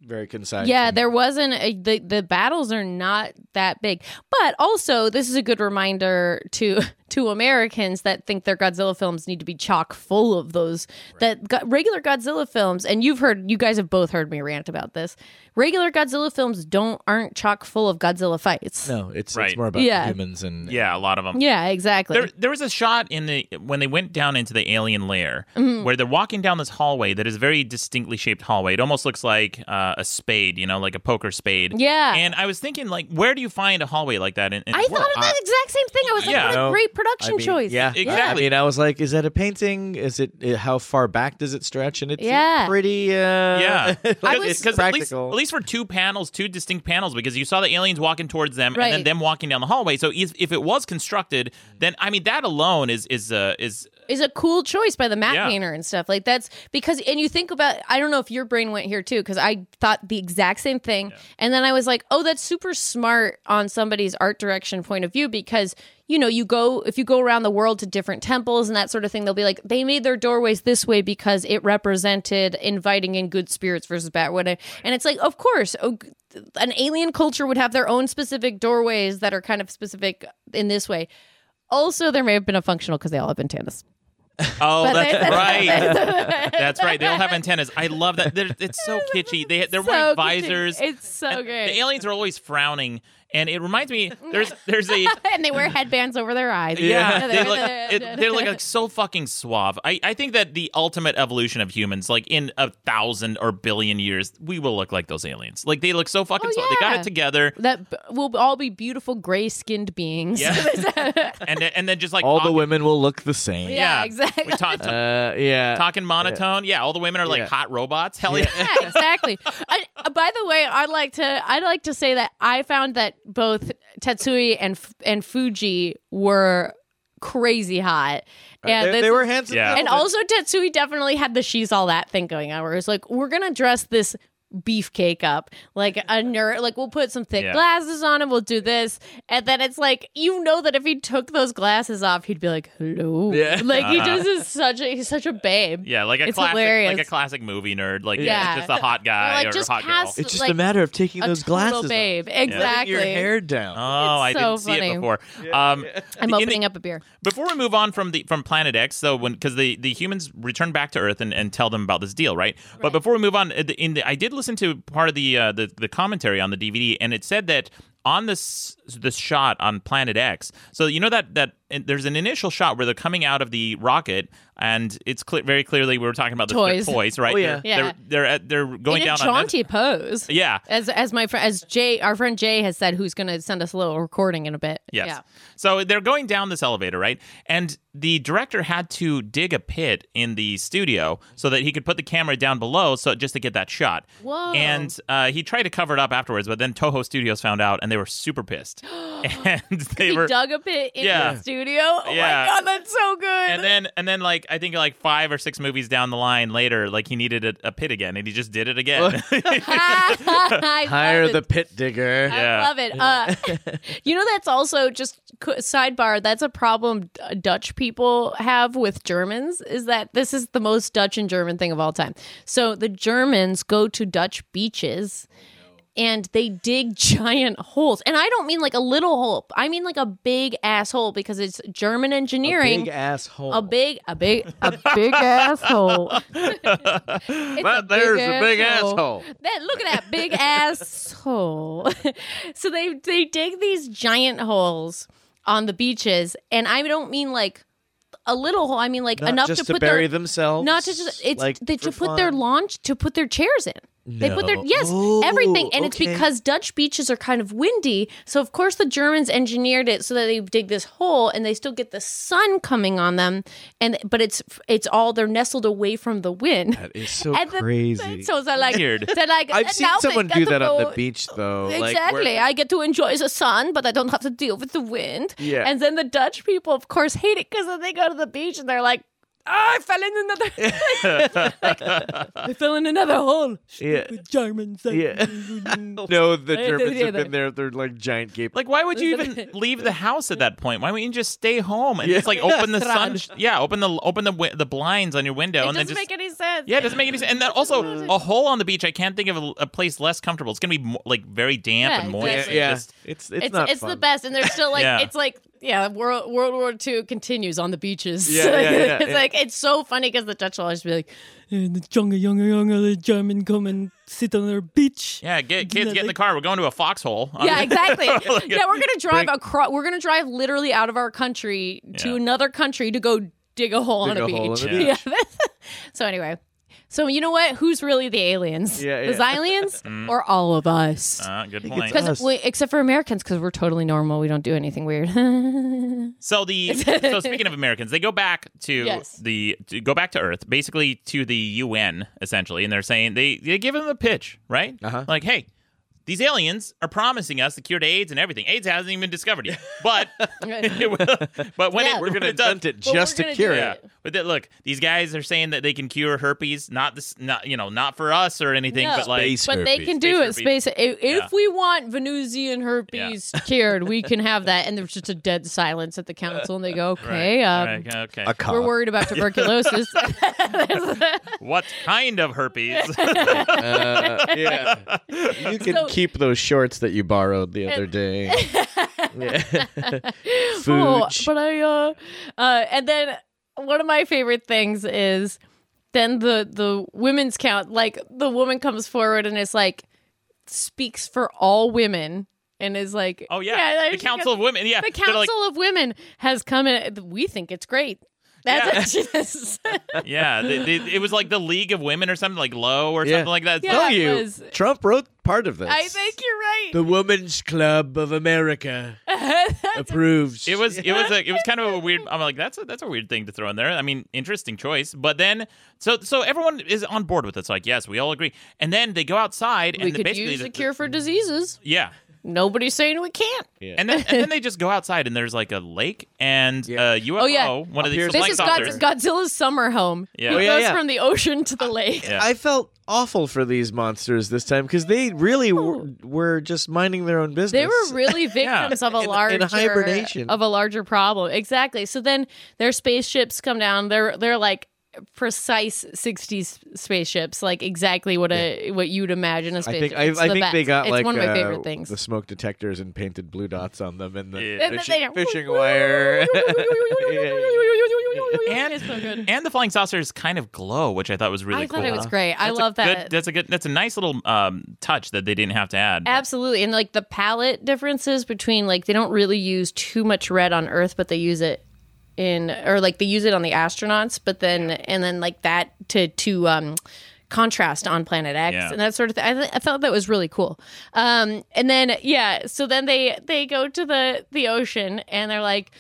[SPEAKER 4] very concise.
[SPEAKER 3] Yeah, there wasn't a, the the battles are not that big. But also, this is a good reminder to to Americans that think their Godzilla films need to be chock full of those that go, regular Godzilla films and you've heard you guys have both heard me rant about this. Regular Godzilla films don't aren't chock full of Godzilla fights.
[SPEAKER 4] No, it's
[SPEAKER 2] Right.
[SPEAKER 4] it's more about
[SPEAKER 3] Yeah.
[SPEAKER 4] humans and
[SPEAKER 2] Yeah, a lot of them.
[SPEAKER 3] Yeah, exactly.
[SPEAKER 2] There, there was a shot in the when they went down into the alien lair
[SPEAKER 3] Mm-hmm.
[SPEAKER 2] where they're walking down this hallway that is a very distinctly shaped hallway. It almost looks like uh, a spade, you know, like a poker spade.
[SPEAKER 3] Yeah.
[SPEAKER 2] And I was thinking, like, where do you find a hallway like that? In, in
[SPEAKER 3] I
[SPEAKER 2] the
[SPEAKER 3] thought
[SPEAKER 2] world?
[SPEAKER 3] of that exact same thing. I was like,
[SPEAKER 2] yeah.
[SPEAKER 3] what a
[SPEAKER 4] No,
[SPEAKER 3] great
[SPEAKER 4] I
[SPEAKER 3] production
[SPEAKER 4] mean,
[SPEAKER 3] choice.
[SPEAKER 4] Yeah,
[SPEAKER 2] Exactly.
[SPEAKER 4] I mean, I was like, is that a painting? Is it, it- how far back does it stretch? And it's
[SPEAKER 3] Yeah.
[SPEAKER 4] pretty. Uh,
[SPEAKER 2] Yeah,
[SPEAKER 3] I
[SPEAKER 4] like,
[SPEAKER 3] was-
[SPEAKER 4] it's
[SPEAKER 2] because at least, at
[SPEAKER 4] practical.
[SPEAKER 2] least for two panels, two distinct panels, because you saw the aliens walking towards them and then
[SPEAKER 3] Right.
[SPEAKER 2] them walking down the hallway. So if, if it was constructed, then I mean that alone is is uh, is
[SPEAKER 3] is a cool choice by the matte
[SPEAKER 2] Yeah.
[SPEAKER 3] painter and stuff like that's because and you think about i don't know if your brain went here too because i thought the exact same thing and then i was like oh that's super smart on somebody's art direction point of view because you know you go if you go around the world to different temples and that sort of thing they'll be like they made their doorways this way because it represented inviting in good spirits versus bad whatever and it's like of course oh, an alien culture would have their own specific doorways that are kind of specific in this way also, there may have been a functional because they all have antennas.
[SPEAKER 2] oh
[SPEAKER 3] But
[SPEAKER 2] that's
[SPEAKER 3] they-
[SPEAKER 2] right. That's right. They all have antennas. I love that. They're, it's so kitschy. They they're wearing
[SPEAKER 3] so
[SPEAKER 2] visors.
[SPEAKER 3] confusing. It's so
[SPEAKER 2] The
[SPEAKER 3] great.
[SPEAKER 2] aliens are always frowning, and it reminds me. There's there's a
[SPEAKER 3] and they wear headbands over their eyes.
[SPEAKER 2] yeah. They look it, they look like so fucking suave. I I think that the ultimate evolution of humans, like in a thousand or billion years, we will look like those aliens. Like they look so fucking
[SPEAKER 3] Oh,
[SPEAKER 2] suave. They got
[SPEAKER 3] yeah.
[SPEAKER 2] it together,
[SPEAKER 3] that b- will all be beautiful gray skinned beings.
[SPEAKER 2] Yeah. and then- and then just like
[SPEAKER 4] All the
[SPEAKER 2] talking-
[SPEAKER 4] women will look the same.
[SPEAKER 3] Yeah. exactly.
[SPEAKER 2] We talk, talk-
[SPEAKER 4] Uh, yeah.
[SPEAKER 2] talking monotone. Yeah. all the women are like
[SPEAKER 4] Yeah.
[SPEAKER 2] hot robots. Hell yeah.
[SPEAKER 3] Yeah, exactly. I, uh, by the way, I'd like to I'd like to say that I found that both Tetsui and F- and Fuji were crazy hot.
[SPEAKER 2] Uh,
[SPEAKER 3] And
[SPEAKER 4] they,
[SPEAKER 3] this
[SPEAKER 4] they were
[SPEAKER 3] is-
[SPEAKER 4] handsome.
[SPEAKER 2] Yeah.
[SPEAKER 3] And also, Tetsui definitely had the she's all that thing going on, where it's like, we're gonna dress this beefcake up like a nerd like we'll put some thick
[SPEAKER 2] Yeah.
[SPEAKER 3] glasses on and we'll do this and then it's like you know that if he took those glasses off he'd be like hello
[SPEAKER 4] Yeah.
[SPEAKER 3] like he just is such a he's such a babe
[SPEAKER 2] Yeah, like a
[SPEAKER 3] It's
[SPEAKER 2] classic,
[SPEAKER 3] hilarious.
[SPEAKER 2] like a classic movie nerd, like
[SPEAKER 3] Yeah.
[SPEAKER 2] just a hot
[SPEAKER 3] Or,
[SPEAKER 2] guy
[SPEAKER 3] like,
[SPEAKER 2] or
[SPEAKER 3] just
[SPEAKER 2] hot girl.
[SPEAKER 3] cast
[SPEAKER 4] it's just
[SPEAKER 3] like,
[SPEAKER 4] a matter of taking
[SPEAKER 3] a
[SPEAKER 4] those
[SPEAKER 3] total
[SPEAKER 4] glasses off.
[SPEAKER 3] babe
[SPEAKER 4] Letting
[SPEAKER 3] exactly
[SPEAKER 4] your hair down.
[SPEAKER 2] Oh, I
[SPEAKER 3] so
[SPEAKER 2] didn't see
[SPEAKER 3] funny.
[SPEAKER 2] it before. Um,
[SPEAKER 3] i'm
[SPEAKER 2] in the-
[SPEAKER 3] opening up a beer
[SPEAKER 2] Before we move on from the from Planet X, though, when because the, the humans return back to Earth and, and tell them about this deal, right? But before we move on, uh, the- in the, I did listen to part of the, uh, the the commentary on the DVD, and it said that on this this shot on Planet X. So you know that that and there's an initial shot where they're coming out of the rocket, and it's clear very clearly we were talking about the
[SPEAKER 3] Toys.
[SPEAKER 2] toys, right?
[SPEAKER 4] Oh, yeah.
[SPEAKER 2] they're,
[SPEAKER 3] Yeah.
[SPEAKER 2] They're, they're at- they're going
[SPEAKER 3] in a
[SPEAKER 2] down on
[SPEAKER 3] jaunty pose.
[SPEAKER 2] yeah.
[SPEAKER 3] As as my friend as Jay, our friend Jay has said, who's going to send us a little recording in a bit.
[SPEAKER 2] Yes.
[SPEAKER 3] Yeah.
[SPEAKER 2] So they're going down this elevator, right? And the director had to dig a pit in the studio so that he could put the camera down below, so just to get that shot.
[SPEAKER 3] Whoa.
[SPEAKER 2] And uh, he tried to cover it up afterwards, but then Toho Studios found out, and they were super pissed. and they
[SPEAKER 3] He
[SPEAKER 2] were.
[SPEAKER 3] dug a pit in
[SPEAKER 2] Yeah.
[SPEAKER 3] the studio. Oh
[SPEAKER 2] Yeah.
[SPEAKER 3] my god, that's so good.
[SPEAKER 2] and then, and then, like I think, like five or six movies down the line later, like he needed a, a pit again, and he just did it again.
[SPEAKER 3] I
[SPEAKER 4] Hire
[SPEAKER 3] love it.
[SPEAKER 4] the pit digger.
[SPEAKER 3] I
[SPEAKER 2] Yeah.
[SPEAKER 3] love it. Uh, you know, that's also just qu- sidebar. That's a problem D- uh, Dutch people have with Germans is that this is the most Dutch and German thing of all time. So the Germans go to Dutch beaches and they dig giant holes. And I don't mean like a little hole. I mean like a big asshole because it's German engineering.
[SPEAKER 4] Big asshole.
[SPEAKER 3] A big, a big, a big asshole.
[SPEAKER 4] That there's a big asshole.
[SPEAKER 3] That look at that big asshole. so they they dig these giant holes on the beaches, and I don't mean like a little hole. I mean like
[SPEAKER 4] Not
[SPEAKER 3] enough
[SPEAKER 4] just
[SPEAKER 3] to put
[SPEAKER 4] bury
[SPEAKER 3] their,
[SPEAKER 4] themselves.
[SPEAKER 3] Not to just it's
[SPEAKER 4] like,
[SPEAKER 3] they, to
[SPEAKER 4] for
[SPEAKER 3] put their
[SPEAKER 4] fun?
[SPEAKER 3] launch to put their chairs in. They put their
[SPEAKER 4] No.
[SPEAKER 3] yes
[SPEAKER 4] Oh,
[SPEAKER 3] everything, and it's
[SPEAKER 4] okay.
[SPEAKER 3] because Dutch beaches are kind of windy. So of course the Germans engineered it so that they dig this hole, and they still get the sun coming on them, and but it's it's all they're nestled away from the wind.
[SPEAKER 4] That is so
[SPEAKER 3] And the-
[SPEAKER 4] crazy.
[SPEAKER 3] So it's like
[SPEAKER 2] Weird.
[SPEAKER 3] They're like
[SPEAKER 4] I've
[SPEAKER 3] "And
[SPEAKER 4] seen
[SPEAKER 3] now they
[SPEAKER 4] someone
[SPEAKER 3] got
[SPEAKER 4] do
[SPEAKER 3] to
[SPEAKER 4] that on
[SPEAKER 3] go-
[SPEAKER 4] the beach though. like, where-
[SPEAKER 3] Exactly. I get to enjoy the sun, but I don't have to deal with the wind.
[SPEAKER 4] Yeah.
[SPEAKER 3] And then the Dutch people, of course, hate it because then they go to the beach and they're like, "Ah, I fell in another. I fell in another hole.
[SPEAKER 4] Yeah.
[SPEAKER 3] Germans.
[SPEAKER 4] Yeah. no, the
[SPEAKER 3] They-
[SPEAKER 4] Germans
[SPEAKER 3] they-
[SPEAKER 4] have been there. They're like giant gape.
[SPEAKER 2] Like, why would you even leave the house at that point? Why wouldn't you just stay home and
[SPEAKER 4] Yeah.
[SPEAKER 2] just like open the sun? Yeah, open the open the wi- the blinds on your window,
[SPEAKER 3] It
[SPEAKER 2] and then
[SPEAKER 3] doesn't
[SPEAKER 2] just
[SPEAKER 3] make any sense.
[SPEAKER 2] yeah, it doesn't make any sense. And then also a hole on the beach. I can't think of a, a place less comfortable. It's gonna be mo- like very damp
[SPEAKER 3] Yeah,
[SPEAKER 2] and moist.
[SPEAKER 3] exactly.
[SPEAKER 2] and
[SPEAKER 4] yeah,
[SPEAKER 2] just-
[SPEAKER 4] it's it's
[SPEAKER 3] It's
[SPEAKER 4] not.
[SPEAKER 3] it's, the
[SPEAKER 4] fun.
[SPEAKER 3] best, and they're still like
[SPEAKER 2] Yeah.
[SPEAKER 3] it's like yeah, World World War II continues on the beaches.
[SPEAKER 4] Yeah, yeah, yeah,
[SPEAKER 3] it's
[SPEAKER 4] yeah.
[SPEAKER 3] like it's so funny because the Dutch will always be like,
[SPEAKER 6] and the younger, younger, younger, the German come and sit on their beach.
[SPEAKER 2] yeah, get kids, get in the car. We're going to a foxhole. Uh,
[SPEAKER 3] Yeah, exactly. yeah, we're gonna drive
[SPEAKER 4] Break-
[SPEAKER 3] across. We're gonna drive literally out of our country to
[SPEAKER 2] Yeah.
[SPEAKER 3] another country to go dig a hole
[SPEAKER 4] Dig
[SPEAKER 3] on a
[SPEAKER 4] a hole
[SPEAKER 3] beach.
[SPEAKER 4] on a beach.
[SPEAKER 3] Yeah. so anyway, so you know what? Who's really the aliens?
[SPEAKER 4] Yeah,
[SPEAKER 3] The
[SPEAKER 4] yeah.
[SPEAKER 3] aliens or all of us?
[SPEAKER 2] Uh, good point.
[SPEAKER 4] it's-
[SPEAKER 3] Because
[SPEAKER 4] Us.
[SPEAKER 3] we, except for Americans, because we're totally normal. We don't do anything weird.
[SPEAKER 2] So the so speaking of Americans, they go back to
[SPEAKER 3] Yes.
[SPEAKER 2] the to go back to Earth, basically to the UN essentially, and they're saying they they give them a pitch, right?
[SPEAKER 4] Uh-huh.
[SPEAKER 2] Like, hey, these aliens are promising us the cure to AIDS and everything. AIDS hasn't even been discovered yet, but it will- but when
[SPEAKER 3] Yeah.
[SPEAKER 2] it
[SPEAKER 3] We're
[SPEAKER 2] when
[SPEAKER 4] We're gonna
[SPEAKER 2] it does,
[SPEAKER 4] invent it
[SPEAKER 3] But we're
[SPEAKER 4] just to
[SPEAKER 3] gonna
[SPEAKER 4] cure
[SPEAKER 3] do
[SPEAKER 4] it.
[SPEAKER 3] it.
[SPEAKER 2] But then, look, these guys are saying that they can cure herpes, not this, not you know, not for us or anything,
[SPEAKER 3] No.
[SPEAKER 2] but like
[SPEAKER 4] Space
[SPEAKER 3] But they can
[SPEAKER 4] herpes.
[SPEAKER 3] do it.
[SPEAKER 2] Space herpes.
[SPEAKER 3] Space. i- If we want Venusian herpes cured, we can have that. And there's just a dead silence at the council, and they go, "Okay, um,
[SPEAKER 2] Right, okay.
[SPEAKER 4] a cock.
[SPEAKER 3] we're worried about tuberculosis."
[SPEAKER 2] what kind of herpes?
[SPEAKER 4] Uh, yeah. You can
[SPEAKER 3] So-
[SPEAKER 4] keep those shorts that you borrowed the other day. yeah.
[SPEAKER 3] Oh,
[SPEAKER 4] Fooch.
[SPEAKER 3] but I uh, uh and then one of my favorite things is then the the women's count like the woman comes forward and is like speaks for all women and is like
[SPEAKER 2] oh yeah,
[SPEAKER 3] like,
[SPEAKER 2] the
[SPEAKER 3] she
[SPEAKER 2] Council
[SPEAKER 3] goes,
[SPEAKER 2] of Women. Yeah,
[SPEAKER 3] the
[SPEAKER 2] They're
[SPEAKER 3] council
[SPEAKER 2] like,
[SPEAKER 3] of women has come in we think it's great that's
[SPEAKER 2] Yeah.
[SPEAKER 3] what she says.
[SPEAKER 2] yeah, they, they, it was like the League of Women or something like low or
[SPEAKER 4] Yeah.
[SPEAKER 2] something like that.
[SPEAKER 3] Yeah.
[SPEAKER 4] Tell
[SPEAKER 3] that
[SPEAKER 4] you,
[SPEAKER 3] was-
[SPEAKER 4] Trump wrote part of this.
[SPEAKER 3] I think you're right.
[SPEAKER 4] the Women's Club of America approves.
[SPEAKER 2] It was it was a, it was kind of a weird. I'm like that's a, that's a weird thing to throw in there. I mean, interesting choice. But then so so everyone is on board with it. It's like yes, we all agree. And then they go outside
[SPEAKER 3] we
[SPEAKER 2] and
[SPEAKER 3] could
[SPEAKER 2] basically
[SPEAKER 3] use
[SPEAKER 2] the-
[SPEAKER 3] a cure for diseases.
[SPEAKER 2] Yeah,
[SPEAKER 3] Nobody's saying we can't.
[SPEAKER 2] And then, and then they just go outside and there's like a lake and
[SPEAKER 4] Yeah.
[SPEAKER 2] uh, UFO.
[SPEAKER 3] Oh, yeah.
[SPEAKER 2] One of
[SPEAKER 4] Up here.
[SPEAKER 2] these
[SPEAKER 3] This
[SPEAKER 2] flying
[SPEAKER 3] is God-
[SPEAKER 2] saucers.
[SPEAKER 3] Godzilla's summer home.
[SPEAKER 2] Yeah. Uh,
[SPEAKER 3] He
[SPEAKER 2] Oh,
[SPEAKER 4] yeah,
[SPEAKER 3] goes
[SPEAKER 4] yeah.
[SPEAKER 3] from the ocean to the lake.
[SPEAKER 2] Yeah.
[SPEAKER 4] I felt awful for these monsters this time because they really were, were just minding their own business.
[SPEAKER 3] They were really victims of a
[SPEAKER 4] In- in
[SPEAKER 3] larger
[SPEAKER 4] hibernation.
[SPEAKER 3] of a larger problem. Exactly. So then their spaceships come down. They're they're like precise 60s spaceships, like exactly what a what you'd imagine a
[SPEAKER 4] I
[SPEAKER 3] spaceship.
[SPEAKER 4] think I,
[SPEAKER 3] It's
[SPEAKER 4] I
[SPEAKER 3] the
[SPEAKER 4] think they
[SPEAKER 3] best.
[SPEAKER 4] got
[SPEAKER 3] it's
[SPEAKER 4] like
[SPEAKER 3] one of my
[SPEAKER 4] uh,
[SPEAKER 3] favorite things.
[SPEAKER 4] the smoke detectors and painted blue dots on them and the
[SPEAKER 2] Yeah.
[SPEAKER 3] And then
[SPEAKER 4] fishing,
[SPEAKER 3] they-
[SPEAKER 4] fishing wire.
[SPEAKER 2] And-
[SPEAKER 3] it's so good.
[SPEAKER 2] And the flying saucers kind of glow, which I thought was really
[SPEAKER 3] I
[SPEAKER 2] cool.
[SPEAKER 3] thought it was great. I
[SPEAKER 2] That's a
[SPEAKER 3] love that.
[SPEAKER 2] Good, that's a good. That's a nice little um, touch that they didn't have to add.
[SPEAKER 3] Absolutely. And like the palette differences between like they don't really use too much red on Earth, but they use it in or like they use it on the astronauts, but then and then like that to to um contrast on planet X
[SPEAKER 2] Yeah.
[SPEAKER 3] and that sort of thing. I, th- I thought that was really cool. Um and then yeah, so then they they go to the the ocean and they're like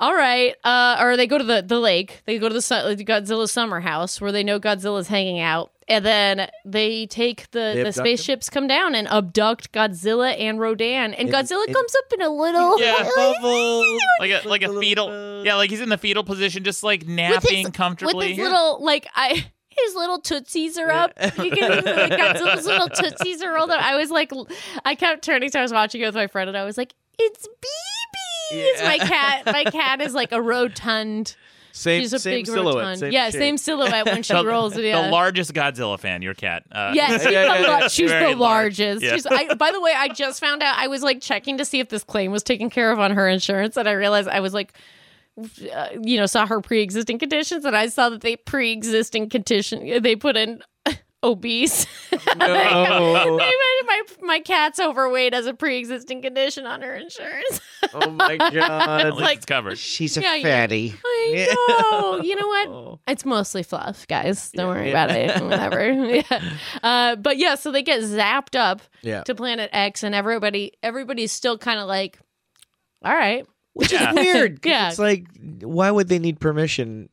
[SPEAKER 3] all right. Uh, or they go to the, the lake. They go to the su- Godzilla summer house where they know Godzilla's hanging out. And then they take the, the
[SPEAKER 4] abduct him?
[SPEAKER 3] spaceships come down and abduct Godzilla and Rodan. And Godzilla comes up in a little
[SPEAKER 2] Yeah.
[SPEAKER 4] Bubbles.
[SPEAKER 2] Like a like a fetal. Yeah, like he's in the fetal position, just like
[SPEAKER 3] with
[SPEAKER 2] napping
[SPEAKER 3] his,
[SPEAKER 2] comfortably.
[SPEAKER 3] With his little like I his little tootsies are up. You can like, Godzilla's little tootsies are rolled up. I was like l- I kept turning so I was watching it with my friend and I was like, It's BB.
[SPEAKER 4] Yeah.
[SPEAKER 3] My cat my cat is like a rotund
[SPEAKER 4] Same,
[SPEAKER 3] She's a
[SPEAKER 4] same
[SPEAKER 3] big
[SPEAKER 4] silhouette.
[SPEAKER 3] rotund.
[SPEAKER 4] Same
[SPEAKER 3] yeah,
[SPEAKER 4] shape.
[SPEAKER 3] same silhouette when she
[SPEAKER 2] The-
[SPEAKER 3] rolls it. Yeah.
[SPEAKER 2] The largest Godzilla fan, your cat. Uh,
[SPEAKER 3] Yes, she's,
[SPEAKER 4] yeah,
[SPEAKER 3] the,
[SPEAKER 4] yeah,
[SPEAKER 3] lar-
[SPEAKER 4] yeah.
[SPEAKER 3] she's
[SPEAKER 2] Very
[SPEAKER 3] the
[SPEAKER 2] large.
[SPEAKER 3] largest.
[SPEAKER 2] Yeah.
[SPEAKER 3] She's, I, by the way, I just found out. I was like checking to see if this claim was taken care of on her insurance, and I realized I was like, uh, you know, saw her pre-existing conditions, and I saw that they pre-existing condition they put in obese.
[SPEAKER 4] No.
[SPEAKER 3] they put my my cat's overweight as a pre-existing condition on her insurance.
[SPEAKER 4] oh my god.
[SPEAKER 2] At least it's covered.
[SPEAKER 7] She's a
[SPEAKER 3] Yeah, yeah.
[SPEAKER 7] fatty.
[SPEAKER 3] I know. You know what? It's mostly fluff, guys. Don't worry about it. Whatever. yeah. Uh, but yeah, so they get zapped up
[SPEAKER 4] Yeah.
[SPEAKER 3] to Planet X, and everybody everybody's still kind of like, all right,
[SPEAKER 7] Which
[SPEAKER 2] Yeah.
[SPEAKER 7] is weird. 'cause
[SPEAKER 3] Yeah.
[SPEAKER 7] It's like why would they need permission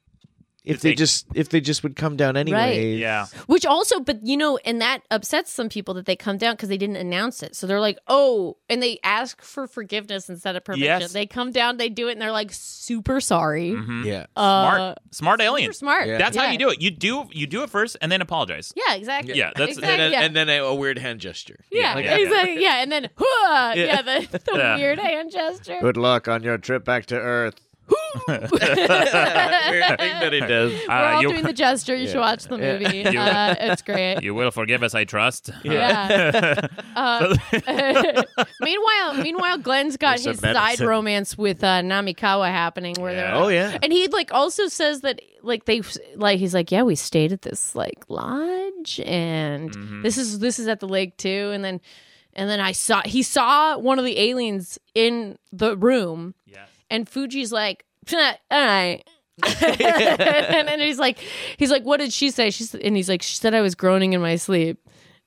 [SPEAKER 7] if they
[SPEAKER 2] they-
[SPEAKER 7] just if they just would come down anyway?
[SPEAKER 2] Yeah.
[SPEAKER 3] Which also, but you know, and that upsets some people that they come down because they didn't announce it. So they're like, oh, and they ask for forgiveness instead of permission.
[SPEAKER 2] Yes.
[SPEAKER 3] They come down, they do it, and they're like, super sorry.
[SPEAKER 2] Mhm.
[SPEAKER 4] Yeah.
[SPEAKER 2] Smart,
[SPEAKER 3] Uh,
[SPEAKER 2] smart alien.
[SPEAKER 3] Super smart.
[SPEAKER 4] Yeah.
[SPEAKER 2] That's how
[SPEAKER 3] Yeah.
[SPEAKER 2] you do it. You do you do it first, and then apologize.
[SPEAKER 3] Yeah, exactly.
[SPEAKER 2] Yeah, that's-
[SPEAKER 3] exactly.
[SPEAKER 4] And,
[SPEAKER 3] yeah.
[SPEAKER 4] and then a, a weird hand gesture.
[SPEAKER 3] Yeah,
[SPEAKER 4] Like,
[SPEAKER 2] yeah.
[SPEAKER 3] exactly. Yeah, and then "Hooah!"
[SPEAKER 4] Yeah.
[SPEAKER 3] yeah, the, the
[SPEAKER 2] Yeah.
[SPEAKER 3] weird hand gesture.
[SPEAKER 4] Good luck on your trip back to Earth. weird thing that he does.
[SPEAKER 3] We're
[SPEAKER 2] Uh,
[SPEAKER 3] all
[SPEAKER 2] you-
[SPEAKER 3] doing the gesture. You should watch the movie. Uh, it's great.
[SPEAKER 2] You will forgive us, I trust.
[SPEAKER 3] Yeah. Uh, meanwhile, meanwhile, Glenn's got
[SPEAKER 4] There's some
[SPEAKER 3] his side
[SPEAKER 4] medicine.
[SPEAKER 3] romance with uh, Namikawa happening, where they're
[SPEAKER 4] Oh yeah.
[SPEAKER 3] and he like also says that like they like he's like yeah we stayed at this like lodge and this is this is at the lake too and then and then i saw he saw one of the aliens in the room
[SPEAKER 2] Yes.
[SPEAKER 3] and fuji's like all right and then he's like he's like what did she say she's and he's like she said i was groaning in my sleep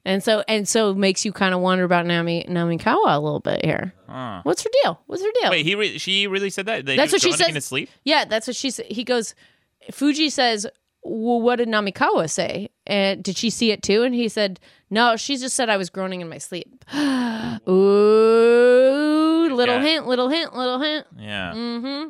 [SPEAKER 3] and so and so makes you kind of wonder about Nami Namikawa a little bit here.
[SPEAKER 2] Huh.
[SPEAKER 3] What's her deal? What's her deal?
[SPEAKER 2] Wait, he re- she really said that? that
[SPEAKER 3] That's
[SPEAKER 2] he was
[SPEAKER 3] what she
[SPEAKER 2] going
[SPEAKER 3] says.
[SPEAKER 2] In his sleep?
[SPEAKER 3] Yeah, that's what she said. He goes, Fuji says, well, what did Namikawa say? And did she see it too? And he said, no, she just said I was groaning in my sleep. Ooh, little
[SPEAKER 2] Yeah.
[SPEAKER 3] hint, little hint, little hint.
[SPEAKER 2] Yeah.
[SPEAKER 3] Mm-hmm.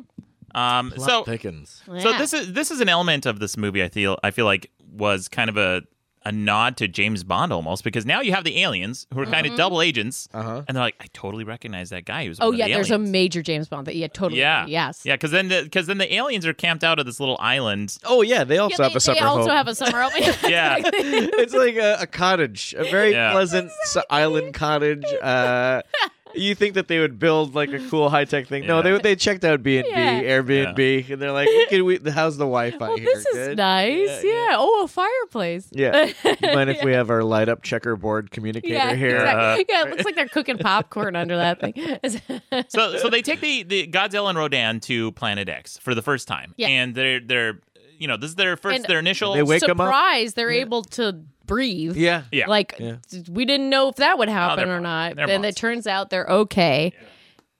[SPEAKER 2] Um. so
[SPEAKER 4] Pickens.
[SPEAKER 2] so this is this is an element of this movie. I feel I feel like was kind of a a nod to James Bond almost because now you have the aliens who are kind of double agents,
[SPEAKER 4] Uh-huh.
[SPEAKER 2] and they're like, I totally recognize that guy. He was
[SPEAKER 3] Mm-hmm. Oh
[SPEAKER 2] one of
[SPEAKER 3] yeah,
[SPEAKER 2] the
[SPEAKER 3] there's a
[SPEAKER 2] aliens.
[SPEAKER 3] major James Bond that yeah, totally.
[SPEAKER 2] yeah
[SPEAKER 3] Yes.
[SPEAKER 2] yeah because then because then the aliens are camped out of this little island.
[SPEAKER 4] Oh yeah, they also
[SPEAKER 3] Yeah,
[SPEAKER 4] have
[SPEAKER 3] they,
[SPEAKER 4] a summer
[SPEAKER 3] they also
[SPEAKER 4] home.
[SPEAKER 3] have a summer home.
[SPEAKER 2] Yeah.
[SPEAKER 4] it's like a, a cottage, a very
[SPEAKER 2] Yeah.
[SPEAKER 4] pleasant s island cottage. Uh, you think that they would build like a cool high tech thing? No,
[SPEAKER 2] Yeah.
[SPEAKER 4] they they checked out B and B,
[SPEAKER 3] Yeah.
[SPEAKER 4] Airbnb, and they're like, we could, we, "How's the Wi-Fi
[SPEAKER 3] well,
[SPEAKER 4] here?"
[SPEAKER 3] this is
[SPEAKER 4] Good?
[SPEAKER 3] nice. Yeah, Oh, a fireplace.
[SPEAKER 4] Yeah. You mind if we have our light up checkerboard communicator
[SPEAKER 3] Yeah,
[SPEAKER 4] here? Uh,
[SPEAKER 3] exactly. yeah, it looks like they're cooking popcorn under that thing.
[SPEAKER 2] so so they take the, the Godzilla and Rodan to Planet X for the first time.
[SPEAKER 3] Yeah.
[SPEAKER 2] And they're they're you know, this is their first
[SPEAKER 3] And-
[SPEAKER 2] their initial
[SPEAKER 4] They wake 'em up.
[SPEAKER 3] surprised they're able to breathe.
[SPEAKER 4] Yeah.
[SPEAKER 2] Yeah. Oh,
[SPEAKER 3] Like
[SPEAKER 4] Yeah.
[SPEAKER 3] d- we didn't know if that would happen
[SPEAKER 2] they're
[SPEAKER 3] or
[SPEAKER 2] fine.
[SPEAKER 3] not.
[SPEAKER 2] They're
[SPEAKER 3] Then it
[SPEAKER 2] monsters.
[SPEAKER 3] turns out they're okay.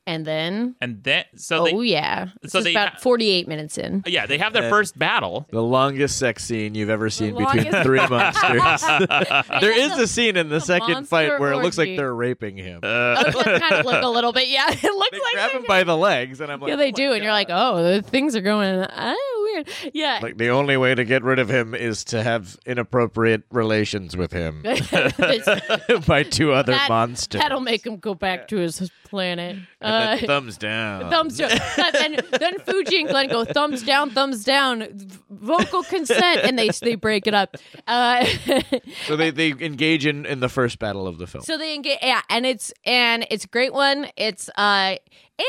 [SPEAKER 3] And then
[SPEAKER 2] and then so
[SPEAKER 3] oh
[SPEAKER 2] they
[SPEAKER 3] yeah. This
[SPEAKER 2] so
[SPEAKER 3] is
[SPEAKER 2] they
[SPEAKER 3] about
[SPEAKER 2] ha-
[SPEAKER 3] 48 minutes in.
[SPEAKER 2] yeah, they have their first battle.
[SPEAKER 4] The longest sex scene you've ever seen between
[SPEAKER 3] longest-
[SPEAKER 4] three monsters. there is a scene in the second
[SPEAKER 3] monster
[SPEAKER 4] fight where it looks like
[SPEAKER 3] orgy.
[SPEAKER 4] they're raping him.
[SPEAKER 3] It does kind of look a little bit. Yeah, it looks
[SPEAKER 4] they
[SPEAKER 3] like
[SPEAKER 4] grab
[SPEAKER 3] they-
[SPEAKER 4] him by the legs, and I'm like,
[SPEAKER 3] yeah, they
[SPEAKER 4] "Oh my
[SPEAKER 3] do and you're like, "Oh, the things are going oh, weird. Yeah.
[SPEAKER 7] Like the only way to get rid of him is to have inappropriate relations with him
[SPEAKER 3] It's-
[SPEAKER 7] by two other
[SPEAKER 3] that-
[SPEAKER 7] monsters.
[SPEAKER 3] That'll make him go back to his planet. Uh,
[SPEAKER 7] And then thumbs down.
[SPEAKER 3] thumbs down. then, then Fuji and Glenn go thumbs down, thumbs down, v- vocal consent, and they they break it up. Uh,
[SPEAKER 4] So they, they engage in, in the first battle of the film.
[SPEAKER 3] so they engage. Yeah, and it's and it's a great one. It's uh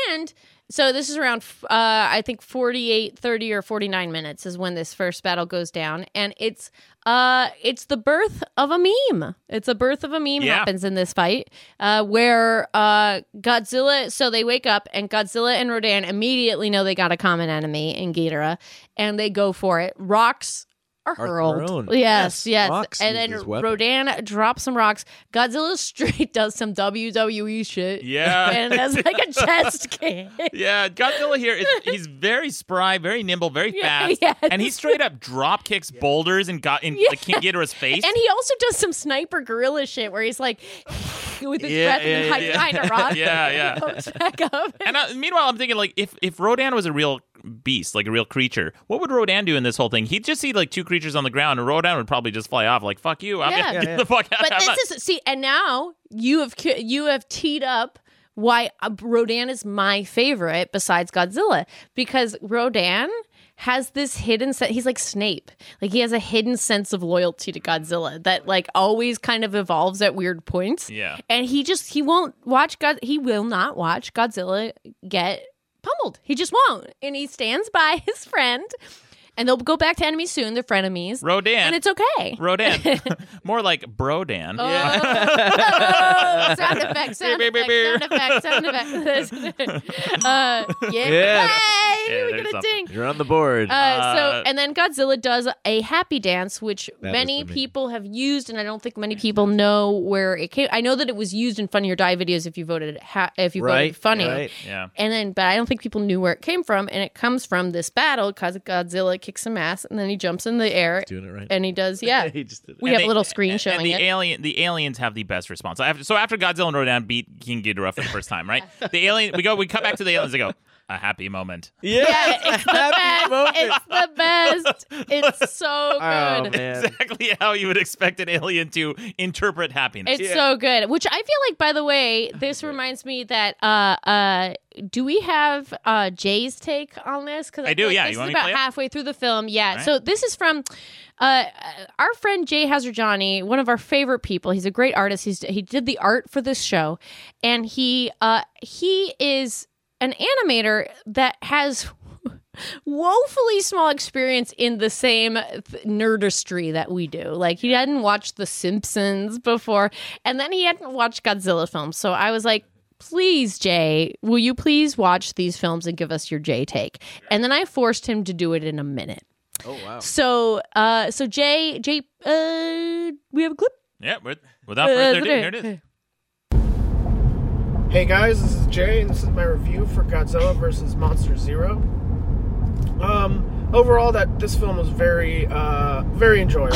[SPEAKER 3] and. So this is around f- uh, I think 48 30 or 49 minutes is when this first battle goes down and it's uh it's the birth of a meme. It's the birth of a meme
[SPEAKER 2] Yeah.
[SPEAKER 3] happens in this fight uh where uh Godzilla so they wake up and Godzilla and Rodan immediately know they got a common enemy in Ghidorah and they go for it. Rocks are
[SPEAKER 7] Are
[SPEAKER 3] hurled.
[SPEAKER 7] thrown.
[SPEAKER 3] Yes, yes.
[SPEAKER 7] Yes, rocks
[SPEAKER 3] and
[SPEAKER 7] use
[SPEAKER 3] then
[SPEAKER 7] as weapons.
[SPEAKER 3] Rodan drops some rocks. Godzilla straight does some WWE shit.
[SPEAKER 2] Yeah.
[SPEAKER 3] And has like a chest kick.
[SPEAKER 2] Yeah, Godzilla here is he's very spry, very nimble, very
[SPEAKER 3] Yeah,
[SPEAKER 2] fast,
[SPEAKER 3] yes.
[SPEAKER 2] and he straight up drop kicks boulders and got in the King Ghidorah's face.
[SPEAKER 3] And he also does some sniper gorilla shit where he's like with his
[SPEAKER 7] Yeah,
[SPEAKER 3] breath and
[SPEAKER 7] yeah,
[SPEAKER 3] hides
[SPEAKER 2] yeah.
[SPEAKER 3] behind a rock.
[SPEAKER 2] Yeah, yeah.
[SPEAKER 3] And pokes back up.
[SPEAKER 2] And I, meanwhile, I'm thinking like if if Rodan was a real beast, like a real creature, what would Rodan do in this whole thing? He'd just see like two creatures on the ground, and Rodan would probably just fly off, like "fuck you, I'm
[SPEAKER 3] Yeah.
[SPEAKER 2] gonna
[SPEAKER 3] Yeah,
[SPEAKER 2] get the fuck out."
[SPEAKER 3] but
[SPEAKER 2] I'm
[SPEAKER 3] this
[SPEAKER 2] not-
[SPEAKER 3] is see, and now you have cu- you have teed up why uh, Rodan is my favorite besides Godzilla because Rodan has this hidden sense. He's like Snape, like he has a hidden sense of loyalty to Godzilla that like always kind of evolves at weird points.
[SPEAKER 2] Yeah.
[SPEAKER 3] and he just he won't watch God. He will not watch Godzilla get pummeled. He just won't, and he stands by his friend. And they'll go back to enemies soon. They're frenemies.
[SPEAKER 2] Rodan.
[SPEAKER 3] And it's okay.
[SPEAKER 2] Rodan, more like Brodan.
[SPEAKER 3] Oh, sound effect, sound
[SPEAKER 2] Beep, beep, beep,
[SPEAKER 3] effect, sound effect, sound effect. uh, yeah.
[SPEAKER 4] Yeah.
[SPEAKER 3] Hey,
[SPEAKER 2] Yeah, there's
[SPEAKER 3] we got a
[SPEAKER 2] something.
[SPEAKER 3] ding.
[SPEAKER 4] You're on the board.
[SPEAKER 3] Uh, so
[SPEAKER 2] Uh,
[SPEAKER 3] and then Godzilla does a happy dance, which
[SPEAKER 4] was
[SPEAKER 3] many
[SPEAKER 4] the meme.
[SPEAKER 3] people have used, and I don't think many people know where it came. I know that it was used in Funny or Die videos if you voted ha- if you voted
[SPEAKER 7] right?
[SPEAKER 3] funny,
[SPEAKER 7] Right.
[SPEAKER 2] Yeah.
[SPEAKER 3] and then but I don't think people knew where it came from, and it comes from this battle because Godzilla kicks some ass, and then he jumps in the air,
[SPEAKER 4] Doing it right.
[SPEAKER 3] and he does yeah.
[SPEAKER 4] he just did it.
[SPEAKER 3] We
[SPEAKER 2] And
[SPEAKER 3] have
[SPEAKER 2] they-
[SPEAKER 3] a little screen
[SPEAKER 2] and
[SPEAKER 3] showing
[SPEAKER 2] the
[SPEAKER 3] it.
[SPEAKER 2] alien the aliens have the best response. I have- so after Godzilla and Rodan beat King Ghidorah for the first time, right? The alien we go we cut back to the aliens. They go a happy moment.
[SPEAKER 3] Yeah, it's the best. It's the best. It's so
[SPEAKER 7] Oh
[SPEAKER 3] good.
[SPEAKER 7] man.
[SPEAKER 2] Exactly how you would expect an alien to interpret happiness.
[SPEAKER 3] it's so good. Which I feel like, by the way, this reminds me that uh uh do we have uh Jay's take on this? Because
[SPEAKER 2] I do,
[SPEAKER 3] Like
[SPEAKER 2] yeah.
[SPEAKER 3] this
[SPEAKER 2] You
[SPEAKER 3] is
[SPEAKER 2] want me to
[SPEAKER 3] about
[SPEAKER 2] play it?
[SPEAKER 3] halfway through the film. Yeah.
[SPEAKER 2] All right.
[SPEAKER 3] So this is from uh our friend Jay Hazarjani, one of our favorite people. He's a great artist. He's he did the art for this show, and he uh he is an animator that has woefully small experience in the same th- nerdistry that we do. Like he hadn't watched The Simpsons before, and then he hadn't watched Godzilla films. So I was like, "Please, Jay, will you please watch these films and give us your Jay take?" And then I forced him to do it in a minute.
[SPEAKER 7] Oh wow.
[SPEAKER 3] So, uh, so Jay, Jay, uh, we have a clip.
[SPEAKER 2] Yeah, with- without further
[SPEAKER 3] Uh,
[SPEAKER 2] ado, here it is.
[SPEAKER 8] Hey guys, this is Jay, and this is my review for Godzilla vs. Monster Zero. Um, overall, that this film was very, uh, very enjoyable.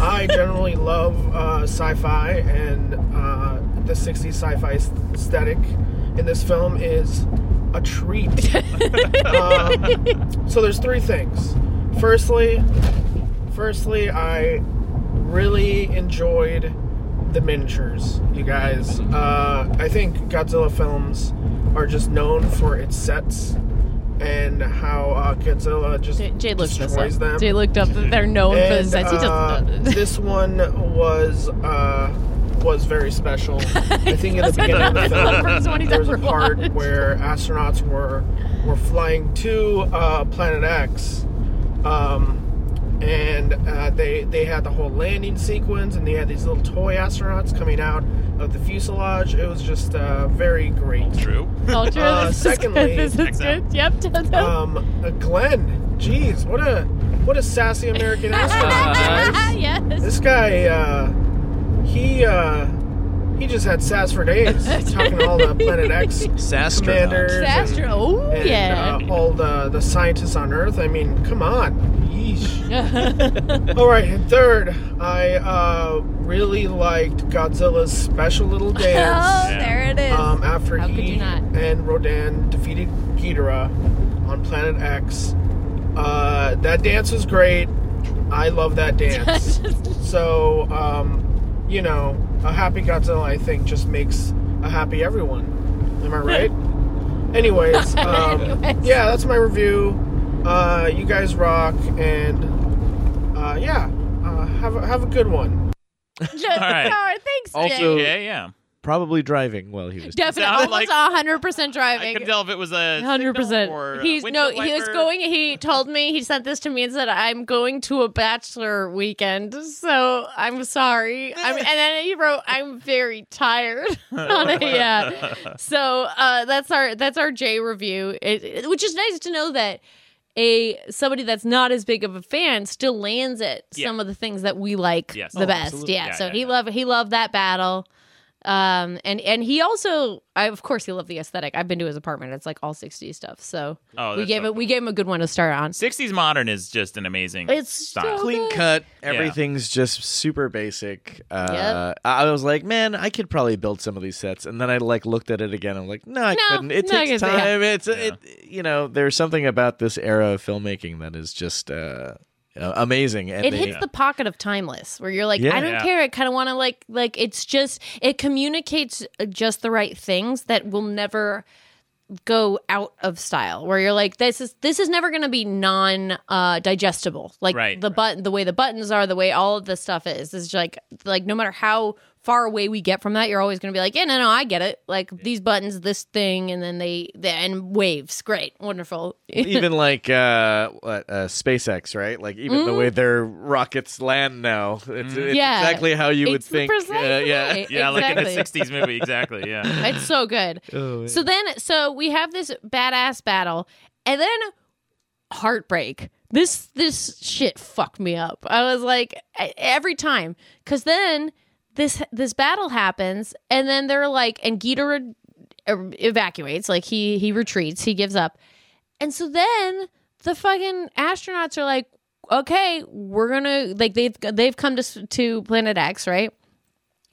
[SPEAKER 8] I generally love uh, sci-fi, and uh, the '60s sci-fi aesthetic in this film is a treat. um, so there's three things. Firstly, firstly, I really enjoyed the miniatures, you guys. Uh, I think Godzilla films are just known for its sets and how uh, Godzilla just
[SPEAKER 3] Jay, Jay looked this
[SPEAKER 8] destroys
[SPEAKER 3] up.
[SPEAKER 8] them.
[SPEAKER 3] Jay looked up. that They're known for the
[SPEAKER 8] And,
[SPEAKER 3] sets. He
[SPEAKER 8] uh,
[SPEAKER 3] doesn't. know.
[SPEAKER 8] this one was uh, was very special. I think in the beginning of the
[SPEAKER 3] That's the first one
[SPEAKER 8] film,
[SPEAKER 3] he's
[SPEAKER 8] there was a
[SPEAKER 3] ever
[SPEAKER 8] part
[SPEAKER 3] watched.
[SPEAKER 8] where astronauts were were flying to uh, Planet X, um, and uh, they they had the whole landing sequence, and they had these little toy astronauts coming out of the fuselage. It was just uh, very great.
[SPEAKER 2] True.
[SPEAKER 3] Culture.
[SPEAKER 8] uh,
[SPEAKER 3] this
[SPEAKER 8] secondly-
[SPEAKER 3] is good. This is
[SPEAKER 2] Checks out.
[SPEAKER 3] good. Yep. does it.
[SPEAKER 8] Um, uh, Glenn, geez, what a what a sassy American astronaut. guys.
[SPEAKER 3] yes.
[SPEAKER 8] This guy, uh, he uh, he just had sass for days, talking to all the Planet X
[SPEAKER 4] Sastronaut.
[SPEAKER 8] commanders and,
[SPEAKER 3] Disaster. Oh
[SPEAKER 8] and,
[SPEAKER 3] yeah.
[SPEAKER 8] uh, all the the scientists on Earth. I mean, come on, yeesh. all right, and third, I uh, really liked Godzilla's special little
[SPEAKER 3] oh,
[SPEAKER 8] dance
[SPEAKER 3] there it is.
[SPEAKER 8] um, after
[SPEAKER 3] How could
[SPEAKER 8] he
[SPEAKER 3] you not?
[SPEAKER 8] and Rodan defeated Ghidorah on Planet X. Uh, that dance was great. I love that dance. so, um, you know, a happy Godzilla, I think, just makes a happy everyone. Am I right? Anyways, um,
[SPEAKER 3] Anyways.
[SPEAKER 8] yeah, that's my review. Uh, you guys rock, and uh, yeah, uh, have a, have a good one.
[SPEAKER 3] All
[SPEAKER 2] right.
[SPEAKER 3] thanks,
[SPEAKER 7] Also-
[SPEAKER 3] Jake.
[SPEAKER 2] Yeah, yeah.
[SPEAKER 7] Probably driving while he was.
[SPEAKER 3] Definitely,
[SPEAKER 2] like-
[SPEAKER 3] like, hundred percent
[SPEAKER 2] I
[SPEAKER 3] driving.
[SPEAKER 2] could tell if it was a
[SPEAKER 3] Hundred
[SPEAKER 2] signal or
[SPEAKER 3] percent.
[SPEAKER 2] a
[SPEAKER 3] He's no.
[SPEAKER 2] windshield
[SPEAKER 3] He was
[SPEAKER 2] wiper.
[SPEAKER 3] going. He told me he sent this to me and said, "I'm going to a bachelor weekend, so I'm sorry." I'm, and then he wrote, "I'm very tired." on it. Yeah. So uh, that's our that's our J review, it, it- which is nice to know that a somebody that's not as big of a fan still lands at
[SPEAKER 2] Yeah.
[SPEAKER 3] some of the things that we like
[SPEAKER 2] Yes.
[SPEAKER 3] the
[SPEAKER 2] Oh,
[SPEAKER 3] best.
[SPEAKER 2] absolutely.
[SPEAKER 3] Yeah.
[SPEAKER 2] Yeah,
[SPEAKER 3] So
[SPEAKER 2] yeah,
[SPEAKER 3] he
[SPEAKER 2] yeah.
[SPEAKER 3] loved he loved that battle. Um and and he also I of course he loved the aesthetic. I've been to his apartment. It's like all 60s stuff. So
[SPEAKER 2] Oh,
[SPEAKER 3] we
[SPEAKER 2] that's
[SPEAKER 3] gave
[SPEAKER 2] so
[SPEAKER 3] it we gave him a good one to start on.
[SPEAKER 2] 60s modern is just an amazing
[SPEAKER 3] It's
[SPEAKER 2] style.
[SPEAKER 3] so
[SPEAKER 7] clean
[SPEAKER 3] Oh, good.
[SPEAKER 7] cut.
[SPEAKER 4] Everything's just super basic. Uh, I I was like, man, I could probably build some of these sets, and then I like looked at it again. I'm like, no, I
[SPEAKER 3] No,
[SPEAKER 4] couldn't. It
[SPEAKER 3] no, I guess-
[SPEAKER 4] takes
[SPEAKER 3] yeah.
[SPEAKER 4] time. It's it, you know, there's something about this era of filmmaking that is just uh, uh, amazing. And
[SPEAKER 3] it
[SPEAKER 4] they-
[SPEAKER 3] hits the pocket of timeless where you're like
[SPEAKER 4] Yeah.
[SPEAKER 3] i don't
[SPEAKER 2] Yeah.
[SPEAKER 3] care i kind of want to like like it's just it communicates uh, just the right things that will never go out of style where you're like this is this is never going to be non uh digestible like
[SPEAKER 2] Right.
[SPEAKER 3] the button the way the buttons are the way all of this stuff is is like like no matter how far away we get from that you're always going to be like yeah no no i get it like these buttons this thing and then they, they and waves great wonderful
[SPEAKER 4] even like uh, what, uh, SpaceX, right? Like even the way their rockets land now, it's, it's
[SPEAKER 3] Mm. Yeah.
[SPEAKER 4] exactly how you would
[SPEAKER 3] It's the
[SPEAKER 4] think. uh,
[SPEAKER 3] precise
[SPEAKER 4] yeah,
[SPEAKER 3] way.
[SPEAKER 2] Yeah, like in
[SPEAKER 3] Exactly.
[SPEAKER 2] a 60s movie. Exactly. Yeah.
[SPEAKER 3] It's so good. so then, so we have this badass battle, and then heartbreak. This this shit fucked me up. I was like e- every time, because then this this battle happens, and then they're like, and Ghidorah er, evacuates, like he he retreats, he gives up, and so then the fucking astronauts are like, okay, we're gonna like they've they've come to s- to planet X, right?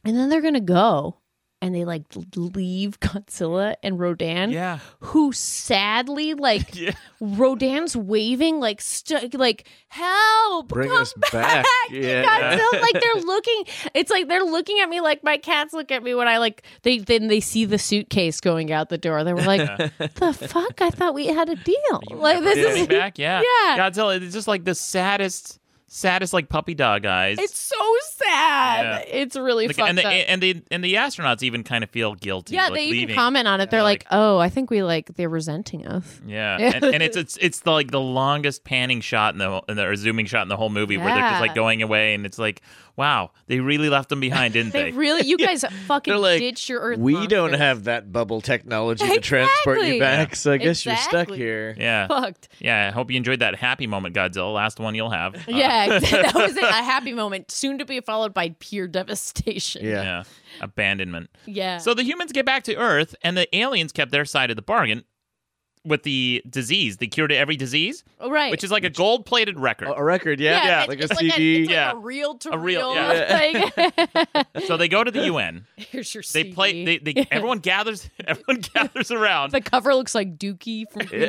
[SPEAKER 3] And then they're gonna go, and they like leave Godzilla and Rodan,
[SPEAKER 2] Yeah.
[SPEAKER 3] who sadly like Rodan's waving like st- like help,
[SPEAKER 4] Bring
[SPEAKER 3] come
[SPEAKER 4] us back. Yeah.
[SPEAKER 3] Godzilla, like they're looking. It's like they're looking at me like my cats look at me when I like they then they see the suitcase going out the door. They were like, "The fuck! I thought we had a deal. like this
[SPEAKER 2] Coming
[SPEAKER 3] is
[SPEAKER 2] back. Yeah.
[SPEAKER 3] Yeah.
[SPEAKER 2] Godzilla. It's just like the saddest, saddest like puppy dog eyes.
[SPEAKER 3] it's so sad. It's really
[SPEAKER 2] like,
[SPEAKER 3] fucked
[SPEAKER 2] and the
[SPEAKER 3] up."
[SPEAKER 2] and the and the astronauts even kind of feel guilty.
[SPEAKER 3] yeah,
[SPEAKER 2] like,
[SPEAKER 3] they
[SPEAKER 2] leaving.
[SPEAKER 3] even comment on it. They're like, "Oh, I think we like they're resenting us."
[SPEAKER 2] Yeah,
[SPEAKER 3] Yeah.
[SPEAKER 2] and, and it's it's it's the, like the longest panning shot in the, whole- in the or zooming shot in the whole movie where they're just
[SPEAKER 3] Yeah.
[SPEAKER 2] like going away, and it's like, wow, they really left them behind, didn't they?
[SPEAKER 3] They really, you guys fucking
[SPEAKER 7] They're like,
[SPEAKER 3] ditched your Earth.
[SPEAKER 7] We don't
[SPEAKER 3] monsters."
[SPEAKER 7] have that bubble technology to transport
[SPEAKER 3] Exactly.
[SPEAKER 7] you back, so I guess you're
[SPEAKER 3] Exactly.
[SPEAKER 7] stuck here.
[SPEAKER 2] yeah,
[SPEAKER 3] fucked.
[SPEAKER 2] yeah. I hope you enjoyed that happy moment, Godzilla. Last one you'll have. Uh,
[SPEAKER 3] Yeah, that was it. a happy moment, soon to be followed by pure devastation.
[SPEAKER 7] Yeah.
[SPEAKER 2] Uh, yeah. Abandonment.
[SPEAKER 3] yeah.
[SPEAKER 2] So the humans get back to Earth, and the aliens kept their side of the bargain with the disease, the cure to every disease,
[SPEAKER 3] Oh, right.
[SPEAKER 2] which is like a gold-plated record.
[SPEAKER 4] A, a record, yeah,
[SPEAKER 3] it's,
[SPEAKER 4] like
[SPEAKER 3] it's
[SPEAKER 4] a
[SPEAKER 3] like
[SPEAKER 4] CD.
[SPEAKER 3] A, it's
[SPEAKER 2] Yeah.
[SPEAKER 3] like a reel to
[SPEAKER 2] A reel,
[SPEAKER 3] reel.
[SPEAKER 2] yeah.
[SPEAKER 3] like-
[SPEAKER 2] So they go to the UN.
[SPEAKER 3] here's your
[SPEAKER 2] They
[SPEAKER 3] CD.
[SPEAKER 2] play. They, they everyone gathers. Everyone gathers around.
[SPEAKER 3] the cover looks like Dookie from Green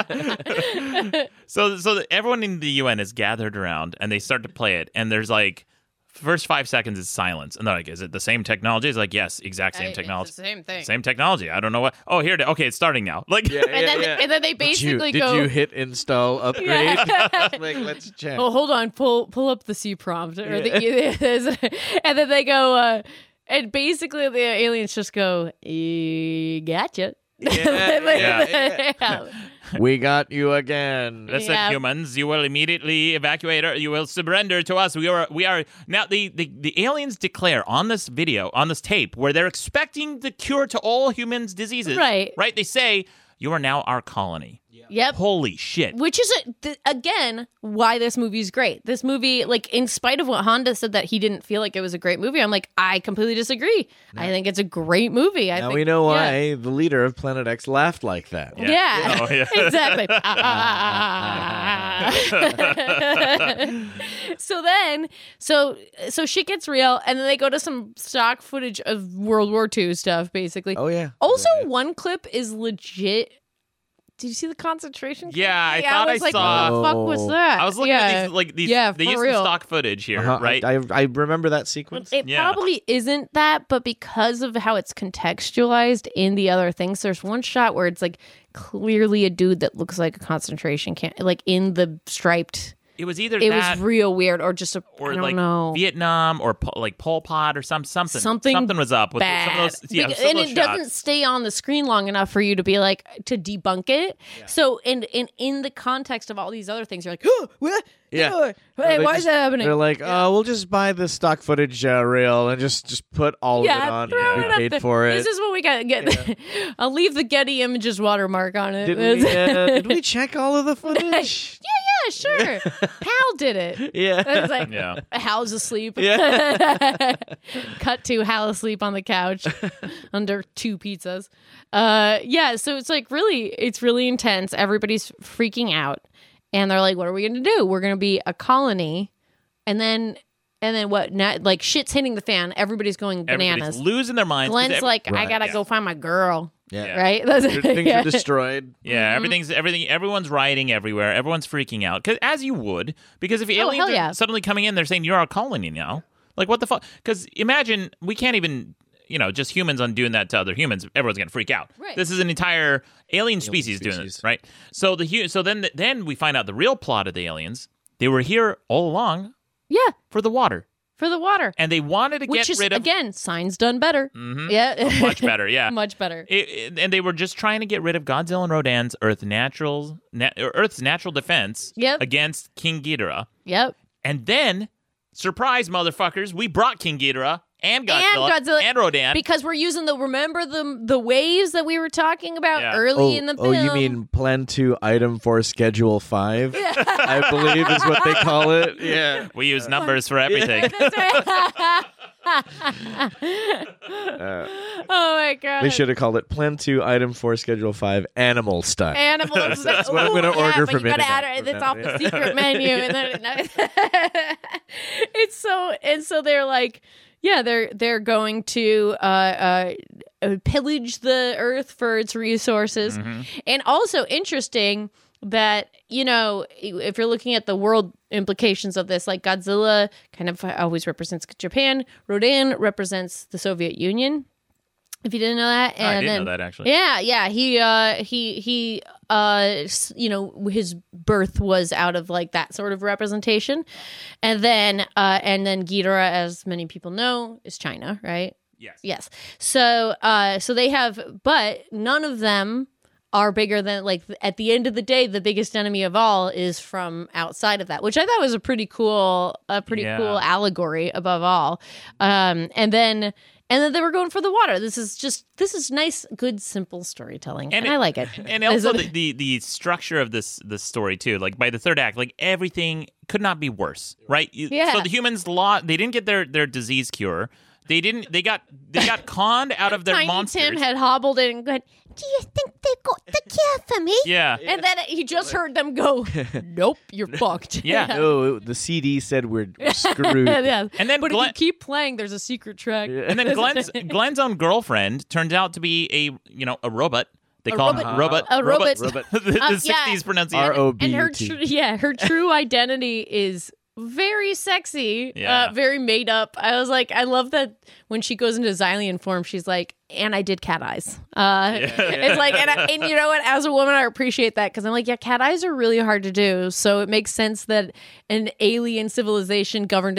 [SPEAKER 3] Day.
[SPEAKER 2] So, so that everyone in the UN is gathered around and they start to play it, and there's like first five seconds is silence, and they're like, "Is it the same technology?" It's like, "Yes, exact same
[SPEAKER 3] It's the
[SPEAKER 2] technology,
[SPEAKER 3] same thing.
[SPEAKER 2] same technology." I don't know what. Oh, here it. Okay, it's starting now. Like,
[SPEAKER 4] yeah,
[SPEAKER 3] and, then, and then they
[SPEAKER 7] Did you,
[SPEAKER 3] basically
[SPEAKER 7] did
[SPEAKER 3] go.
[SPEAKER 7] you hit install upgrade? like, let's check.
[SPEAKER 3] Oh, hold on. Pull pull up the C prompt, or the, and then they go. Uh, and basically, the aliens just go, "Eh, "Gotcha."
[SPEAKER 2] yeah,
[SPEAKER 7] we got you again.
[SPEAKER 2] listen,
[SPEAKER 3] Yeah.
[SPEAKER 2] humans, you will immediately evacuate. Or you will surrender to us. We are, we are now. The, the the aliens declare on this video, on this tape, where they're expecting the cure to all humans' diseases.
[SPEAKER 3] Right.
[SPEAKER 2] right. They say, "You are now our colony."
[SPEAKER 3] Yep.
[SPEAKER 2] Holy shit!
[SPEAKER 3] which is a, th- again why this movie is great. This movie, like in spite of what Honda said that he didn't feel like it was a great movie, I'm like I completely disagree. I think it's a great movie. I
[SPEAKER 4] Now
[SPEAKER 3] think,
[SPEAKER 4] we know why
[SPEAKER 3] Yeah,
[SPEAKER 4] the leader of Planet X laughed like that.
[SPEAKER 3] yeah.
[SPEAKER 2] Oh, yeah.
[SPEAKER 3] exactly. Ah. so then, so so shit gets real, and then they go to some stock footage of World War II stuff, basically.
[SPEAKER 4] Oh yeah.
[SPEAKER 3] Also, one clip is legit Did you see the concentration? camp?
[SPEAKER 2] Yeah, I
[SPEAKER 3] Yeah,
[SPEAKER 2] thought
[SPEAKER 3] I
[SPEAKER 2] I,
[SPEAKER 3] was like,
[SPEAKER 2] saw.
[SPEAKER 3] what the fuck was
[SPEAKER 4] Oh.
[SPEAKER 3] that?
[SPEAKER 2] I was looking
[SPEAKER 3] yeah.
[SPEAKER 2] at these like these.
[SPEAKER 3] Yeah,
[SPEAKER 2] they
[SPEAKER 3] for
[SPEAKER 2] used
[SPEAKER 3] real.
[SPEAKER 2] some stock footage here,
[SPEAKER 7] Uh-huh, I-
[SPEAKER 2] right?
[SPEAKER 7] I, I remember that sequence.
[SPEAKER 3] It
[SPEAKER 2] Yeah.
[SPEAKER 3] probably isn't that, but because of how it's contextualized in the other things, there's one shot where it's like clearly a dude that looks like a concentration camp, like in the striped.
[SPEAKER 2] it was either
[SPEAKER 3] It
[SPEAKER 2] that
[SPEAKER 3] was real weird, or just a
[SPEAKER 2] or
[SPEAKER 3] I don't
[SPEAKER 2] like
[SPEAKER 3] know.
[SPEAKER 2] Vietnam or Pol- like Pol Pot or some something.
[SPEAKER 3] Something
[SPEAKER 2] was up with
[SPEAKER 3] Bad.
[SPEAKER 2] some of those. Yeah,
[SPEAKER 3] Bec-
[SPEAKER 2] some of
[SPEAKER 3] and
[SPEAKER 2] those
[SPEAKER 3] it
[SPEAKER 2] shots.
[SPEAKER 3] doesn't stay on the screen long enough for you to be like to debunk it. So, and and in the context of all these other things, you're like, oh, what?
[SPEAKER 4] Yeah.
[SPEAKER 3] Oh,
[SPEAKER 7] Or
[SPEAKER 3] Hey,
[SPEAKER 7] they
[SPEAKER 3] why is
[SPEAKER 7] just-
[SPEAKER 3] that happening?
[SPEAKER 7] They're like, oh, we'll just buy the stock footage uh, reel and just just put all
[SPEAKER 3] yeah,
[SPEAKER 7] of it
[SPEAKER 3] throw
[SPEAKER 7] on.
[SPEAKER 3] it
[SPEAKER 7] We
[SPEAKER 3] up
[SPEAKER 7] paid
[SPEAKER 3] there.
[SPEAKER 7] for it.
[SPEAKER 3] This is what we got. Get. I'll leave the Getty Images watermark on it.
[SPEAKER 7] did, we, uh, did we check all of the footage?
[SPEAKER 3] yeah, sure. Hal did it.
[SPEAKER 4] Yeah.
[SPEAKER 3] I was like,
[SPEAKER 2] Yeah.
[SPEAKER 3] Hal's asleep. Cut to Hal asleep on the couch under two pizzas. Uh, yeah, so it's like really, it's really intense. Everybody's freaking out, and they're like, "What are we going to do? We're going to be a colony, and then." And then what? Now, like shit's hitting the fan. Everybody's going
[SPEAKER 2] Everybody's
[SPEAKER 3] bananas.
[SPEAKER 2] losing their minds. 'cause
[SPEAKER 3] Glenn's
[SPEAKER 2] every-
[SPEAKER 3] like, I gotta go find my girl.
[SPEAKER 4] Yeah.
[SPEAKER 3] Right? That's,
[SPEAKER 7] Things
[SPEAKER 3] yeah.
[SPEAKER 7] are destroyed.
[SPEAKER 3] Mm-hmm.
[SPEAKER 2] Yeah, everything's everything. Everyone's rioting everywhere. Everyone's freaking out 'Cause- as you would because if aliens
[SPEAKER 3] Oh, hell
[SPEAKER 2] are
[SPEAKER 3] yeah.
[SPEAKER 2] suddenly coming in, they're saying you're our colony now. Like what the fuck? Because imagine we can't even you know just humans on doing that to other humans. Everyone's gonna freak out.
[SPEAKER 3] Right.
[SPEAKER 2] This is an entire alien, species, doing this,
[SPEAKER 4] species.
[SPEAKER 2] right? So the hu- so then then we find out the real plot of the aliens. They were here all along
[SPEAKER 3] yeah,
[SPEAKER 2] for the water,
[SPEAKER 3] for the water.
[SPEAKER 2] and they wanted to
[SPEAKER 3] Which
[SPEAKER 2] get
[SPEAKER 3] is,
[SPEAKER 2] rid of Mm-hmm.
[SPEAKER 3] again, signs done better. Yeah.
[SPEAKER 2] much better. Yeah,
[SPEAKER 3] Much better.
[SPEAKER 2] It- it- and they were just trying to get rid of Godzilla and Rodan's Earth natural, na, Earth's natural defense
[SPEAKER 3] Yep.
[SPEAKER 2] against King Ghidorah.
[SPEAKER 3] Yep.
[SPEAKER 2] And then, surprise, motherfuckers, we brought King Ghidorah and Godzilla
[SPEAKER 3] and Godzilla
[SPEAKER 2] Rodan.
[SPEAKER 3] because we're using the remember the the waves that we were talking about
[SPEAKER 2] Yeah.
[SPEAKER 3] early in the film.
[SPEAKER 7] oh, you mean Plan 2, Item 4, Schedule 5? I believe is what they call it. Yeah.
[SPEAKER 2] we use numbers for everything.
[SPEAKER 7] Uh.
[SPEAKER 3] oh my god.
[SPEAKER 7] They should have called it Plan 2, Item 4, Schedule 5, Animal Style.
[SPEAKER 3] Animals. That's
[SPEAKER 7] what I'm gonna order
[SPEAKER 3] but
[SPEAKER 7] from
[SPEAKER 3] you
[SPEAKER 7] Internet
[SPEAKER 3] gotta add it.
[SPEAKER 7] from
[SPEAKER 3] It's
[SPEAKER 7] now
[SPEAKER 3] off the secret menu, and then it's so and so they're like, yeah, they're they're going to uh, uh, uh, pillage the earth for its resources,
[SPEAKER 2] Mm-hmm.
[SPEAKER 3] and also interesting that you know if you're looking at the world implications of this like godzilla kind of always represents japan rodan represents the soviet union if you didn't know that and
[SPEAKER 2] I didn't
[SPEAKER 3] then
[SPEAKER 2] know that actually.
[SPEAKER 3] yeah, yeah. He uh he he uh s- you know his birth was out of like that sort of representation. And then uh and then Ghidorah as many people know is China, right?
[SPEAKER 2] Yes.
[SPEAKER 3] Yes. So uh so they have but none of them are bigger than like at the end of the day the biggest enemy of all is from outside of that which i thought was a pretty cool a pretty
[SPEAKER 2] Yeah.
[SPEAKER 3] cool allegory above all um and then and then they were going for the water this is just this is nice good simple storytelling
[SPEAKER 2] And
[SPEAKER 3] and,
[SPEAKER 2] it-
[SPEAKER 3] i like it
[SPEAKER 2] And
[SPEAKER 3] Is
[SPEAKER 2] also
[SPEAKER 3] it-
[SPEAKER 2] the, the the structure of this this story too. Like by the third act, like everything could not be worse, right? You-
[SPEAKER 3] Yeah.
[SPEAKER 2] So the humans lost. They didn't get their their disease cure. They didn't. They got they got conned out of their
[SPEAKER 3] tiny
[SPEAKER 2] monsters.
[SPEAKER 3] tim had hobbled in and gone do you think they got the cure for me
[SPEAKER 2] yeah.
[SPEAKER 3] and then he just heard them go nope you're fucked
[SPEAKER 2] Yeah.
[SPEAKER 4] Oh, the CD said we're screwed.
[SPEAKER 3] yeah.
[SPEAKER 2] And then
[SPEAKER 3] but if
[SPEAKER 2] Glenn-
[SPEAKER 3] you keep playing there's a secret track
[SPEAKER 2] And then Glenn's Glenn's own girlfriend turned out to be a you know a robot. They call
[SPEAKER 3] robot.
[SPEAKER 2] him robot.
[SPEAKER 3] A robot.
[SPEAKER 2] the the
[SPEAKER 3] Uh, yeah.
[SPEAKER 2] 60s pronunciation.
[SPEAKER 7] R O B
[SPEAKER 3] and her
[SPEAKER 7] T.
[SPEAKER 3] tr- yeah her true identity is very sexy
[SPEAKER 2] Yeah.
[SPEAKER 3] uh, very made up i was like i love that when she goes into xylian form she's like and i did cat eyes uh, it's like and, I, and you know what as a woman i appreciate that because i'm like yeah cat eyes are really hard to do so it makes sense that an alien civilization governed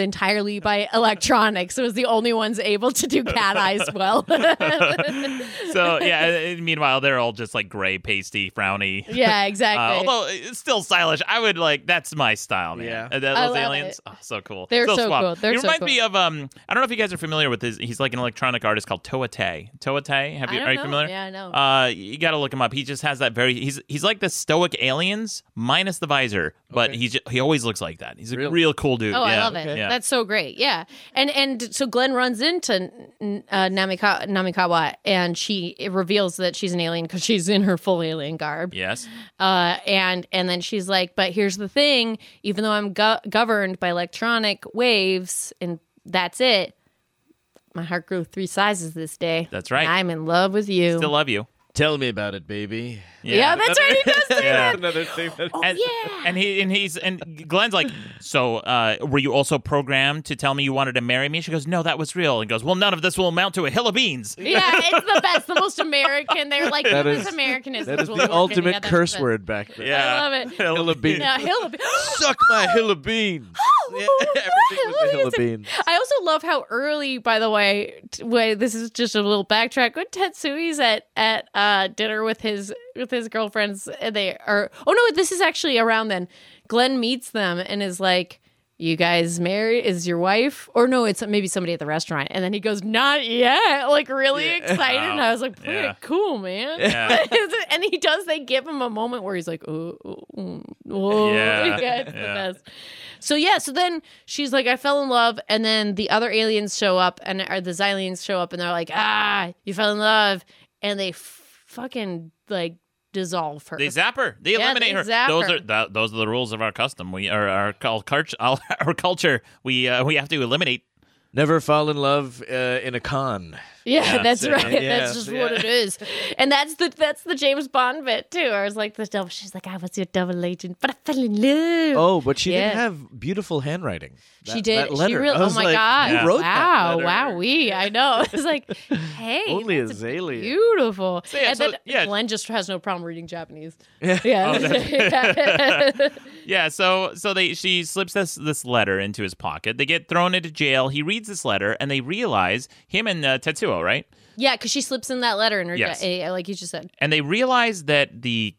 [SPEAKER 3] entirely by electronics was the only ones able to do cat eyes well
[SPEAKER 2] so yeah. and Meanwhile, they're all just like gray, pasty, frowny.
[SPEAKER 3] yeah
[SPEAKER 2] Uh,
[SPEAKER 3] exactly
[SPEAKER 2] although it's still stylish, I would like that's my style, man.
[SPEAKER 7] Yeah.
[SPEAKER 2] Uh, that-
[SPEAKER 3] I
[SPEAKER 2] those
[SPEAKER 3] love
[SPEAKER 2] aliens, oh, so cool.
[SPEAKER 3] They're so
[SPEAKER 2] swap.
[SPEAKER 3] cool. They're
[SPEAKER 2] he
[SPEAKER 3] so
[SPEAKER 2] reminds
[SPEAKER 3] cool.
[SPEAKER 2] me of um. I don't know if you guys are familiar with this. He's like an electronic artist called Toa Tay. Toa Tay, have
[SPEAKER 3] I
[SPEAKER 2] you
[SPEAKER 3] don't
[SPEAKER 2] are you
[SPEAKER 3] know.
[SPEAKER 2] familiar?
[SPEAKER 3] Yeah, I know.
[SPEAKER 2] Uh, you got to look him up. He just has that very. He's he's like the stoic aliens minus the visor, but he's ju- he always looks like that. He's a real cool dude.
[SPEAKER 3] Oh,
[SPEAKER 2] yeah.
[SPEAKER 3] I love it.
[SPEAKER 2] Yeah.
[SPEAKER 3] That's so great. Yeah, and and so Glenn runs into uh, Namika, Namikawa, and she it reveals that she's an alien because she's in her full alien garb.
[SPEAKER 2] yes.
[SPEAKER 3] Uh, and and then she's like, "But here's the thing: even though I'm go- governed by electronic waves, and that's it, my heart grew three sizes this day.
[SPEAKER 2] That's right.
[SPEAKER 3] I'm in love with you.
[SPEAKER 2] Still love you.
[SPEAKER 4] Tell me about it, baby.
[SPEAKER 3] Yeah, that's right. He does say
[SPEAKER 2] Yeah.
[SPEAKER 3] that.
[SPEAKER 4] Another thing. That-
[SPEAKER 3] Oh,
[SPEAKER 2] and,
[SPEAKER 3] yeah.
[SPEAKER 2] and he and he's and Glenn's like, so uh, were you also programmed to tell me you wanted to marry me? She goes, no, that was real. And goes, well, none of this will amount to a hill of beans.
[SPEAKER 3] Yeah, it's the best, the most American. They're like,
[SPEAKER 4] That
[SPEAKER 3] this
[SPEAKER 4] is-
[SPEAKER 3] American is
[SPEAKER 4] that is the ultimate curse word back there.
[SPEAKER 2] Yeah,
[SPEAKER 3] love it.
[SPEAKER 2] Hill of beans.
[SPEAKER 3] Yeah, Oh, hill of
[SPEAKER 4] Suck my hill of beans. Yeah, everything was a hill of beans.
[SPEAKER 3] I also love how early, by the way, t- way this is just a little backtrack. When Tetsui's at at uh, dinner with his with his girlfriends, and they are oh no, this is actually around then. Glenn meets them and is like, "You guys married? Is your wife?" Or no, it's maybe somebody at the restaurant. And then he goes, "Not yet," like really excited. And I was like, "Pretty
[SPEAKER 2] Yeah.
[SPEAKER 3] cool, man."
[SPEAKER 2] Yeah.
[SPEAKER 3] and he does. They give him a moment where he's like, "Oh, oh, mm, whoa!"
[SPEAKER 2] Yeah.
[SPEAKER 3] Yeah, it's the
[SPEAKER 2] Yeah.
[SPEAKER 3] best. So yeah, so then she's like, I fell in love, and then the other aliens show up, and or the Xylians show up, and they're like, Ah, you fell in love, and they f- fucking like dissolve her.
[SPEAKER 2] They zap her. They
[SPEAKER 3] Yeah, they
[SPEAKER 2] eliminate her.
[SPEAKER 3] zap
[SPEAKER 2] those
[SPEAKER 3] her.
[SPEAKER 2] are that, those are the rules of our custom. We our our, cul- culture. Our, culture. We uh, we have to eliminate.
[SPEAKER 4] Never fall in love uh, in a con.
[SPEAKER 3] yeah, that's
[SPEAKER 4] that's it.
[SPEAKER 3] right.
[SPEAKER 4] Yeah,
[SPEAKER 3] that's just
[SPEAKER 4] yeah.
[SPEAKER 3] what it is, and that's the that's the James Bond bit too. I was like the double. She's like, I was your double agent, but I fell in love.
[SPEAKER 4] Oh, but she
[SPEAKER 3] Yeah.
[SPEAKER 4] didn't have beautiful handwriting.
[SPEAKER 3] she
[SPEAKER 4] That-
[SPEAKER 3] did.
[SPEAKER 4] That letter.
[SPEAKER 3] She really.
[SPEAKER 4] I
[SPEAKER 3] Oh
[SPEAKER 4] was
[SPEAKER 3] my
[SPEAKER 4] like,
[SPEAKER 3] god!
[SPEAKER 4] Who wrote
[SPEAKER 3] wow!
[SPEAKER 4] that letter?
[SPEAKER 3] wow! We. I know. It's like, hey,
[SPEAKER 4] Only
[SPEAKER 3] that's
[SPEAKER 4] Azalea.
[SPEAKER 3] Beautiful.
[SPEAKER 2] yeah,
[SPEAKER 3] and
[SPEAKER 2] so-
[SPEAKER 3] then
[SPEAKER 2] yeah. Oh,
[SPEAKER 3] Glenn just has no problem reading Japanese.
[SPEAKER 4] Yeah.
[SPEAKER 3] Yeah.
[SPEAKER 2] Yeah. So so they she slips this this letter into his pocket. They get thrown into jail. He reads this letter and they realize him and uh, Tetsuo right.
[SPEAKER 3] yeah, because she slips in that letter in her,
[SPEAKER 2] Yes.
[SPEAKER 3] ja- eh, like you just said.
[SPEAKER 2] and they realize that the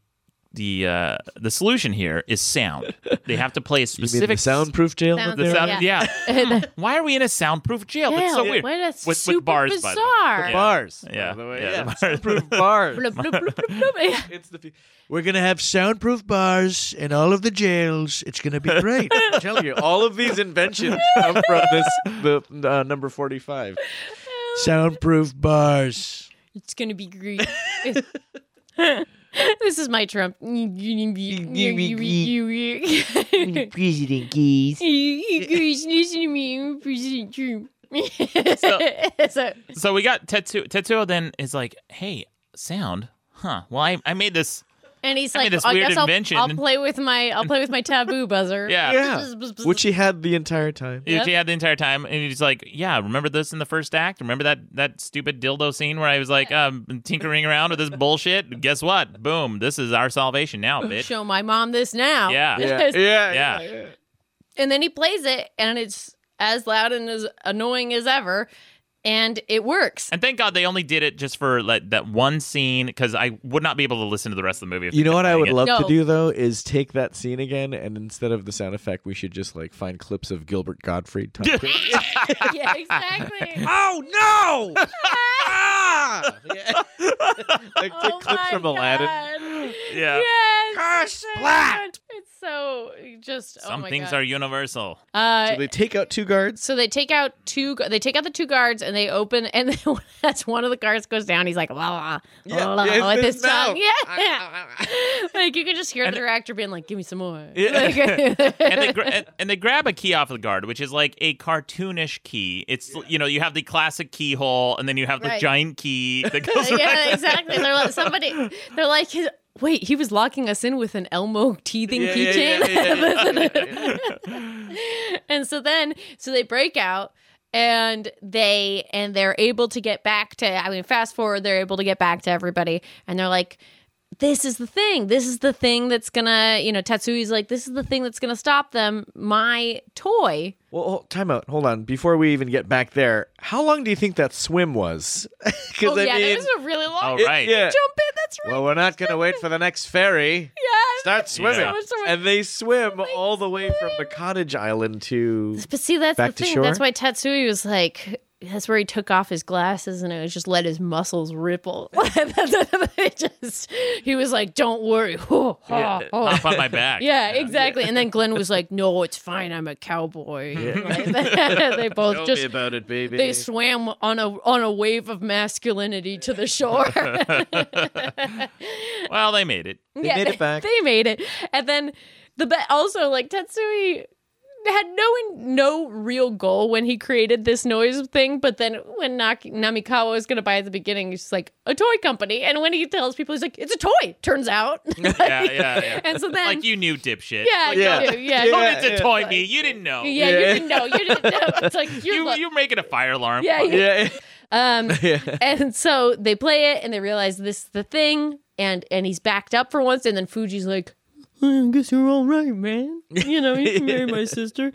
[SPEAKER 2] the uh, the solution here is sound. They have to play a
[SPEAKER 4] You mean
[SPEAKER 2] specific
[SPEAKER 4] the soundproof jail?
[SPEAKER 3] Sound-
[SPEAKER 4] that
[SPEAKER 2] The
[SPEAKER 3] Yeah.
[SPEAKER 4] they're
[SPEAKER 2] sound, yeah. Why are we in a soundproof jail? That's so
[SPEAKER 3] Yeah,
[SPEAKER 2] weird.
[SPEAKER 3] What a
[SPEAKER 2] With- with
[SPEAKER 3] super
[SPEAKER 2] bars, by the way.
[SPEAKER 3] bizarre.
[SPEAKER 2] Yeah.
[SPEAKER 4] Bars.
[SPEAKER 2] Yeah.
[SPEAKER 4] By the way.
[SPEAKER 2] Yeah,
[SPEAKER 4] Yeah.
[SPEAKER 2] the bars.
[SPEAKER 4] Soundproof bars.
[SPEAKER 3] Bloop, bloop, bloop, bloop, bloop. Yeah.
[SPEAKER 4] It's the. fu- We're gonna have soundproof bars in all of the jails. It's gonna be great. I'm telling you, all of these inventions come from this the uh, number forty-five. Soundproof bars.
[SPEAKER 3] It's gonna be great. this is my Trump. President
[SPEAKER 9] President Geese.
[SPEAKER 3] Geese, listen to me, I'm President Trump. so,
[SPEAKER 2] So we got Tetsuo. Tetsuo then is like, "Hey, sound, huh? Well, I, I made this.
[SPEAKER 3] and he's
[SPEAKER 2] I mean,
[SPEAKER 3] like,
[SPEAKER 2] this
[SPEAKER 3] I
[SPEAKER 2] weird
[SPEAKER 3] guess I'll,
[SPEAKER 2] invention.
[SPEAKER 3] I'll play with my I'll play with my taboo buzzer.
[SPEAKER 2] Yeah,
[SPEAKER 4] Yeah, which he had the entire time.
[SPEAKER 2] Yeah, She had the entire time, and he's like, "Yeah, remember this in the first act? Remember that that stupid dildo scene where I was like um, tinkering around with this bullshit? Guess what? Boom! This is our salvation now, bitch.
[SPEAKER 3] show my mom this now.
[SPEAKER 2] Yeah.
[SPEAKER 4] Yeah, yeah,
[SPEAKER 2] Yeah.
[SPEAKER 3] And then he plays it, and it's as loud and as annoying as ever, and it works.
[SPEAKER 2] And thank God they only did it just for like that one scene because I would not be able to listen to the rest of the movie. If
[SPEAKER 4] You know what I would
[SPEAKER 2] love.
[SPEAKER 4] love
[SPEAKER 3] No.
[SPEAKER 4] to do though is take that scene again, and instead of the sound effect, we should just like find clips of Gilbert Gottfried talking.
[SPEAKER 3] yeah, exactly.
[SPEAKER 4] oh no! ah! Yeah. like take
[SPEAKER 3] Oh
[SPEAKER 4] clips
[SPEAKER 3] my
[SPEAKER 4] from Aladdin.
[SPEAKER 3] God.
[SPEAKER 2] Yeah.
[SPEAKER 3] Yes.
[SPEAKER 4] Curse
[SPEAKER 3] so
[SPEAKER 4] splat.
[SPEAKER 3] good. It's so just.
[SPEAKER 2] Some
[SPEAKER 3] oh my
[SPEAKER 2] things
[SPEAKER 3] God.
[SPEAKER 2] are universal.
[SPEAKER 3] Uh,
[SPEAKER 4] So they take out two guards.
[SPEAKER 3] so they take out two. gu- They take out the two guards and they open. And then that's one of the guards goes down. He's like, la la, la, la,
[SPEAKER 4] yeah,
[SPEAKER 3] with
[SPEAKER 4] it's
[SPEAKER 3] his
[SPEAKER 4] his
[SPEAKER 3] tongue.
[SPEAKER 4] mouth.
[SPEAKER 3] Yeah, like you can just hear the director being like, "Give me some more." Like-
[SPEAKER 2] And they, gra- and, and they grab a key off of the guard, which is like a cartoonish key. It's, you know, you have the classic keyhole and then you have the
[SPEAKER 3] Right.
[SPEAKER 2] giant key that goes right.
[SPEAKER 3] yeah, exactly. They're like somebody. They're like, his, wait, he was locking us in with an Elmo teething keychain. and so then, so they break out, and they and they're able to get back to. I mean, fast forward, they're able to get back to everybody, and they're like. This is the thing. This is the thing that's gonna, you know, Tatsui's like, this is the thing that's gonna stop them. My toy.
[SPEAKER 4] Well, hold, time out. Hold on. Before we even get back there, how long do you think that swim was? Because
[SPEAKER 3] Oh,
[SPEAKER 4] I
[SPEAKER 3] yeah,
[SPEAKER 4] mean,
[SPEAKER 3] that was a really long
[SPEAKER 2] Oh, right.
[SPEAKER 4] yeah.
[SPEAKER 3] jump in. That's right.
[SPEAKER 4] Well, we're not gonna wait for the next ferry.
[SPEAKER 3] yeah.
[SPEAKER 4] Start swimming,
[SPEAKER 2] Yeah.
[SPEAKER 4] and they swim all the way from the cottage island to.
[SPEAKER 3] But see, that's
[SPEAKER 4] Back
[SPEAKER 3] the
[SPEAKER 4] to
[SPEAKER 3] thing.
[SPEAKER 4] shore?
[SPEAKER 3] That's why Tatsui was like, that's where he took off his glasses and it was just let his muscles ripple. It just, he was like, don't worry. yeah,
[SPEAKER 2] Hop
[SPEAKER 4] uh,
[SPEAKER 2] on my back.
[SPEAKER 3] exactly. And then Glenn was like, no, it's fine. I'm a cowboy. they both just.
[SPEAKER 4] about it, baby.
[SPEAKER 3] they swam on a on a wave of masculinity to the shore.
[SPEAKER 2] Well, they made it.
[SPEAKER 3] yeah,
[SPEAKER 4] made it
[SPEAKER 3] they-
[SPEAKER 4] back.
[SPEAKER 3] They made it, and then the be- also like Tetsui had no no real goal when he created this noise thing, but then when Nak- Namikawa was going to buy at the beginning, he's just like a toy company, and when he tells people, he's like, "It's a toy." Turns out,
[SPEAKER 2] yeah, yeah, yeah.
[SPEAKER 3] and so then
[SPEAKER 2] like you knew, dipshit.
[SPEAKER 3] yeah,
[SPEAKER 2] like,
[SPEAKER 3] yeah,
[SPEAKER 2] don't-
[SPEAKER 3] yeah,
[SPEAKER 2] don't
[SPEAKER 3] yeah,
[SPEAKER 2] it's a toy me. You didn't know.
[SPEAKER 3] yeah, you didn't know, you didn't know. It's like you're
[SPEAKER 2] you
[SPEAKER 3] lu-
[SPEAKER 2] you're making a fire alarm.
[SPEAKER 3] yeah, you-
[SPEAKER 4] yeah.
[SPEAKER 3] Um, and so they play it and they realize this is the thing, and and he's backed up for once, and then Fuji's like,
[SPEAKER 6] I guess you're all right, man. You know, you can marry my sister.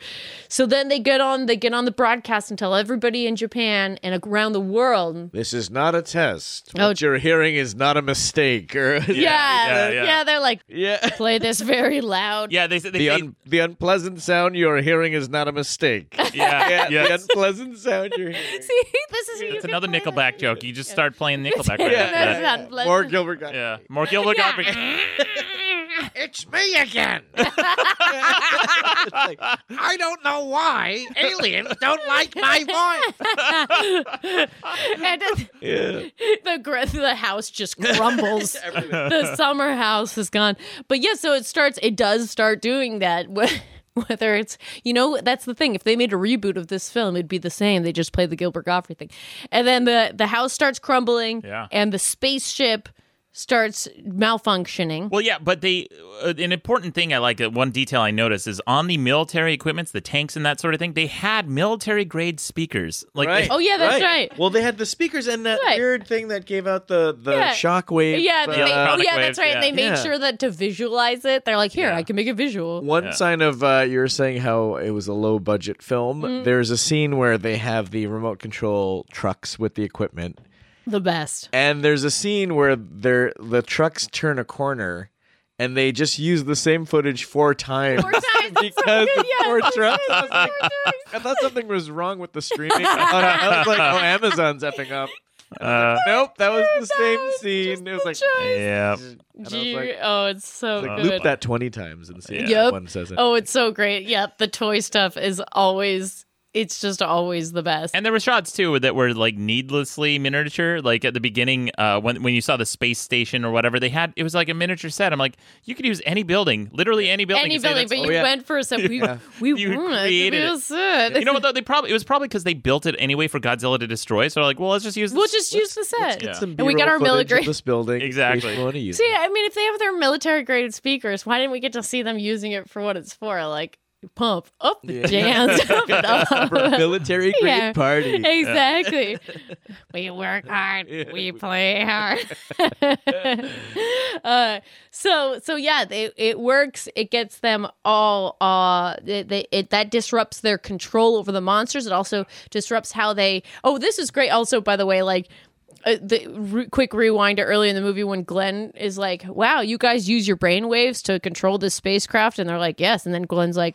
[SPEAKER 3] so then they get on they get on the broadcast and tell everybody in Japan and around the world.
[SPEAKER 7] This is not a test.
[SPEAKER 3] Oh.
[SPEAKER 7] What you're hearing is not a mistake. Or
[SPEAKER 3] Yeah, yeah,
[SPEAKER 2] yeah, yeah.
[SPEAKER 3] they're like
[SPEAKER 7] yeah.
[SPEAKER 3] play this very loud.
[SPEAKER 2] Yeah, they said they,
[SPEAKER 7] The,
[SPEAKER 2] they
[SPEAKER 7] un- the unpleasant sound you're hearing is not a mistake.
[SPEAKER 2] yeah, yeah.
[SPEAKER 7] The unpleasant sound you're hearing.
[SPEAKER 3] See, this is
[SPEAKER 2] It's another Nickelback joke. You just start playing Nickelback right
[SPEAKER 3] Yeah,
[SPEAKER 2] after that.
[SPEAKER 3] that's not
[SPEAKER 7] More Gilbert Gottfried.
[SPEAKER 2] Yeah, more Gilbert Gottfried.
[SPEAKER 7] It's me again. Like, I don't know why aliens don't like my voice.
[SPEAKER 3] and it- the gr- the house just crumbles. the summer house is gone. But yeah, so it starts. It does start doing that. wh- Whether it's you know that's the thing. If they made a reboot of this film, it'd be the same. They just play the Gilbert Gottfried thing, and then the the house starts crumbling.
[SPEAKER 2] Yeah.
[SPEAKER 3] and the spaceship starts malfunctioning.
[SPEAKER 2] Well, yeah, but they uh, an important thing I like. Uh, one detail I noticed is on the military equipments, the tanks and that sort of thing. They had military grade speakers. Like,
[SPEAKER 7] Right.
[SPEAKER 3] Oh yeah, that's right.
[SPEAKER 4] Well, they had the speakers and that
[SPEAKER 3] Right.
[SPEAKER 4] weird thing that gave out the the
[SPEAKER 3] Yeah.
[SPEAKER 4] shockwave.
[SPEAKER 3] yeah,
[SPEAKER 4] uh,
[SPEAKER 3] they made, oh
[SPEAKER 2] Electronic
[SPEAKER 3] yeah,
[SPEAKER 2] waves,
[SPEAKER 3] that's right.
[SPEAKER 2] yeah.
[SPEAKER 3] They made
[SPEAKER 4] Yeah.
[SPEAKER 3] sure that to visualize it, they're like, here,
[SPEAKER 2] Yeah.
[SPEAKER 3] I can make a visual.
[SPEAKER 4] One sign of uh, you were saying how it was a low budget film.
[SPEAKER 3] Mm-hmm.
[SPEAKER 4] There's a scene where they have the remote control trucks with the equipment,
[SPEAKER 3] The best.
[SPEAKER 4] and there's a scene where they're, the trucks turn a corner, and they just use the same footage four times.
[SPEAKER 3] Four times.
[SPEAKER 4] Because the
[SPEAKER 3] Yeah,
[SPEAKER 4] four
[SPEAKER 3] four
[SPEAKER 4] trucks. I
[SPEAKER 3] times,
[SPEAKER 4] was like, I thought something was wrong with the streaming. I was like, oh, Amazon's effing up.
[SPEAKER 2] uh,
[SPEAKER 4] Nope, that was the
[SPEAKER 3] That
[SPEAKER 4] same
[SPEAKER 3] was
[SPEAKER 4] scene.
[SPEAKER 3] just
[SPEAKER 4] It was
[SPEAKER 3] the
[SPEAKER 4] like,
[SPEAKER 3] choice.
[SPEAKER 2] yeah,
[SPEAKER 4] was
[SPEAKER 3] Do you-
[SPEAKER 4] like-
[SPEAKER 3] oh, it's so
[SPEAKER 4] like,
[SPEAKER 3] good.
[SPEAKER 4] loop that 20 times and see if
[SPEAKER 3] Yep.
[SPEAKER 4] one says it.
[SPEAKER 3] Oh, it's so great. Yep, the toy stuff is always. It's just always the best.
[SPEAKER 2] and there were shots too that were like needlessly miniature. Like at the beginning, uh, when when you saw the space station or whatever, they had it was like a miniature set. I'm like, you could use any building, literally any building.
[SPEAKER 3] Any
[SPEAKER 2] and say
[SPEAKER 3] building, but
[SPEAKER 2] that's-
[SPEAKER 3] you
[SPEAKER 4] yeah.
[SPEAKER 3] went for a sec. We we
[SPEAKER 2] Oh, You
[SPEAKER 3] won. It
[SPEAKER 2] created it.
[SPEAKER 3] feels good.
[SPEAKER 2] you know what? Though they probably it was probably because they built it anyway for Godzilla to destroy. So they're like, well, let's just use
[SPEAKER 3] We'll
[SPEAKER 2] this-
[SPEAKER 3] just use the set.
[SPEAKER 2] get
[SPEAKER 4] Some
[SPEAKER 3] And we got
[SPEAKER 4] B-roll
[SPEAKER 3] our
[SPEAKER 4] footage of
[SPEAKER 3] military.
[SPEAKER 4] This building.
[SPEAKER 2] Exactly.
[SPEAKER 4] If you wanna use
[SPEAKER 3] See,
[SPEAKER 4] it.
[SPEAKER 3] I mean, if they have their military graded speakers, why didn't we get to see them using it for what it's for? Like pump up the jams, pump it up.
[SPEAKER 4] For a military grade
[SPEAKER 3] Yeah.
[SPEAKER 4] party.
[SPEAKER 3] Exactly. we work hard. We play hard. uh, so so yeah, they, it works. It gets them all. Uh, they, they, it that disrupts their control over the monsters. It also disrupts how they. Oh, this is great. Also, by the way, like. Uh, the re- quick rewind to early in the movie when Glenn is like, "Wow, you guys use your brain waves to control this spacecraft," and they're like, "Yes," and then Glenn's like,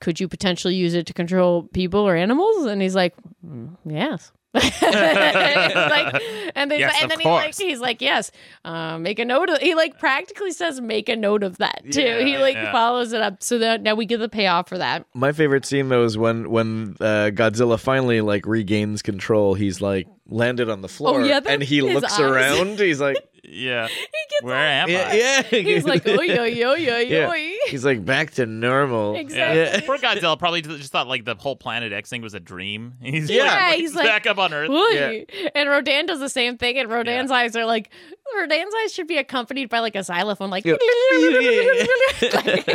[SPEAKER 3] "Could you potentially use it to control people or animals?" And he's like, "Mm, yes. It's like, and, they,
[SPEAKER 2] Yes,
[SPEAKER 3] and
[SPEAKER 2] of
[SPEAKER 3] then he like,
[SPEAKER 2] course.
[SPEAKER 3] he's like, yes, uh, make a note of. He like practically says, make a note of that too. he like
[SPEAKER 2] yeah.
[SPEAKER 3] follows it up. So that now we get the payoff for that.
[SPEAKER 4] My favorite scene though is when when uh, Godzilla finally like regains control. He's like landed on the floor
[SPEAKER 3] Oh, yeah, that-
[SPEAKER 4] and he
[SPEAKER 3] his
[SPEAKER 4] looks
[SPEAKER 3] eyes.
[SPEAKER 4] around. He's like,
[SPEAKER 2] yeah.
[SPEAKER 3] He gets,
[SPEAKER 2] Where am
[SPEAKER 4] yeah,
[SPEAKER 2] I?
[SPEAKER 4] yeah.
[SPEAKER 3] he's like, oi, oi, oi, oi,
[SPEAKER 4] Yeah.
[SPEAKER 3] oi.
[SPEAKER 4] He's like back to normal.
[SPEAKER 3] Exactly.
[SPEAKER 2] Poor Godzilla probably just thought like the whole planet X thing was a dream. He's
[SPEAKER 4] Yeah.
[SPEAKER 2] like,
[SPEAKER 3] Yeah, he's like,
[SPEAKER 2] back up on Earth.
[SPEAKER 3] Oi. And Rodan does the same thing, and Rodan's eyes are like Rodan's eyes should be accompanied by like a xylophone, like, or,
[SPEAKER 4] Or,
[SPEAKER 3] is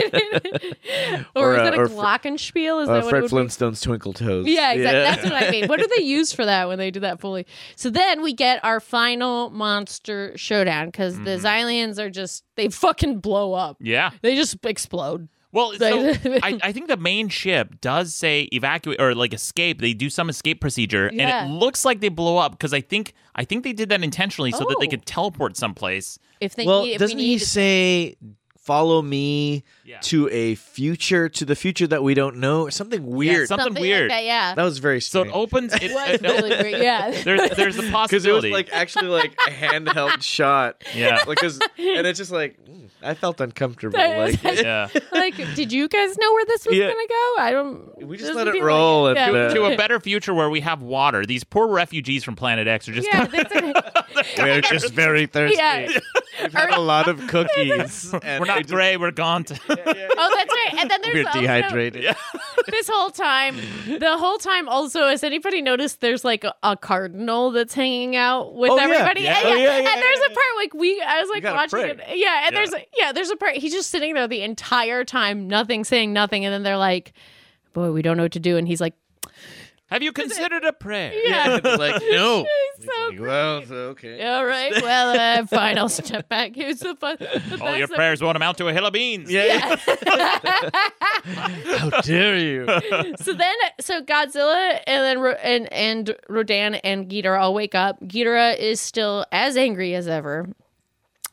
[SPEAKER 4] uh,
[SPEAKER 3] that a
[SPEAKER 4] or Fr-
[SPEAKER 3] glockenspiel? Is
[SPEAKER 4] Uh,
[SPEAKER 3] that what it
[SPEAKER 4] Fred
[SPEAKER 3] would be?
[SPEAKER 4] Flintstone's Twinkle Toes.
[SPEAKER 3] Yeah, exactly. That's what I mean. What do they use for that when they do that fully? So then we get our final monster showdown because the
[SPEAKER 4] Mm-hmm.
[SPEAKER 3] Xylians are just they fucking blow up.
[SPEAKER 2] Yeah.
[SPEAKER 3] They just explode.
[SPEAKER 2] Well, so
[SPEAKER 3] They-
[SPEAKER 2] I, I think the main ship does say evacuate or like escape. They do some escape procedure,
[SPEAKER 3] Yeah.
[SPEAKER 2] and it looks like they blow up because I think I think they did that intentionally so that they
[SPEAKER 3] Oh.
[SPEAKER 2] could teleport someplace.
[SPEAKER 3] If they
[SPEAKER 4] well,
[SPEAKER 3] need, if
[SPEAKER 4] doesn't
[SPEAKER 3] we
[SPEAKER 4] he
[SPEAKER 3] need
[SPEAKER 4] say follow me
[SPEAKER 2] Yeah.
[SPEAKER 4] to a future to the future that we don't know? Something weird.
[SPEAKER 2] something weird.
[SPEAKER 3] Like that, yeah,
[SPEAKER 4] that was very
[SPEAKER 2] So it
[SPEAKER 4] strange.
[SPEAKER 3] oh,
[SPEAKER 2] opens. It,
[SPEAKER 3] was
[SPEAKER 2] it-
[SPEAKER 3] really great. Yeah,
[SPEAKER 2] there's there's the
[SPEAKER 4] because it was
[SPEAKER 2] possibility.
[SPEAKER 4] like actually like a handheld shot.
[SPEAKER 2] yeah,
[SPEAKER 4] Like, 'cause- and it's just like mm, I felt uncomfortable.
[SPEAKER 3] That
[SPEAKER 4] Like
[SPEAKER 3] is-
[SPEAKER 2] yeah.
[SPEAKER 3] like did you guys know where this was
[SPEAKER 4] Yeah.
[SPEAKER 3] gonna go? I don't.
[SPEAKER 4] we
[SPEAKER 3] this
[SPEAKER 4] just let
[SPEAKER 3] would
[SPEAKER 4] it
[SPEAKER 3] be
[SPEAKER 4] roll.
[SPEAKER 3] Like,
[SPEAKER 4] and,
[SPEAKER 3] yeah.
[SPEAKER 4] uh,
[SPEAKER 2] To a better future where we have water. These poor refugees from Planet X are just
[SPEAKER 3] yeah, that's it.
[SPEAKER 7] We're just very thirsty.
[SPEAKER 3] yeah.
[SPEAKER 4] We've had a lot of cookies. and
[SPEAKER 2] We're not gray. We're gaunt.
[SPEAKER 3] Oh, that's right. And then there's
[SPEAKER 4] We're
[SPEAKER 3] also
[SPEAKER 4] dehydrated.
[SPEAKER 3] this whole time, the whole time. Also, has anybody noticed there's like a, a cardinal that's hanging out with
[SPEAKER 4] Oh, yeah.
[SPEAKER 3] everybody?
[SPEAKER 4] Yeah.
[SPEAKER 3] And,
[SPEAKER 4] Oh, yeah,
[SPEAKER 3] and
[SPEAKER 4] yeah,
[SPEAKER 3] there's
[SPEAKER 4] yeah,
[SPEAKER 3] a part like we. I was like
[SPEAKER 4] gotta
[SPEAKER 3] watching
[SPEAKER 4] pray.
[SPEAKER 3] it. Yeah, and there's yeah, there's a part. He's just sitting there the entire time, nothing, saying nothing, and then they're like, "Boy, we don't know what to do," and he's like,
[SPEAKER 2] Have you considered a prayer?
[SPEAKER 3] "Yeah."
[SPEAKER 4] like no.
[SPEAKER 3] so
[SPEAKER 4] Well, so, okay.
[SPEAKER 3] all right, well, uh, fine. I'll step back. Here's the fun. The
[SPEAKER 2] All your
[SPEAKER 3] best-
[SPEAKER 2] prayers won't amount to a hill of beans.
[SPEAKER 4] Yeah. How dare you?
[SPEAKER 3] so then so Godzilla and then Ro- and and Rodan and Ghidorah all wake up. Ghidorah is still as angry as ever.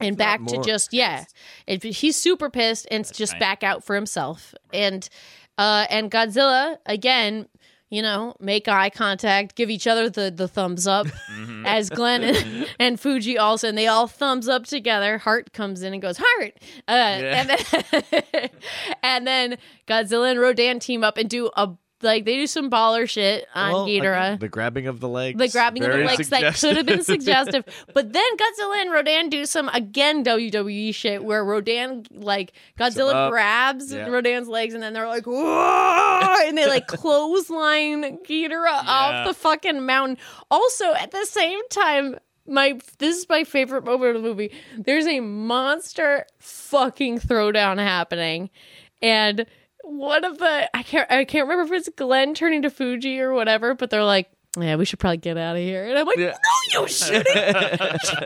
[SPEAKER 3] And back to
[SPEAKER 4] more
[SPEAKER 3] just yeah. If he's super pissed and it's just
[SPEAKER 2] right.
[SPEAKER 3] back out for himself. And uh and Godzilla again you know, make eye contact, give each other the, the thumbs up
[SPEAKER 4] Mm-hmm.
[SPEAKER 3] as Glenn and, and Fuji also, and they all thumbs up together. Heart comes in and goes, Heart. Uh, and, then, and then Godzilla and Rodan team up and do a, like, they do some baller shit on
[SPEAKER 4] Well, again,
[SPEAKER 3] Ghidorah.
[SPEAKER 4] The grabbing of the legs.
[SPEAKER 3] The grabbing of the
[SPEAKER 4] very
[SPEAKER 3] legs that
[SPEAKER 4] suggestive.
[SPEAKER 3] could have been suggestive. But then Godzilla and Rodan do some again WWE shit where Rodan like Godzilla
[SPEAKER 4] up.
[SPEAKER 3] grabs
[SPEAKER 4] Yeah.
[SPEAKER 3] Rodan's legs and then they're like "Whoa!" and they like clothesline Ghidorah
[SPEAKER 2] Yeah.
[SPEAKER 3] off the fucking mountain. Also at the same time. My this is my favorite moment of the movie. There's a monster fucking throwdown happening, and one of the I can't I can't remember if it's Glenn turning to Fuji or whatever, but they're like, yeah, we should probably get out of here. And I'm like,
[SPEAKER 4] Yeah.
[SPEAKER 3] no, you shouldn't. That's such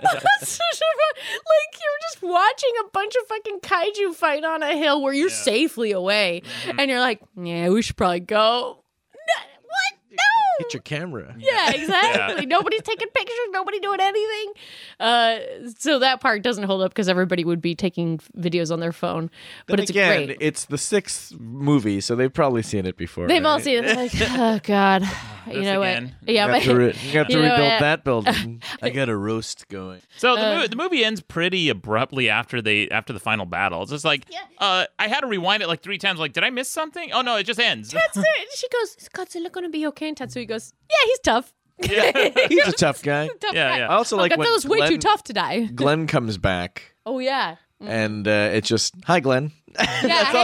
[SPEAKER 3] a- like you're just watching a bunch of fucking kaiju fight on a hill where you're safely away, and you're like, yeah, we should probably go. No, what? No.
[SPEAKER 4] Get your camera.
[SPEAKER 3] Yeah, exactly. Nobody's taking pictures. Nobody doing anything. Uh, so that part doesn't hold up because everybody would be taking videos on their phone. But
[SPEAKER 4] Then
[SPEAKER 3] it's
[SPEAKER 4] again,
[SPEAKER 3] great.
[SPEAKER 4] it's the sixth movie, so they've probably seen it before.
[SPEAKER 3] They've all
[SPEAKER 4] right?
[SPEAKER 3] seen it. They're like, oh god, you
[SPEAKER 2] This
[SPEAKER 3] know
[SPEAKER 2] again.
[SPEAKER 3] what? Yeah,
[SPEAKER 4] You have to,
[SPEAKER 3] but
[SPEAKER 4] re- you have to
[SPEAKER 3] You know
[SPEAKER 4] rebuild
[SPEAKER 3] what?
[SPEAKER 4] that building. I got a roast going.
[SPEAKER 2] So the, movie, the movie ends pretty abruptly after they after the final battle. It's just like uh, I had to rewind it like three times. Like, did I miss something? Oh no, it just ends.
[SPEAKER 3] that's it. She goes, is Godzilla gonna be okay? And Tatsui goes, yeah, he's tough.
[SPEAKER 4] He's a tough guy.
[SPEAKER 3] Tough
[SPEAKER 2] Yeah,
[SPEAKER 3] guy.
[SPEAKER 2] yeah.
[SPEAKER 4] I also
[SPEAKER 3] Oh,
[SPEAKER 4] like when
[SPEAKER 3] Godzilla's way
[SPEAKER 4] Glenn-
[SPEAKER 3] too tough to die.
[SPEAKER 4] Glenn comes back,
[SPEAKER 3] Oh yeah.
[SPEAKER 4] and uh, it's just hi, Glenn.
[SPEAKER 3] Yeah.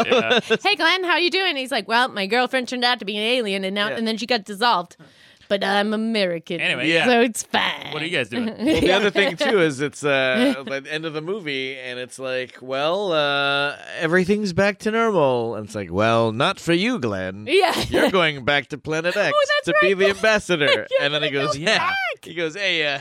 [SPEAKER 3] hey, hey, Glenn, how you doing? He's like, well, my girlfriend turned out to be an alien, and now and then she got dissolved, but I'm American.
[SPEAKER 2] Anyway, yeah.
[SPEAKER 3] so it's fine.
[SPEAKER 2] What are you guys doing?
[SPEAKER 4] Well, the other thing too is it's uh, by the end of the movie, and it's like, well, uh, everything's back to normal. And it's like, well, not for you, Glenn.
[SPEAKER 3] Yeah. Oh,
[SPEAKER 4] You're going back to Planet X
[SPEAKER 3] that's
[SPEAKER 4] to
[SPEAKER 3] right,
[SPEAKER 4] be the
[SPEAKER 3] Glenn.
[SPEAKER 4] ambassador.
[SPEAKER 3] You're
[SPEAKER 4] and then he
[SPEAKER 3] gonna
[SPEAKER 4] goes,
[SPEAKER 3] go
[SPEAKER 4] yeah.
[SPEAKER 3] back.
[SPEAKER 4] He goes, hey, uh,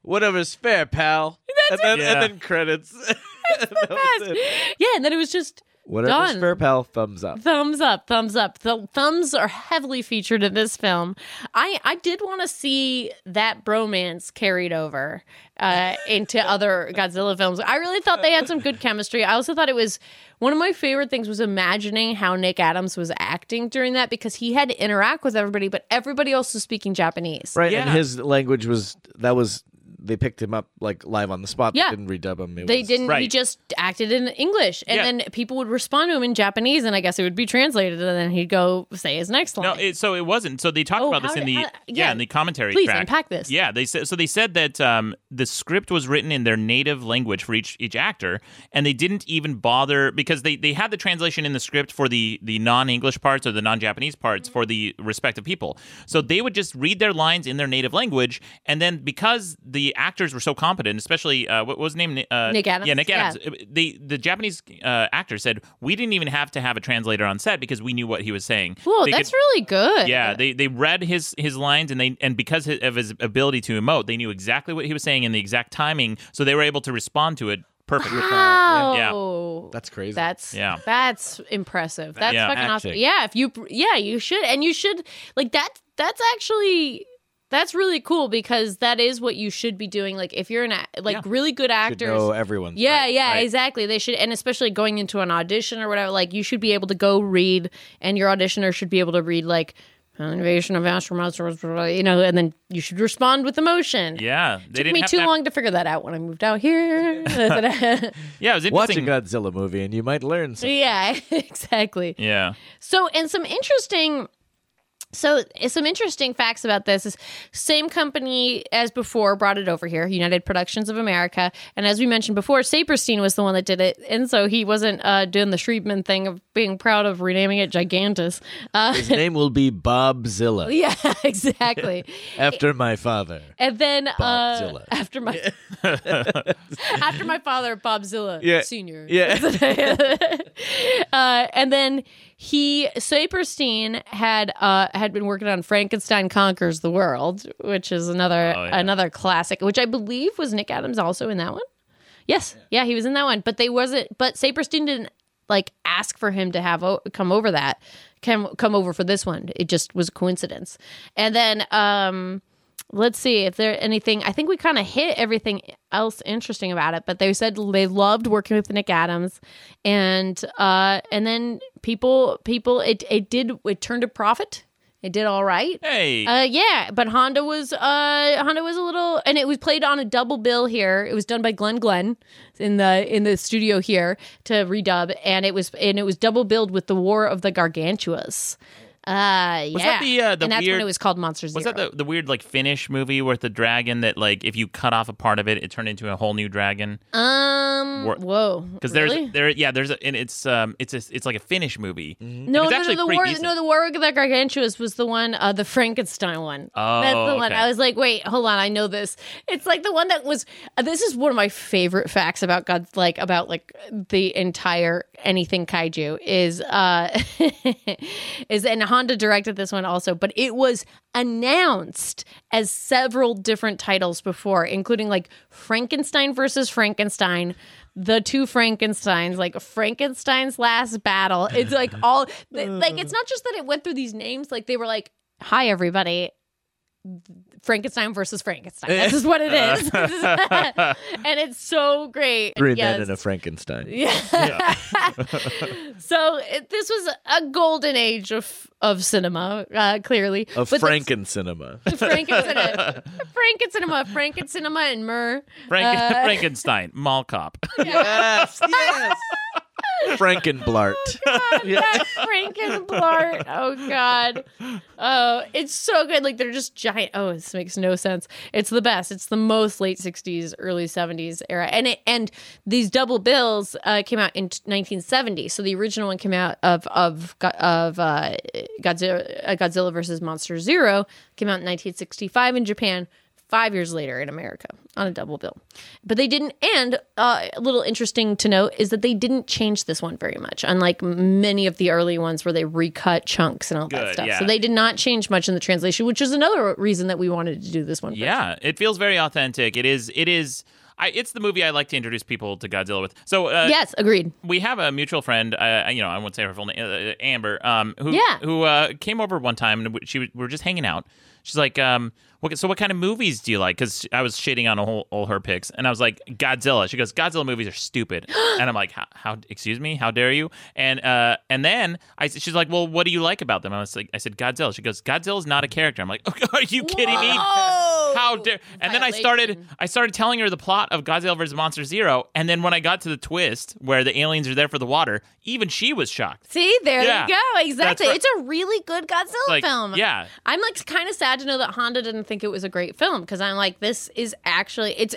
[SPEAKER 4] whatever's fair, pal. and then
[SPEAKER 2] Yeah.
[SPEAKER 4] and then credits. That was
[SPEAKER 3] Yes.
[SPEAKER 4] it.
[SPEAKER 3] Yeah, and then it was just
[SPEAKER 4] Whatever's
[SPEAKER 3] Done.
[SPEAKER 4] fair, pal. Thumbs up.
[SPEAKER 3] thumbs up, thumbs up. Th- thumbs are heavily featured in this film. I I did want to see that bromance carried over uh, into other Godzilla films. I really thought they had some good chemistry. I also thought it was one of my favorite things was imagining how Nick Adams was acting during that because he had to interact with everybody, but everybody else was speaking Japanese.
[SPEAKER 4] Right,
[SPEAKER 2] Yeah.
[SPEAKER 4] and his language was that was they picked him up like live on the spot.
[SPEAKER 3] Yeah.
[SPEAKER 4] they didn't redub him. It
[SPEAKER 3] They
[SPEAKER 4] was-
[SPEAKER 3] didn't. He
[SPEAKER 2] Right.
[SPEAKER 3] just acted in English, and
[SPEAKER 2] Yeah.
[SPEAKER 3] then people would respond to him in Japanese, and I guess it would be translated, and then he'd go say his next line.
[SPEAKER 2] No, it, so it wasn't. So they talked
[SPEAKER 3] Oh,
[SPEAKER 2] about this
[SPEAKER 3] how
[SPEAKER 2] in the
[SPEAKER 3] did-
[SPEAKER 2] yeah.
[SPEAKER 3] how- yeah.
[SPEAKER 2] in the commentary.
[SPEAKER 3] Please
[SPEAKER 2] track.
[SPEAKER 3] unpack this.
[SPEAKER 2] Yeah, they said so. They said that um, the script was written in their native language for each each actor, and they didn't even bother because they, they had the translation in the script for the the non English parts or the non Japanese parts for the respective people. So they would just read their lines in their native language, and then because the actors were so competent, especially uh, what was his name uh,
[SPEAKER 3] Nick Adams.
[SPEAKER 2] Yeah, Nick
[SPEAKER 3] Yeah.
[SPEAKER 2] Adams. The the Japanese uh, actor said we didn't even have to have a translator on set because we knew what he was saying.
[SPEAKER 3] Whoa,
[SPEAKER 2] They
[SPEAKER 3] that's
[SPEAKER 2] could-
[SPEAKER 3] really good.
[SPEAKER 2] yeah, they they read his his lines and they and because of his ability to emote, they knew exactly what he was saying and the exact timing, so they were able to respond to it perfectly. Yeah.
[SPEAKER 3] Wow.
[SPEAKER 4] That's crazy.
[SPEAKER 3] That's
[SPEAKER 2] Yeah.
[SPEAKER 3] That's impressive. That's
[SPEAKER 2] Yeah.
[SPEAKER 3] fucking awesome.
[SPEAKER 4] Acting.
[SPEAKER 3] Yeah, if you yeah, you should and you should like that that's actually that's really cool because that is what you should be doing like if you're an a- like
[SPEAKER 2] Yeah.
[SPEAKER 3] really good
[SPEAKER 4] should
[SPEAKER 3] actors.
[SPEAKER 4] know everyone's
[SPEAKER 3] Yeah,
[SPEAKER 4] right.
[SPEAKER 3] yeah, exactly. They should, and especially going into an audition or whatever, like you should be able to go read, and your auditioner should be able to read like invasion of astronauts, blah, blah, blah, you know, and then you should respond with emotion.
[SPEAKER 2] Yeah, they
[SPEAKER 3] Took me
[SPEAKER 2] have
[SPEAKER 3] too
[SPEAKER 2] to have-
[SPEAKER 3] long to figure that out when I moved out here.
[SPEAKER 2] Yeah, it was
[SPEAKER 4] Watch a
[SPEAKER 2] interesting.
[SPEAKER 4] Godzilla movie and you might learn something.
[SPEAKER 3] yeah, exactly.
[SPEAKER 2] yeah,
[SPEAKER 3] So, and some interesting So, eh, some interesting facts about this is same company as before brought it over here, United Productions of America. And as we mentioned before, Saperstein was the one that did it. And so he wasn't uh, doing the Shriepman thing of being proud of renaming it Gigantus. Uh,
[SPEAKER 4] His name will be Bobzilla
[SPEAKER 3] yeah, exactly.
[SPEAKER 4] after my father.
[SPEAKER 3] And then uh,
[SPEAKER 4] Bobzilla.
[SPEAKER 3] after my after my father, Bobzilla
[SPEAKER 4] Yeah.
[SPEAKER 3] Senior.
[SPEAKER 4] Yeah.
[SPEAKER 3] uh, and then he Saperstein had uh, had been working on Frankenstein Conquers the World, which is another
[SPEAKER 2] yeah.
[SPEAKER 3] another classic, which I believe was Nick Adams also in that one. Yes, yeah, he was in that one, but they wasn't. But Saperstein didn't like ask for him to have o- come over that come come over for this one. It just was a coincidence. And then um let's see if there anything i think we kind of hit everything else interesting about it but they said they loved working with nick adams and uh and then people people it it did it turned a profit it did all right
[SPEAKER 2] Hey,
[SPEAKER 3] uh, yeah, but Honda was uh, Honda was a little, and it was played on a double bill here. It was done by Glenn Glenn in the in the studio here to redub, and it was and it was double billed with the War of the Gargantuas. Uh, yeah,
[SPEAKER 2] Was that the, uh, the
[SPEAKER 3] and that's when
[SPEAKER 2] weird-
[SPEAKER 3] it was called Monsters.
[SPEAKER 2] was that the, the weird like Finnish movie with the dragon that like if you cut off a part of it, it turned into a whole new dragon?
[SPEAKER 3] the um?
[SPEAKER 2] War-
[SPEAKER 3] whoa,
[SPEAKER 2] Because
[SPEAKER 3] really?
[SPEAKER 2] there's there yeah there's a, and it's um it's a, it's like a Finnish movie.
[SPEAKER 3] No,
[SPEAKER 2] it's
[SPEAKER 3] no, no,
[SPEAKER 2] actually
[SPEAKER 3] the
[SPEAKER 2] pretty
[SPEAKER 3] war,
[SPEAKER 2] decent.
[SPEAKER 3] no, the war of the gargantuas was the one, uh, the Frankenstein one.
[SPEAKER 2] Oh,
[SPEAKER 3] that's the one.
[SPEAKER 2] okay.
[SPEAKER 3] I was like, wait, hold on, I know this. It's like the one that was. uh, this is one of my favorite facts about God, like about like the entire anything kaiju is, uh, is and Honda directed this one also, but it was announced as several different titles before, including like Frankenstein versus Frankenstein the two Frankensteins, like Frankenstein's last battle. It's like all, th- like, it's not just that it went through these names. Like, they were like, hi, everybody. Frankenstein versus Frankenstein. This is what it is. and it's so great.
[SPEAKER 4] Three
[SPEAKER 3] Yes.
[SPEAKER 4] men and a Frankenstein.
[SPEAKER 3] Yeah. so it, this was a golden age of of cinema, uh, clearly.
[SPEAKER 4] Of
[SPEAKER 3] But that's-
[SPEAKER 4] Franken cinema.
[SPEAKER 3] Frankencinema. Frankencinema. Frankencinema and Myrrh.
[SPEAKER 2] Frank-
[SPEAKER 3] Uh.
[SPEAKER 2] Frankenstein, mall cop.
[SPEAKER 4] yes, yes. Frankenblart.
[SPEAKER 3] Uh, that Frankenblart. Oh God. Oh, it's so good. Like they're just giant. Oh, this makes no sense. It's the best. It's the most late '60s, early '70s era. And it and these double bills uh, came out in 1970. So the original one came out of of Go- of uh, Godzilla uh, Godzilla versus Monster Zero came out in 1965 in Japan five years later in America on a double bill. But they didn't. And uh, a little interesting to note is that they didn't change this one very much, unlike many of the early ones where they recut chunks and all
[SPEAKER 2] Good,
[SPEAKER 3] that stuff.
[SPEAKER 2] yeah.
[SPEAKER 3] So they did not change much in the translation, which is another reason that we wanted to do this one. first.
[SPEAKER 2] Yeah, it feels very authentic. It is. It is. I, it's the movie I like to introduce people to Godzilla with. So uh,
[SPEAKER 3] Yes, agreed.
[SPEAKER 2] we have a mutual friend. Uh, you know, I won't say her full name, uh, Amber. Um, who
[SPEAKER 3] Yeah.
[SPEAKER 2] who uh, came over one time and we- she was- we were just hanging out. She's like, um, what, so what kind of movies do you like? Because I was shading on all, all her picks, and I was like, Godzilla. She goes, Godzilla movies are stupid, and I'm like, how, how? Excuse me, how dare you? And uh, and then I, she's like, well, what do you like about them? I was like, I said Godzilla. She goes, Godzilla's not a character. I'm like, are you kidding me? How dare? And then I started,
[SPEAKER 3] Violation.
[SPEAKER 2] I started telling her the plot of Godzilla vs Monster Zero, and then when I got to the twist where the aliens are there for the water, even she was shocked.
[SPEAKER 3] See, there
[SPEAKER 2] Yeah,
[SPEAKER 3] you go. Exactly.
[SPEAKER 2] right.
[SPEAKER 3] It's a really good Godzilla
[SPEAKER 2] Like,
[SPEAKER 3] film.
[SPEAKER 2] yeah.
[SPEAKER 3] I'm like kind of sad to know that Honda didn't think it was a great film because I'm like, this is actually, it's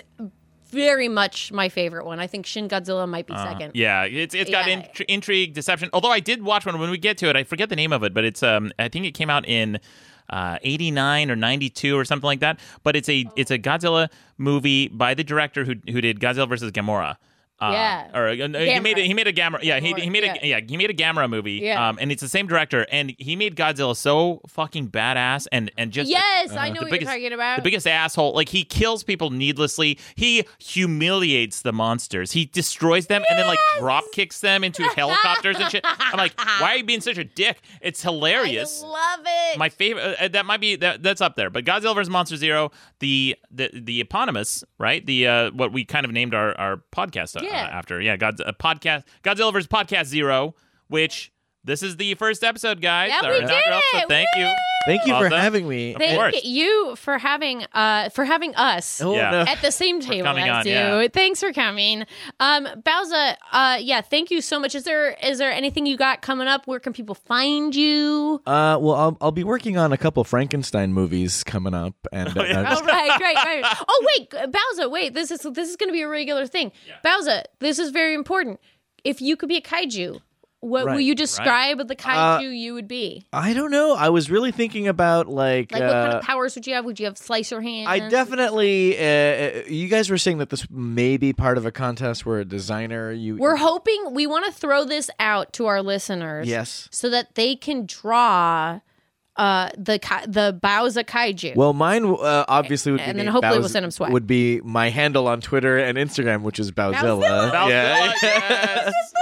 [SPEAKER 3] very much my favorite one. I think Shin Godzilla might be second.
[SPEAKER 2] Uh-huh. Yeah, it's it's got
[SPEAKER 3] Yeah.
[SPEAKER 2] intri- intrigue, deception. Although I did watch one when we get to it, I forget the name of it, but it's um I think it came out in uh, 89 or 92 or something like that. But it's
[SPEAKER 3] Oh.
[SPEAKER 2] a it's a Godzilla movie by the director who who did Godzilla versus Gamora. Uh,
[SPEAKER 3] Yeah.
[SPEAKER 2] or uh, no, he
[SPEAKER 3] Gamera.
[SPEAKER 2] made a, he made a Gamera yeah he, he made a yeah. he made a Gamera movie
[SPEAKER 3] Yeah.
[SPEAKER 2] um and it's the same director and he made Godzilla so fucking badass and and just
[SPEAKER 3] Yes, I know
[SPEAKER 2] Uh-huh.
[SPEAKER 3] what
[SPEAKER 2] biggest-
[SPEAKER 3] you're talking about.
[SPEAKER 2] the biggest asshole. Like he kills people needlessly. He humiliates the monsters. He destroys them and then like drop kicks them into helicopters and shit. I'm like, why are you being such a dick? It's hilarious.
[SPEAKER 3] I love it.
[SPEAKER 2] My favorite. Uh, that might be that, that's up there. But Godzilla vs Monster Zero, the the the eponymous, right? The uh, what we kind of named our our podcast uh,
[SPEAKER 3] Yeah.
[SPEAKER 2] after. Yeah, God's a podcast. Godzilla vs Podcast Zero, which. This is the first episode, guys.
[SPEAKER 3] Yeah,
[SPEAKER 2] Our
[SPEAKER 3] we did
[SPEAKER 2] inaugural
[SPEAKER 3] it!
[SPEAKER 2] episode. Thank you.
[SPEAKER 7] Thank you for
[SPEAKER 2] Awesome.
[SPEAKER 7] having me.
[SPEAKER 2] Of course.
[SPEAKER 3] Thank you for having uh for having us.
[SPEAKER 7] Oh,
[SPEAKER 2] Yeah.
[SPEAKER 7] no.
[SPEAKER 3] At the same table
[SPEAKER 2] coming
[SPEAKER 3] as
[SPEAKER 2] on,
[SPEAKER 3] you.
[SPEAKER 2] yeah.
[SPEAKER 3] Thanks for coming. Um Bowza, uh yeah, thank you so much. Is there is there anything you got coming up? Where can people find you?
[SPEAKER 4] Uh, well, I'll, I'll be working on a couple Frankenstein movies coming up, and uh, no,
[SPEAKER 3] Oh right, right, right. Oh wait, Bowza, wait. This is this is going to be a regular thing. Bowza, this is very important. If you could be a kaiju, what will
[SPEAKER 4] Right, Uh,
[SPEAKER 3] you describe the kaiju you would be?
[SPEAKER 4] I don't know. I was really thinking about like.
[SPEAKER 3] Like
[SPEAKER 4] uh,
[SPEAKER 3] what kind of powers would you have? Would you have slicer hands?
[SPEAKER 4] I definitely. Uh, you guys were saying that this may be part of a contest where a designer you.
[SPEAKER 3] We're hoping we want to throw this out to our listeners.
[SPEAKER 4] yes.
[SPEAKER 3] so that they can draw uh the ki- the Bowser kaiju.
[SPEAKER 4] Well, mine uh, obviously would be
[SPEAKER 3] And then
[SPEAKER 4] named
[SPEAKER 3] hopefully we'll
[SPEAKER 4] Bowz-
[SPEAKER 3] send 'em swag.
[SPEAKER 4] Would be my handle on Twitter and Instagram, which is Bowzilla.
[SPEAKER 2] Valzilla,
[SPEAKER 4] Yeah,
[SPEAKER 2] yes.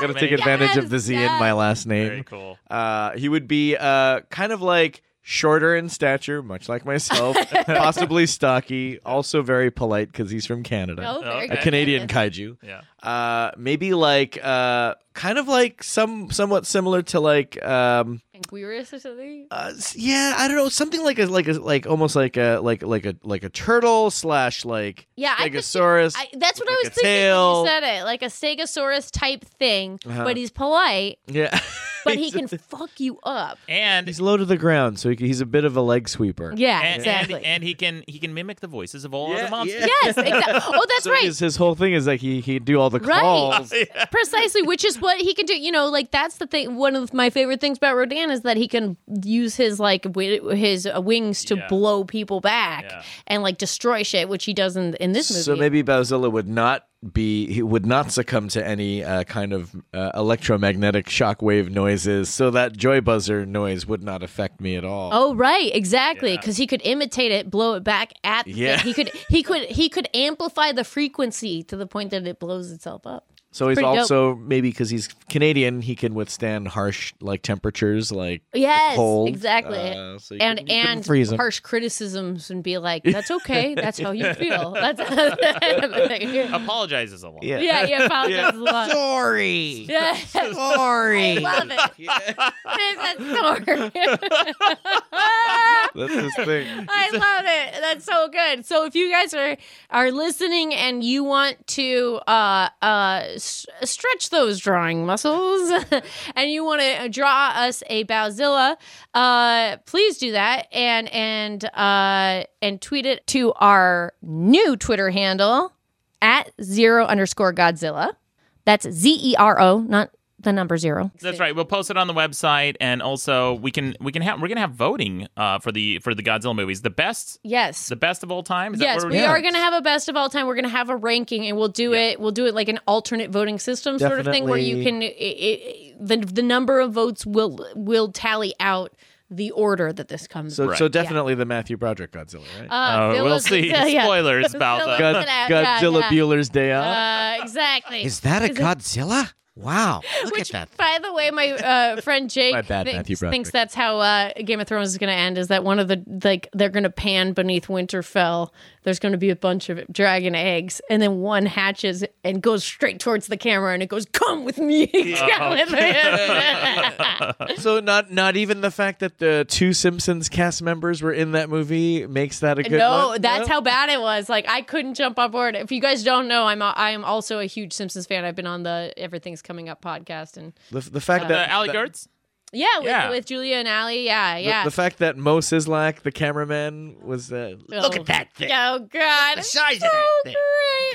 [SPEAKER 4] gotta take advantage of the Z in my last name.
[SPEAKER 2] Very cool.
[SPEAKER 4] Uh, he would be uh, kind of like shorter in stature, much like myself, possibly stocky, also very polite because he's from Canada.
[SPEAKER 3] oh, very
[SPEAKER 2] Okay.
[SPEAKER 4] A
[SPEAKER 3] good.
[SPEAKER 4] Canadian kaiju.
[SPEAKER 2] Yeah.
[SPEAKER 4] Uh, maybe like uh, kind of like some somewhat similar to like um,
[SPEAKER 3] Anguirus or something.
[SPEAKER 4] uh, s- yeah, I don't know, something like a like a like almost like a like like a like a turtle slash like
[SPEAKER 3] Yeah, I could see-
[SPEAKER 4] Stegosaurus.
[SPEAKER 3] I, that's what
[SPEAKER 4] Like
[SPEAKER 3] I was
[SPEAKER 4] a
[SPEAKER 3] thinking
[SPEAKER 4] tail.
[SPEAKER 3] when
[SPEAKER 4] Uh-huh.
[SPEAKER 3] you said it, like a Stegosaurus type thing, but he's polite,
[SPEAKER 4] yeah.
[SPEAKER 3] but he can fuck you up.
[SPEAKER 2] And
[SPEAKER 4] He's low to the ground, so he, can- he's a bit of a leg sweeper.
[SPEAKER 3] Yeah,
[SPEAKER 2] and,
[SPEAKER 3] exactly.
[SPEAKER 2] and and he can he can mimic the voices of all
[SPEAKER 4] Yeah,
[SPEAKER 2] other monsters.
[SPEAKER 4] yeah.
[SPEAKER 3] yes, exactly. Oh, that's
[SPEAKER 4] So
[SPEAKER 3] right.
[SPEAKER 4] his, his whole thing is like he he do all the
[SPEAKER 3] Right.
[SPEAKER 4] calls.
[SPEAKER 3] Precisely, which is what he can do. You know, like that's the thing. One of my favorite things about Rodan is that he can use his like wi- his uh, wings to
[SPEAKER 2] Yeah.
[SPEAKER 3] blow people back
[SPEAKER 2] Yeah.
[SPEAKER 3] and like destroy shit, which he does in, in this movie.
[SPEAKER 4] So maybe Bowzilla would not be he would not succumb to any uh, kind of uh, electromagnetic shockwave noises, so that joy buzzer noise would not affect me at all.
[SPEAKER 3] Oh right, exactly, because he could imitate it, blow it back at.
[SPEAKER 4] Yeah.
[SPEAKER 3] he could he could he could amplify the frequency to the point that it blows itself up.
[SPEAKER 4] so he's
[SPEAKER 3] pretty dope.
[SPEAKER 4] also maybe because he's Canadian, he can withstand harsh like temperatures, like the
[SPEAKER 3] Yes,
[SPEAKER 4] cold.
[SPEAKER 3] exactly.
[SPEAKER 4] Uh, so you
[SPEAKER 3] and
[SPEAKER 4] couldn't- you couldn't
[SPEAKER 3] and
[SPEAKER 4] freeze him.
[SPEAKER 3] harsh criticisms and be like, that's okay, that's how you feel. That's yeah,
[SPEAKER 2] Apologizes a lot.
[SPEAKER 4] Yeah.
[SPEAKER 3] yeah, apologize a lot.
[SPEAKER 7] Sorry.
[SPEAKER 3] Yeah.
[SPEAKER 7] Sorry.
[SPEAKER 3] Love it. There's that story.
[SPEAKER 4] That's his thing.
[SPEAKER 3] I love it. That's so good. So if you guys are are listening and you want to uh uh s- stretch those drawing muscles and you want to draw us a Bowzilla, uh please do that and and uh and tweet it to our new Twitter handle at zero underscore Godzilla. That's Z E R O, not the number zero.
[SPEAKER 2] That's right. We'll post it on the website, and also we can we can have we're gonna have voting uh, for the for the Godzilla movies. The best
[SPEAKER 3] Yes.
[SPEAKER 2] the best of all time. Is that
[SPEAKER 3] Yes,
[SPEAKER 2] what we're
[SPEAKER 3] we
[SPEAKER 2] doing?
[SPEAKER 3] are going to have a best of all time. We're going to have a ranking, and we'll do it. We'll do it like an alternate voting system sort of thing, where you can i i the the number of votes will will tally out the order that this comes.
[SPEAKER 4] So
[SPEAKER 3] in.
[SPEAKER 4] so definitely the Matthew Broderick Godzilla, right?
[SPEAKER 2] Uh,
[SPEAKER 3] Phil
[SPEAKER 2] we'll
[SPEAKER 3] is-
[SPEAKER 2] see.
[SPEAKER 3] yeah, yeah.
[SPEAKER 2] Spoilers,
[SPEAKER 3] Phil
[SPEAKER 2] Bowser.
[SPEAKER 3] is-
[SPEAKER 4] God,
[SPEAKER 3] yeah,
[SPEAKER 4] Godzilla
[SPEAKER 3] yeah.
[SPEAKER 4] Bueller's Day Out.
[SPEAKER 3] Uh, exactly.
[SPEAKER 7] Is that a Godzilla? Wow. Look
[SPEAKER 3] Which,
[SPEAKER 7] at that.
[SPEAKER 3] by the way, my uh, friend Jake
[SPEAKER 4] My bad, Matthew
[SPEAKER 3] thinks,
[SPEAKER 4] Broderick.
[SPEAKER 3] thinks that's how uh, Game of Thrones is going to end. Is that one of the like they're going to pan beneath Winterfell? There's going to be a bunch of dragon eggs, and then one hatches and goes straight towards the camera, and it goes, "Come with me." Come with me."
[SPEAKER 4] So not not even the fact that the two Simpsons cast members were in that movie makes that a good
[SPEAKER 3] no,
[SPEAKER 4] one?
[SPEAKER 3] that's how bad it was. Like I couldn't jump on board. If you guys don't know, I'm a, I am also a huge Simpsons fan. I've been on the Everything's Coming Up podcast, and
[SPEAKER 4] the, the fact
[SPEAKER 2] Uh,
[SPEAKER 4] that
[SPEAKER 2] Allie
[SPEAKER 4] that-
[SPEAKER 2] Gertz.
[SPEAKER 3] yeah, with,
[SPEAKER 2] Yeah.
[SPEAKER 3] with Julia and Ali, yeah,
[SPEAKER 4] the,
[SPEAKER 3] yeah.
[SPEAKER 4] the fact that Mo Sislak, the cameraman, was uh,
[SPEAKER 7] Look at that thing.
[SPEAKER 3] Oh God!
[SPEAKER 7] The size of
[SPEAKER 3] so
[SPEAKER 7] that thing.
[SPEAKER 3] great.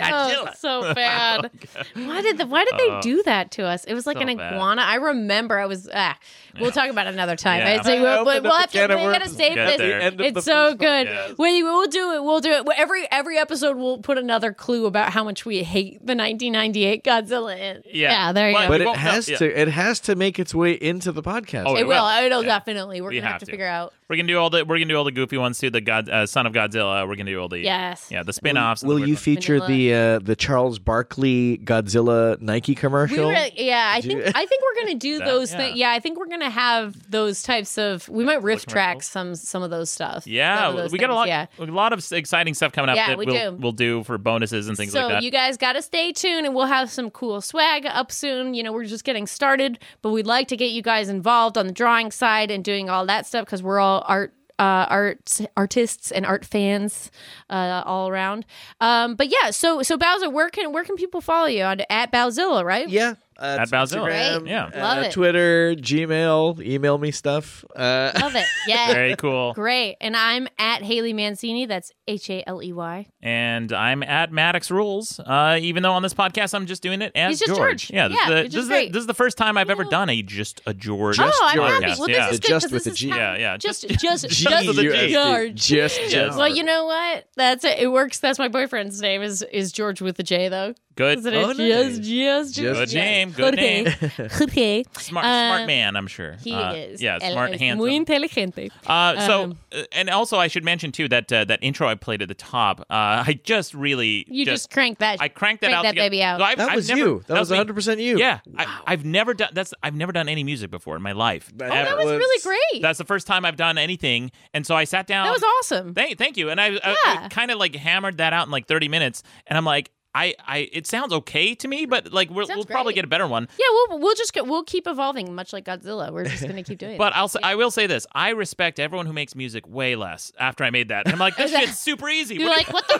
[SPEAKER 3] Oh,
[SPEAKER 7] Godzilla.
[SPEAKER 3] it's so bad. why did the, Why did they do that to us? It was like
[SPEAKER 2] so
[SPEAKER 3] an
[SPEAKER 2] bad.
[SPEAKER 3] iguana. I remember. I was. Ah, we'll talk about it another time.
[SPEAKER 2] Yeah.
[SPEAKER 3] It's like,
[SPEAKER 4] I
[SPEAKER 3] we'll,
[SPEAKER 4] opened
[SPEAKER 3] we'll
[SPEAKER 4] up a
[SPEAKER 3] have to.
[SPEAKER 4] can of
[SPEAKER 3] We gotta
[SPEAKER 4] worms.
[SPEAKER 3] save
[SPEAKER 2] Get
[SPEAKER 3] this.
[SPEAKER 2] there.
[SPEAKER 4] End of the
[SPEAKER 3] It's so
[SPEAKER 4] first
[SPEAKER 3] good.
[SPEAKER 2] Yes.
[SPEAKER 3] We will do it. We'll do it. Every every episode, we'll put another clue about how much we hate the 1998 Godzilla. Is.
[SPEAKER 2] Yeah.
[SPEAKER 3] there you
[SPEAKER 2] But-
[SPEAKER 3] go.
[SPEAKER 4] but
[SPEAKER 2] We
[SPEAKER 4] it
[SPEAKER 2] won't know,
[SPEAKER 4] has
[SPEAKER 2] yeah.
[SPEAKER 4] to it has to make its way into the podcast.
[SPEAKER 2] Oh,
[SPEAKER 3] it
[SPEAKER 2] it
[SPEAKER 3] will.
[SPEAKER 2] will.
[SPEAKER 3] It'll
[SPEAKER 2] Yeah.
[SPEAKER 3] definitely. We're
[SPEAKER 2] We
[SPEAKER 3] gonna have
[SPEAKER 2] have
[SPEAKER 3] to
[SPEAKER 2] to.
[SPEAKER 3] figure out.
[SPEAKER 2] We're gonna do all the we're gonna do all the goofy ones too. The God, uh, Son of Godzilla. We're gonna do all the
[SPEAKER 3] Yes.
[SPEAKER 2] yeah the spin-offs. and the
[SPEAKER 4] Will
[SPEAKER 2] weird
[SPEAKER 4] you
[SPEAKER 2] ones.
[SPEAKER 4] feature the
[SPEAKER 3] Vanilla.
[SPEAKER 4] uh, the Charles Barkley Godzilla Nike
[SPEAKER 3] We
[SPEAKER 4] commercial?
[SPEAKER 3] re- yeah, I think I think we're gonna do
[SPEAKER 2] That-
[SPEAKER 3] those.
[SPEAKER 2] yeah.
[SPEAKER 3] Yeah. yeah, I think we're gonna have those types of. We might riff
[SPEAKER 2] commercials.
[SPEAKER 3] track some some of those stuff.
[SPEAKER 2] yeah,
[SPEAKER 3] some of
[SPEAKER 2] we got a
[SPEAKER 3] those things,
[SPEAKER 2] lot,
[SPEAKER 3] Yeah.
[SPEAKER 2] a lot of s- exciting stuff coming up
[SPEAKER 3] Yeah,
[SPEAKER 2] that
[SPEAKER 3] we
[SPEAKER 2] will
[SPEAKER 3] do.
[SPEAKER 2] we'll do for bonuses and things
[SPEAKER 3] so
[SPEAKER 2] like that.
[SPEAKER 3] you guys got to stay tuned, and we'll have some cool swag up soon. You know, we're just getting started, but we'd like to get you guys involved on the drawing side and doing all that stuff because we're all art. Uh, art artists and art fans uh, all around um, but yeah so so Bowser where can where can people follow you on at Bowzilla right
[SPEAKER 4] Yeah. Uh,
[SPEAKER 2] At Balzilla.
[SPEAKER 3] Instagram, Great.
[SPEAKER 2] yeah,
[SPEAKER 3] Love
[SPEAKER 4] uh,
[SPEAKER 3] it.
[SPEAKER 4] Twitter, Gmail, email me stuff. Uh,
[SPEAKER 3] love it yeah
[SPEAKER 2] very cool.
[SPEAKER 3] Great. And I'm at Haley Mancini. That's H A L E Y.
[SPEAKER 2] And I'm at Maddox Rules. Uh, even though on this podcast I'm just doing it as
[SPEAKER 3] He's just George.
[SPEAKER 2] Yeah, this,
[SPEAKER 3] Yeah,
[SPEAKER 2] is the,
[SPEAKER 3] you're
[SPEAKER 2] this,
[SPEAKER 3] just
[SPEAKER 2] is the,
[SPEAKER 3] great.
[SPEAKER 2] this is the first time I've ever done a just a George.
[SPEAKER 3] Oh, I'm
[SPEAKER 2] podcast.
[SPEAKER 3] happy. Well, this
[SPEAKER 2] yeah.
[SPEAKER 3] is good
[SPEAKER 4] Just
[SPEAKER 3] 'cause
[SPEAKER 4] with
[SPEAKER 3] this
[SPEAKER 4] a G.
[SPEAKER 3] is how-
[SPEAKER 2] Yeah, yeah,
[SPEAKER 3] Just, just,
[SPEAKER 4] G-
[SPEAKER 3] just
[SPEAKER 2] with a G.
[SPEAKER 3] George.
[SPEAKER 4] Just, just.
[SPEAKER 3] Well, you know what? That's it. It works. That's my boyfriend's name is is George with a J though.
[SPEAKER 2] good.
[SPEAKER 3] Isn't
[SPEAKER 4] Oh,
[SPEAKER 3] it? Just, just,
[SPEAKER 4] nice. Just-
[SPEAKER 2] Good
[SPEAKER 3] George.
[SPEAKER 2] name, good
[SPEAKER 3] Jorge.
[SPEAKER 2] name.
[SPEAKER 3] Jorge.
[SPEAKER 2] Smart,
[SPEAKER 3] Uh,
[SPEAKER 2] smart man, I'm sure.
[SPEAKER 3] He
[SPEAKER 2] Uh,
[SPEAKER 3] is.
[SPEAKER 2] Yeah,
[SPEAKER 3] Él
[SPEAKER 2] smart,
[SPEAKER 3] es
[SPEAKER 2] handsome.
[SPEAKER 3] Muy inteligente.
[SPEAKER 2] Uh, so,
[SPEAKER 3] Um,
[SPEAKER 2] uh, and also, I should mention too that uh, that intro I played at the top. Uh, I just really
[SPEAKER 3] You just, crank that.
[SPEAKER 2] I cranked that
[SPEAKER 3] crank
[SPEAKER 2] out.
[SPEAKER 3] that
[SPEAKER 2] to get-
[SPEAKER 3] baby out.
[SPEAKER 2] So I've-
[SPEAKER 4] that
[SPEAKER 2] I've
[SPEAKER 4] was
[SPEAKER 2] never-
[SPEAKER 4] you. That, was
[SPEAKER 2] me.
[SPEAKER 4] 100 percent you.
[SPEAKER 2] Yeah, I, I've never done that's. I've never done any music before in my life.
[SPEAKER 4] That
[SPEAKER 2] ever.
[SPEAKER 3] Oh, that was really great.
[SPEAKER 2] That's the first time I've done anything, and so I sat down.
[SPEAKER 3] that was awesome.
[SPEAKER 2] Thank, thank you. And I, I,
[SPEAKER 3] Yeah.
[SPEAKER 2] kind of like hammered that out in like 30 minutes, and I'm like, I, I, it sounds okay to me, but like we're,
[SPEAKER 3] Sounds
[SPEAKER 2] we'll probably
[SPEAKER 3] great.
[SPEAKER 2] get a better one.
[SPEAKER 3] yeah, we'll we'll just get, we'll keep evolving, much like Godzilla. We're just gonna keep doing it.
[SPEAKER 2] But I'll say, I will say this: I respect everyone who makes music way less after I made that. I'm like, this shit's super easy.
[SPEAKER 3] You're
[SPEAKER 2] What do
[SPEAKER 3] like, what the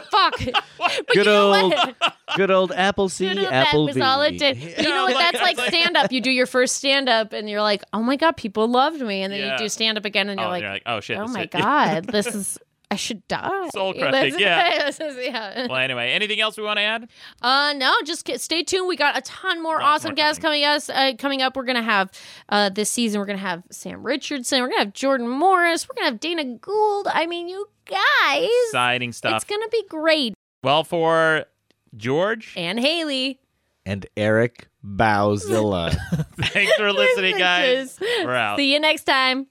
[SPEAKER 3] fuck? But
[SPEAKER 4] Good
[SPEAKER 3] you know
[SPEAKER 4] old,
[SPEAKER 3] what?
[SPEAKER 4] good old Appleseed,
[SPEAKER 3] Dude, that
[SPEAKER 4] Apple
[SPEAKER 3] was all it did. You know what?
[SPEAKER 2] like-
[SPEAKER 3] That's like stand up. You do your first stand up and you're like, oh my God, people loved me. And then
[SPEAKER 2] Yeah.
[SPEAKER 3] you do stand up again and
[SPEAKER 2] you-
[SPEAKER 3] you're
[SPEAKER 2] oh,
[SPEAKER 3] like,
[SPEAKER 2] you're like, oh shit.
[SPEAKER 3] oh
[SPEAKER 2] this
[SPEAKER 3] my
[SPEAKER 2] shit-
[SPEAKER 3] God, this is, I should die.
[SPEAKER 2] Soul
[SPEAKER 3] This
[SPEAKER 2] crushing,
[SPEAKER 3] is-
[SPEAKER 2] yeah.
[SPEAKER 3] this is- yeah.
[SPEAKER 2] Well, anyway, anything else we want to add?
[SPEAKER 3] Uh, no, just ca- stay tuned. We got a ton more
[SPEAKER 2] Lots
[SPEAKER 3] awesome
[SPEAKER 2] more
[SPEAKER 3] guests coming us uh, coming up. We're gonna have uh, this season. We're gonna have Sam Richardson. We're gonna have Jordan Morris. We're gonna have Dana Gould. I mean, you guys,
[SPEAKER 2] Exciting stuff.
[SPEAKER 3] it's gonna be great.
[SPEAKER 2] well, for George,
[SPEAKER 3] And Haley,
[SPEAKER 4] and Eric Bowzilla.
[SPEAKER 2] thanks for listening, guys. We're out.
[SPEAKER 3] See you next time.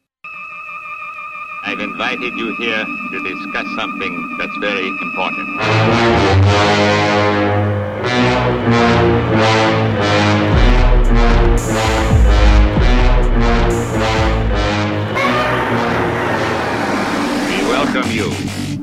[SPEAKER 1] I've invited you here to discuss something that's very important. We welcome you